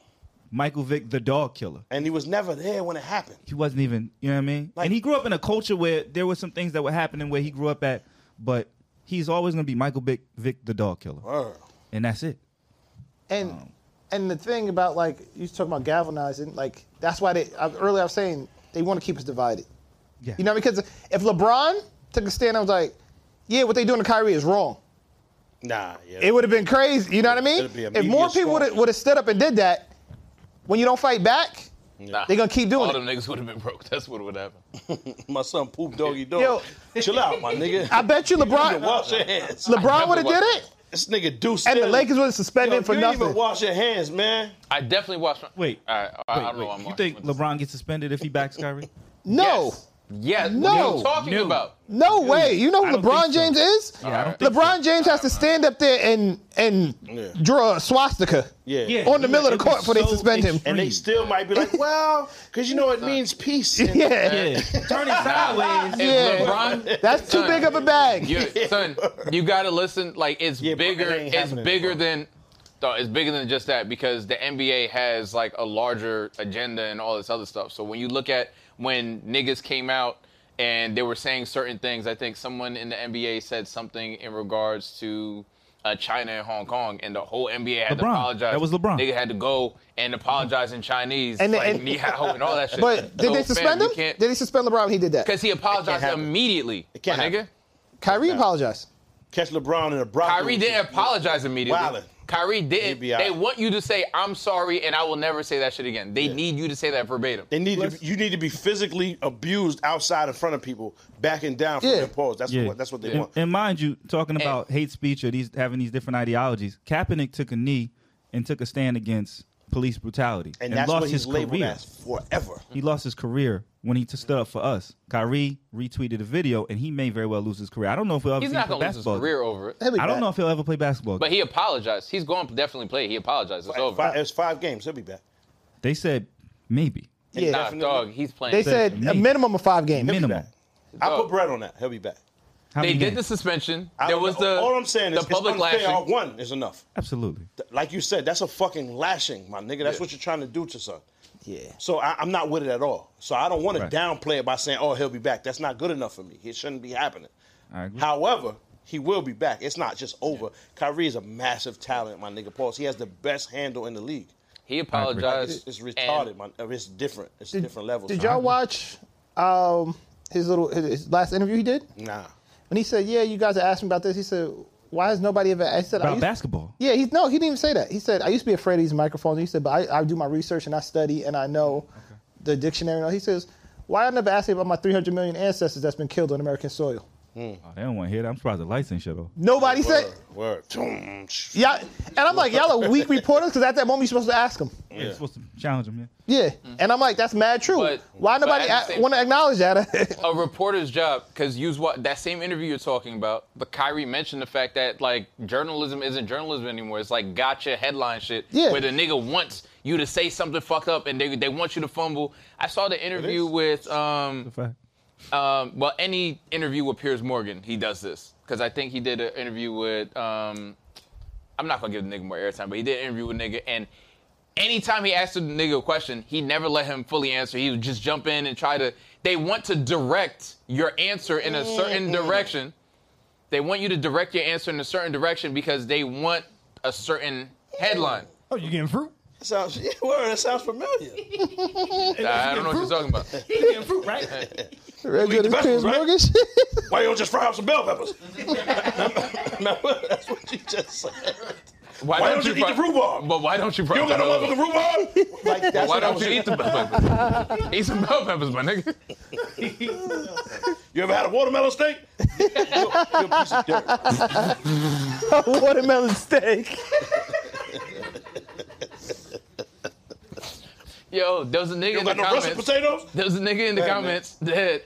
Michael Vick, the dog killer.
And he was never there when it happened.
He wasn't even, you know what I mean?
Like-
and he grew up in a culture where there were some things that were happening where he grew up at, but he's always going to be Michael Vick, Vick, the dog killer.
Word.
And that's it.
And and the thing about like you talking about galvanizing, like that's why they I, earlier I was saying they want to keep us divided.
Yeah.
You know, because if LeBron took a stand, I was like, yeah, what they doing to Kyrie is wrong.
Nah. Yeah.
It would have been crazy. You know what I mean?
It'd be a
If more
media
people
storm.
would have stood up and did that, when you don't fight back,
Nah.
they gonna keep doing
All
it.
them niggas would have been broke. That's what would
*laughs*
happen.
*laughs* My son poop doggy dog.
Yo.
Chill out, my
*laughs*
nigga.
I bet you
You
LeBron
wash your hands.
LeBron would have
Remember
did
what-
it,
This nigga do
and the
Stanley.
Lakers would have suspended
Yo,
him for
you didn't
nothing.
even wash your hands, man.
I definitely watched. My-
Wait.
All right. I, I don't know.
Wait,
why I'm
you
watching
think
with this.
LeBron gets suspended if he backs Kyrie?
No.
Yes. Yes. What are
No.
you talking
No.
about?
*laughs* No way. You know
I
who
don't
LeBron
think so.
James is?
Yeah, I don't think
LeBron James has to stand up there and and
Yeah.
draw a swastica
Yeah.
Yeah.
on the middle of
It
the
was
court before they
so
suspend him.
And they still might
*laughs*
be like, well, because you know it means peace. And
Yeah,
Yeah. *laughs* Turning sideways.
If
Yeah.
LeBron,
that's too
Son.
big of a bag.
you, son, you gotta listen. Like it's
Yeah, but
bigger.
it ain't
It's
happening,
bigger
bro.
than. No, it's bigger than just that because the NBA has like a larger agenda and all this other stuff. So when you look at when niggas came out and they were saying certain things, I think someone in the NBA said something in regards to uh, China and Hong Kong, and the whole NBA had to
LeBron.
apologize.
That was LeBron.
Nigga had to go and apologize in Chinese,
And-
and, like,
and-
"Ni hao," and all that shit.
But did they
So, fam,
suspend
you
him?
can't-
Did he suspend LeBron when he did that?
because he apologized
happen.
immediately.
It can't
my
happen.
nigga.
Kyrie apologized.
Catch LeBron in a broccoli.
Kyrie didn't apologize immediately.
Wildin'.
Kyrie didn't.
be all right.
They want you to say I'm sorry and I will never say that shit again. They need you to say that verbatim.
They need to, you need to be physically abused outside in front of people, backing down from
Yeah.
their pause. That's
Yeah.
what that's what they
and,
want.
and mind you, talking about hate speech or these having these different ideologies, Kaepernick took a knee and took a stand against police brutality
And, that's
lost
what he's
his
labeled
career.
as forever.
Mm-hmm.
He lost his career when he t- stood up for us. Kyrie retweeted a video, and he may very well lose his career. I don't know if he'll ever
He's
see
not
play
gonna lose his
basketball.
career over it.
He'll be
I
back.
don't know if he'll ever play basketball.
But he apologized. He's going to definitely play. He apologized. It's over.
Five, it's five games. He'll be back.
they said maybe
Yeah.
nah,
definitely.
dog. He's playing.
They
They,
said
me.
a minimum of five games.
minimum.
back. I
Dog.
put bread on that. He'll be back.
How many
did the
games?
suspension.
I
There
don't
was
know.
the
all I'm saying
the
is it's
public
unfair.
lashing.
One is enough.
Absolutely.
Like you said, that's a fucking lashing, my nigga. That's what you're trying to do to son.
Yeah.
So I, I'm not with it at all. So I don't want
Right.
to downplay it by saying, "Oh, he'll be back." That's not good enough for me. It shouldn't be happening.
I agree.
However, he will be back. It's not just over. Kyrie is a massive talent, my nigga. Pause. He has the best handle in the league.
He
It's,
apologized.
it's
and-
retarded, man. It's different. It's different levels.
Did y'all watch um, his little his, his last interview he did?
Nah.
When he said, "Yeah, you guys are asking about this," he said, "Why has nobody ever?" I said, I
About
used-
basketball.
Yeah, he no, he didn't even say that. He said, I used to be afraid of these microphones. He said, but I, I do my research and I study and I know the dictionary. and all." He says, why I never asked you about my 300 million ancestors that's been killed on American soil?
Oh, they don't want to hear that. I'm surprised the lights ain't shut off.
Nobody said.
Word. Word.
Yeah, and I'm like, y'all are weak reporters because at that moment you're supposed to ask them.
Yeah. You're supposed to challenge them. Yeah.
Yeah, and I'm like, that's mad true.
Mm-hmm. But-
Why
but
nobody
at the same-
want to acknowledge that? *laughs*
a reporter's job because you was wa- that same interview you're talking about. But Kyrie mentioned the fact that like journalism isn't journalism anymore. It's like gotcha headline shit.
Yeah.
Where the nigga wants you to say something fucked up and they they want you to fumble. I saw the interview with um
Fact.
um well any interview with Piers Morgan he does this because I think he did an interview with um I'm not gonna give the nigga more airtime but he did an interview with nigga and anytime he asked the nigga a question, he never let him fully answer. He would just jump in and try to. They want to direct your answer in a certain direction. They want you to direct your answer in a certain direction because they want a certain headline.
Oh, you getting fruit?
That sounds, yeah, word. That sounds familiar.
I I don't know what you're talking about.
You getting fruit, right?
Red Good
best
Piers
one, right?
Morgan shit.
Why you don't just fry up some bell peppers? *laughs* Remember, that's what you just said.
Why,
don't you eat
fry-
the rhubarb?
But why don't you?
You don't got no motherfucking rhubarb? *laughs* Like,
Why
that's what I
don't
was
you eat
eating.
the bell peppers? *laughs* eat some bell peppers, my nigga.
You ever had a watermelon steak? *laughs* You're- you're a piece of dirt.
*laughs*
*laughs*
Watermelon steak.
Yo, there was a nigga
You
in the
don't got no russet
comments.
potatoes?
There was a nigga in the
Yeah, man.
comments that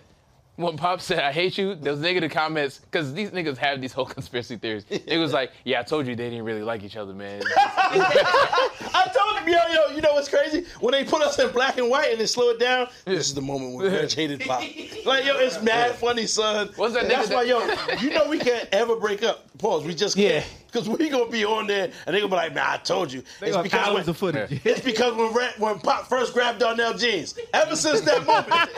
when Pop said I hate you, there was a nigga in the comments because these niggas have these whole *laughs* conspiracy theories. It was like, yeah, I told you they didn't really like each other,
*laughs*
man.
I told him, yo, yo, you know what's crazy? When they put us in black and white and they slow it down, this is the moment when Reg hated *laughs* pop. Like, yo, it's mad funny, son.
What's that
And
nigga
That's
that-
why, yo, *laughs* you know we can't ever break up. Pause. We just can't.
Yeah.
*laughs* Because we gonna be on there and they gonna be like, nah, I told you.
They got hours
when,
of footage.
*laughs* it's because when Red, when Pop first grabbed Darnell jeans. Ever since that moment, *laughs*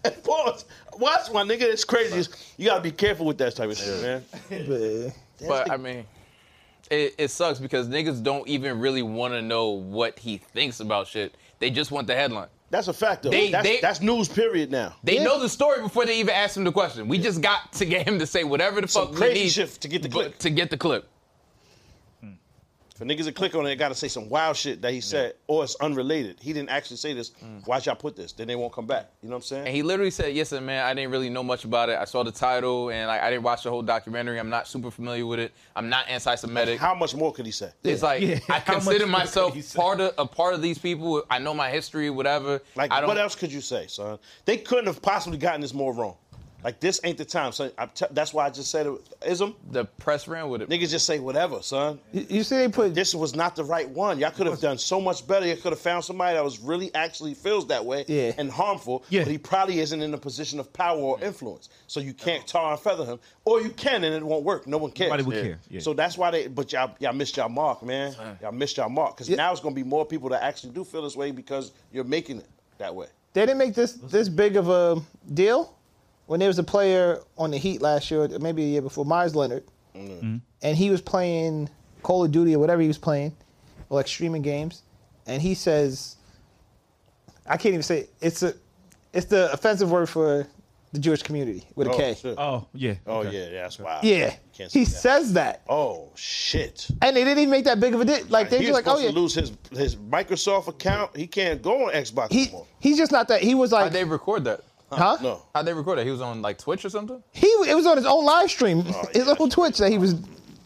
like, pause. Watch my nigga, it's crazy. You gotta be careful with that type of shit, man.
uh,
but I mean, it, it sucks because niggas don't even really want to know what he thinks about shit. They just want the headline.
That's a fact, though.
They-
that's,
they-
that's news, period, now.
They know the story before they even ask him the question. We just got to get him to say whatever the
Some
fuck
crazy
we need
shit to get the
but-
clip.
To get the clip.
For niggas to click on it, gotta say some wild shit that he said, or it's unrelated. He didn't actually say this. Why should I put this? Then they won't come back. You know what I'm saying?
And he literally said, "Yes, sir, man. I didn't really know much about it. I saw the title, and like, I didn't watch the whole documentary. I'm not super familiar with it. I'm not anti-Semitic.
How much more could he say?
it's like
Yeah.
I
How much
consider
more
myself
can you say?
part of a part of these people. I know my history, whatever.
Like,
I don't.
what else could you say, son? They couldn't have possibly gotten this more wrong. Like, this ain't the time, son. I'm te- that's why I just said it. Ism,
The press ran with it.
niggas just say whatever, son.
You you see, they put
This was not the right one. Y'all could have done so much better. You could have found somebody that was really actually feels that way
Yeah.
and harmful,
Yeah.
but he probably isn't in a position of power or influence. So you can't tar and feather him, or you can and it won't work. No one cares.
Nobody would care. Yeah.
So that's why they. But y'all, y'all missed y'all mark, man. Y'all missed y'all mark because now it's gonna be more people that actually do feel this way because you're making it that way.
they didn't make this this big of a deal when there was a player on the Heat last year, or maybe a year before, Myers Leonard,
Mm-hmm.
and he was playing Call of Duty or whatever he was playing, or like streaming games, and he says, I can't even say it. it's a it's the offensive word for the Jewish community with a K.
shit.
*laughs* Oh yeah.
Oh
Okay.
yeah, yeah, that's why.
Yeah,
Can't
he
say that.
says that,
Oh shit.
and they didn't even make that big of a deal. Like they
He's
just like, oh
supposed
yeah,
to lose his his Microsoft account. He can't go on Xbox
he
anymore.
he's just not that. He was like,
How'd they record that?
huh?
No.
How'd they record that? He was on like Twitch or something.
He it was on his own live stream, his
Oh, yeah.
own Twitch that he was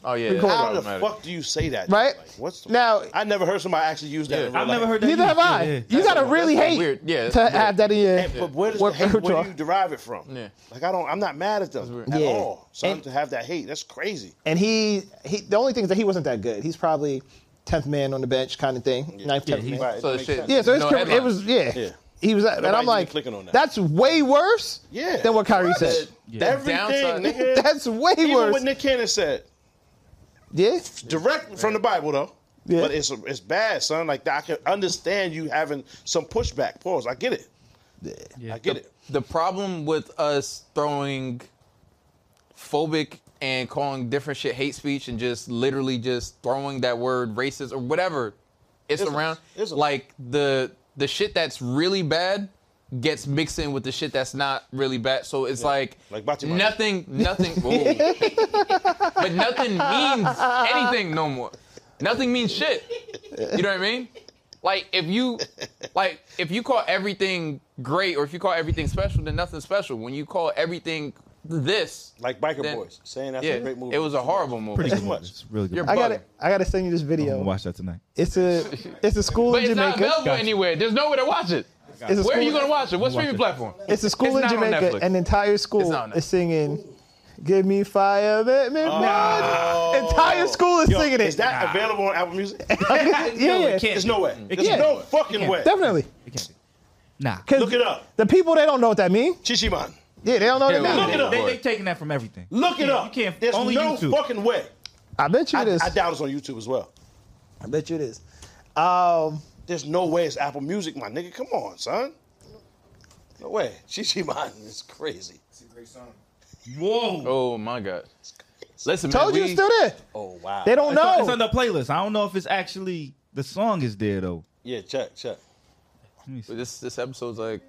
Oh yeah. that's
Recorded.
How the
problematic.
fuck do you say that?
Right?
Like, what's the,
Now-
I never heard somebody actually use that.
Yeah.
in real
I've never
life.
heard that.
Neither have
either.
I.
Yeah, yeah.
You gotta really hate
weird. Yeah, that's
to
weird.
have that in your.
And- But where does
Work
the hate, where
repertoire.
do you derive it from?
Yeah.
Like I don't, I'm not mad at them
weird.
at
Yeah.
all. So
And-
to have that hate, that's crazy.
And he, he, the only thing is that he wasn't that good. He's probably tenth man on the bench kind of thing, ninth, tenth man.
Right, it
So
makes
shit-
sense.
Yeah, so it's
No
cr- it
headline.
was yeah.
Yeah.
He was, and
Nobody's
I'm
even
like,
clicking on that.
that's way worse.
Yeah.
Than what Kyrie
What?
said.
Everything,
downside-
*laughs*
nigga.
That's way
Even
worse.
what Nick Cannon said,
yeah.
direct from the Bible though.
Yeah.
But it's it's bad, son. Like I can understand you having some pushback. Pause. I get it. I get it.
the problem with us throwing phobic and calling different shit hate speech and just literally just throwing that word racist or whatever it's
Isms.
around
Isms.
like the the shit that's really bad gets mixed in with the shit that's not really bad so it's like,
Like Bati Bati.
nothing nothing *laughs* whoa. but nothing means anything no more nothing means shit you know what i mean like if you like if you call everything great or if you call everything special then nothing's special when you call everything this.
Like Biker
then-
Boys, saying that's
yeah,
a great movie.
it was a horrible movie.
Pretty good.
much.
movie. It's really good.
You're
movie.
I got
bugging.
to I got to send you this
I'm
video.
gonna watch that tonight.
It's a it's a school
But
in
it's not
Jamaica.
available anywhere. There's nowhere to watch it.
It's a
Where are
school-
you going to watch it? What
Watch
streaming
it.
platform?
It's a school in
not on
Jamaica.
Netflix.
An entire
It's
school
not on
is singing "Give Me Fire" at midnight.
Oh.
Entire school is
Yo,
singing it. *laughs*
Is that available on Apple Music?
yeah, yeah,
There's no way. There's
can't.
no fucking way.
definitely.
Nah.
'Cause
Look it up.
The people they don't know what that means.
Chichiman.
Yeah, they don't know what
Yeah,
that
Look
means.
it up.
They, they taking that from everything.
Look it up.
You can't.
There's
only
no
YouTube.
fucking way.
I bet you
I,
it is.
I doubt it's on YouTube as well.
I bet you it is. Um,
There's no way it's Apple Music, my nigga. Come on, son. No way. Chichiman is crazy.
It's a great song.
Whoa.
Oh my God. Listen, man,
told you
we-
it's still there.
Oh wow.
They don't
It's on,
know.
it's on the playlist. I don't know if it's actually the song is there though.
Yeah, check, check.
Let me see.
This this episode's like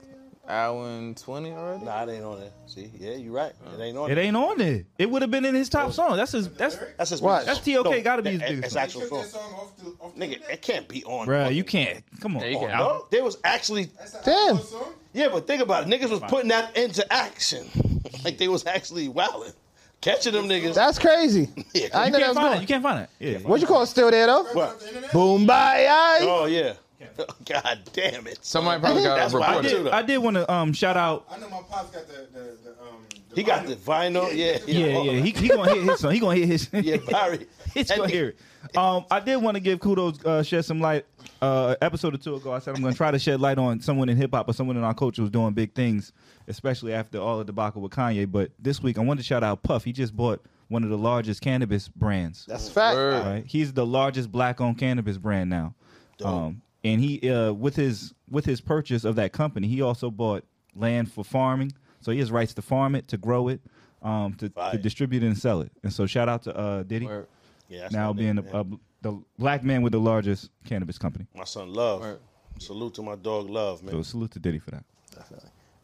hour and twenty already.
Nah, it ain't on there. See, yeah, you right. It ain't on
It
there.
ain't on there. It would have been in his top song. That's his. That's
That's his
Watch.
biggest-
That's TOK gotta be his
that-
biggest
That's actual
song.
Took
song.
that song off the off the
Nigga, it can't be on.
Bruh, you
fucking-
can't. Come on.
Yeah, you can't.
No, there was actually
That's an
Damn.
outlaw song.
Yeah, but think about it. Niggas was putting that into action. *laughs* like they was actually wilding. Catching them niggas.
That's crazy.
Yeah.
I
You
didn't know that
can't
was
find it.
going.
You can't find it. Yeah.
What you call it still there though?
What?
Off the internet.
Boom bye. aye.
Oh yeah. *laughs* God damn it.
*laughs*
Somebody probably got
That's
a
why I
reporter.
did.
I did want to um shout out.
I know my pops got the the, the um. The
He got the vinyl. Yeah.
Yeah, yeah. He, he gonna hit his song. He gonna hit his.
*laughs* yeah,
*laughs*
Barry.
It's gonna hear it. Um, I did want to give kudos, uh, shed some light. Uh, episode or two ago, I said I'm gonna try to shed light on someone in hip hop or someone in our culture who's doing big things, especially after all the debacle with Kanye. But this week, I wanted to shout out Puff. He just bought one of the largest cannabis brands.
That's a fact.
Word.
Right. He's the largest black-owned cannabis brand now. Um, and he uh, with his with his purchase of that company, he also bought land for farming. So he has rights to farm it, to grow it, um, to, to
Fire.
distribute it and sell it. And so shout out to uh, Diddy,
Word.
Yeah, that's
now
my
being
nigga,
the,
man.
uh, the black man with the largest cannabis company.
my son Love.
Word.
Salute to my dog Love, man.
So salute to Diddy for that.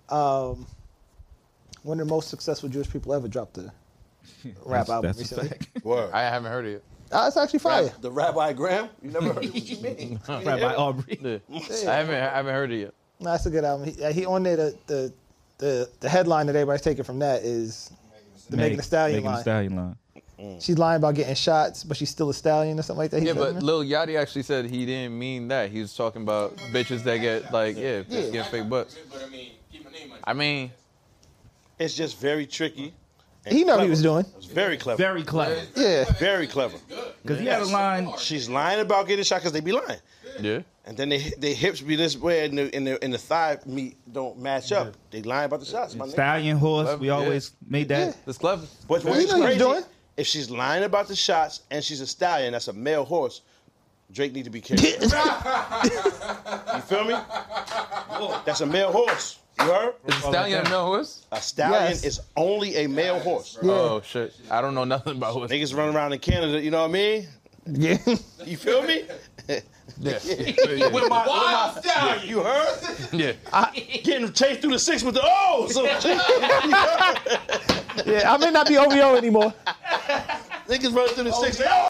Um, one of the most successful Jewish people ever dropped the rap album
that's a
recently.
Word.
I haven't heard it.
Oh, it's actually fire.
Rab- the Rabbi Graham? You never
*laughs*
heard of what you mean.
Rabbi Aubrey.
*laughs* yet. I haven't I haven't heard it yet.
No, that's a good album. He, uh, he on there. The, the the the headline that everybody's taking from that is the Megan Thee Stallion
Megan Thee
line.
Stallion line.
She's lying about getting shots, but she's still a stallion or something like that. He
Mm. Yeah,
said,
but
man.
Lil Yachty actually said he didn't mean that. He was talking about bitches that get like yeah, just getting fake butts.
But I mean, keep my name on it.
I mean,
It's just very tricky. and
he know what he
clever.
was doing.
It's very clever. Very,
Very clever.
Yeah,
clever.
Because he had a line.
She's lying about getting shot because they be lying.
yeah.
And then they they hips be this way and the and the, and the thigh meat don't match up. They lying about the shots, my nigga.
Stallion horse. We
Yeah.
always made that.
That's clever.
But
Well,
what's
you know what he's
crazy,
doing.
if she's lying about the shots and she's a stallion, that's a male horse. Drake need to be careful. *laughs* you feel me? That's a male horse. You heard?
Is the stallion a male horse?
A stallion
Yes.
is only a male horse.
yeah,
Oh shit! I don't know nothing about horse.
Niggas run around in Canada, you know what I mean?
yeah.
You feel me?
Yeah,
With my,
Wild stallion.
you heard?
yeah.
Getting chased through the six with the *laughs* O's.
yeah. I may not be OVO anymore.
Niggas running through the six. Oh,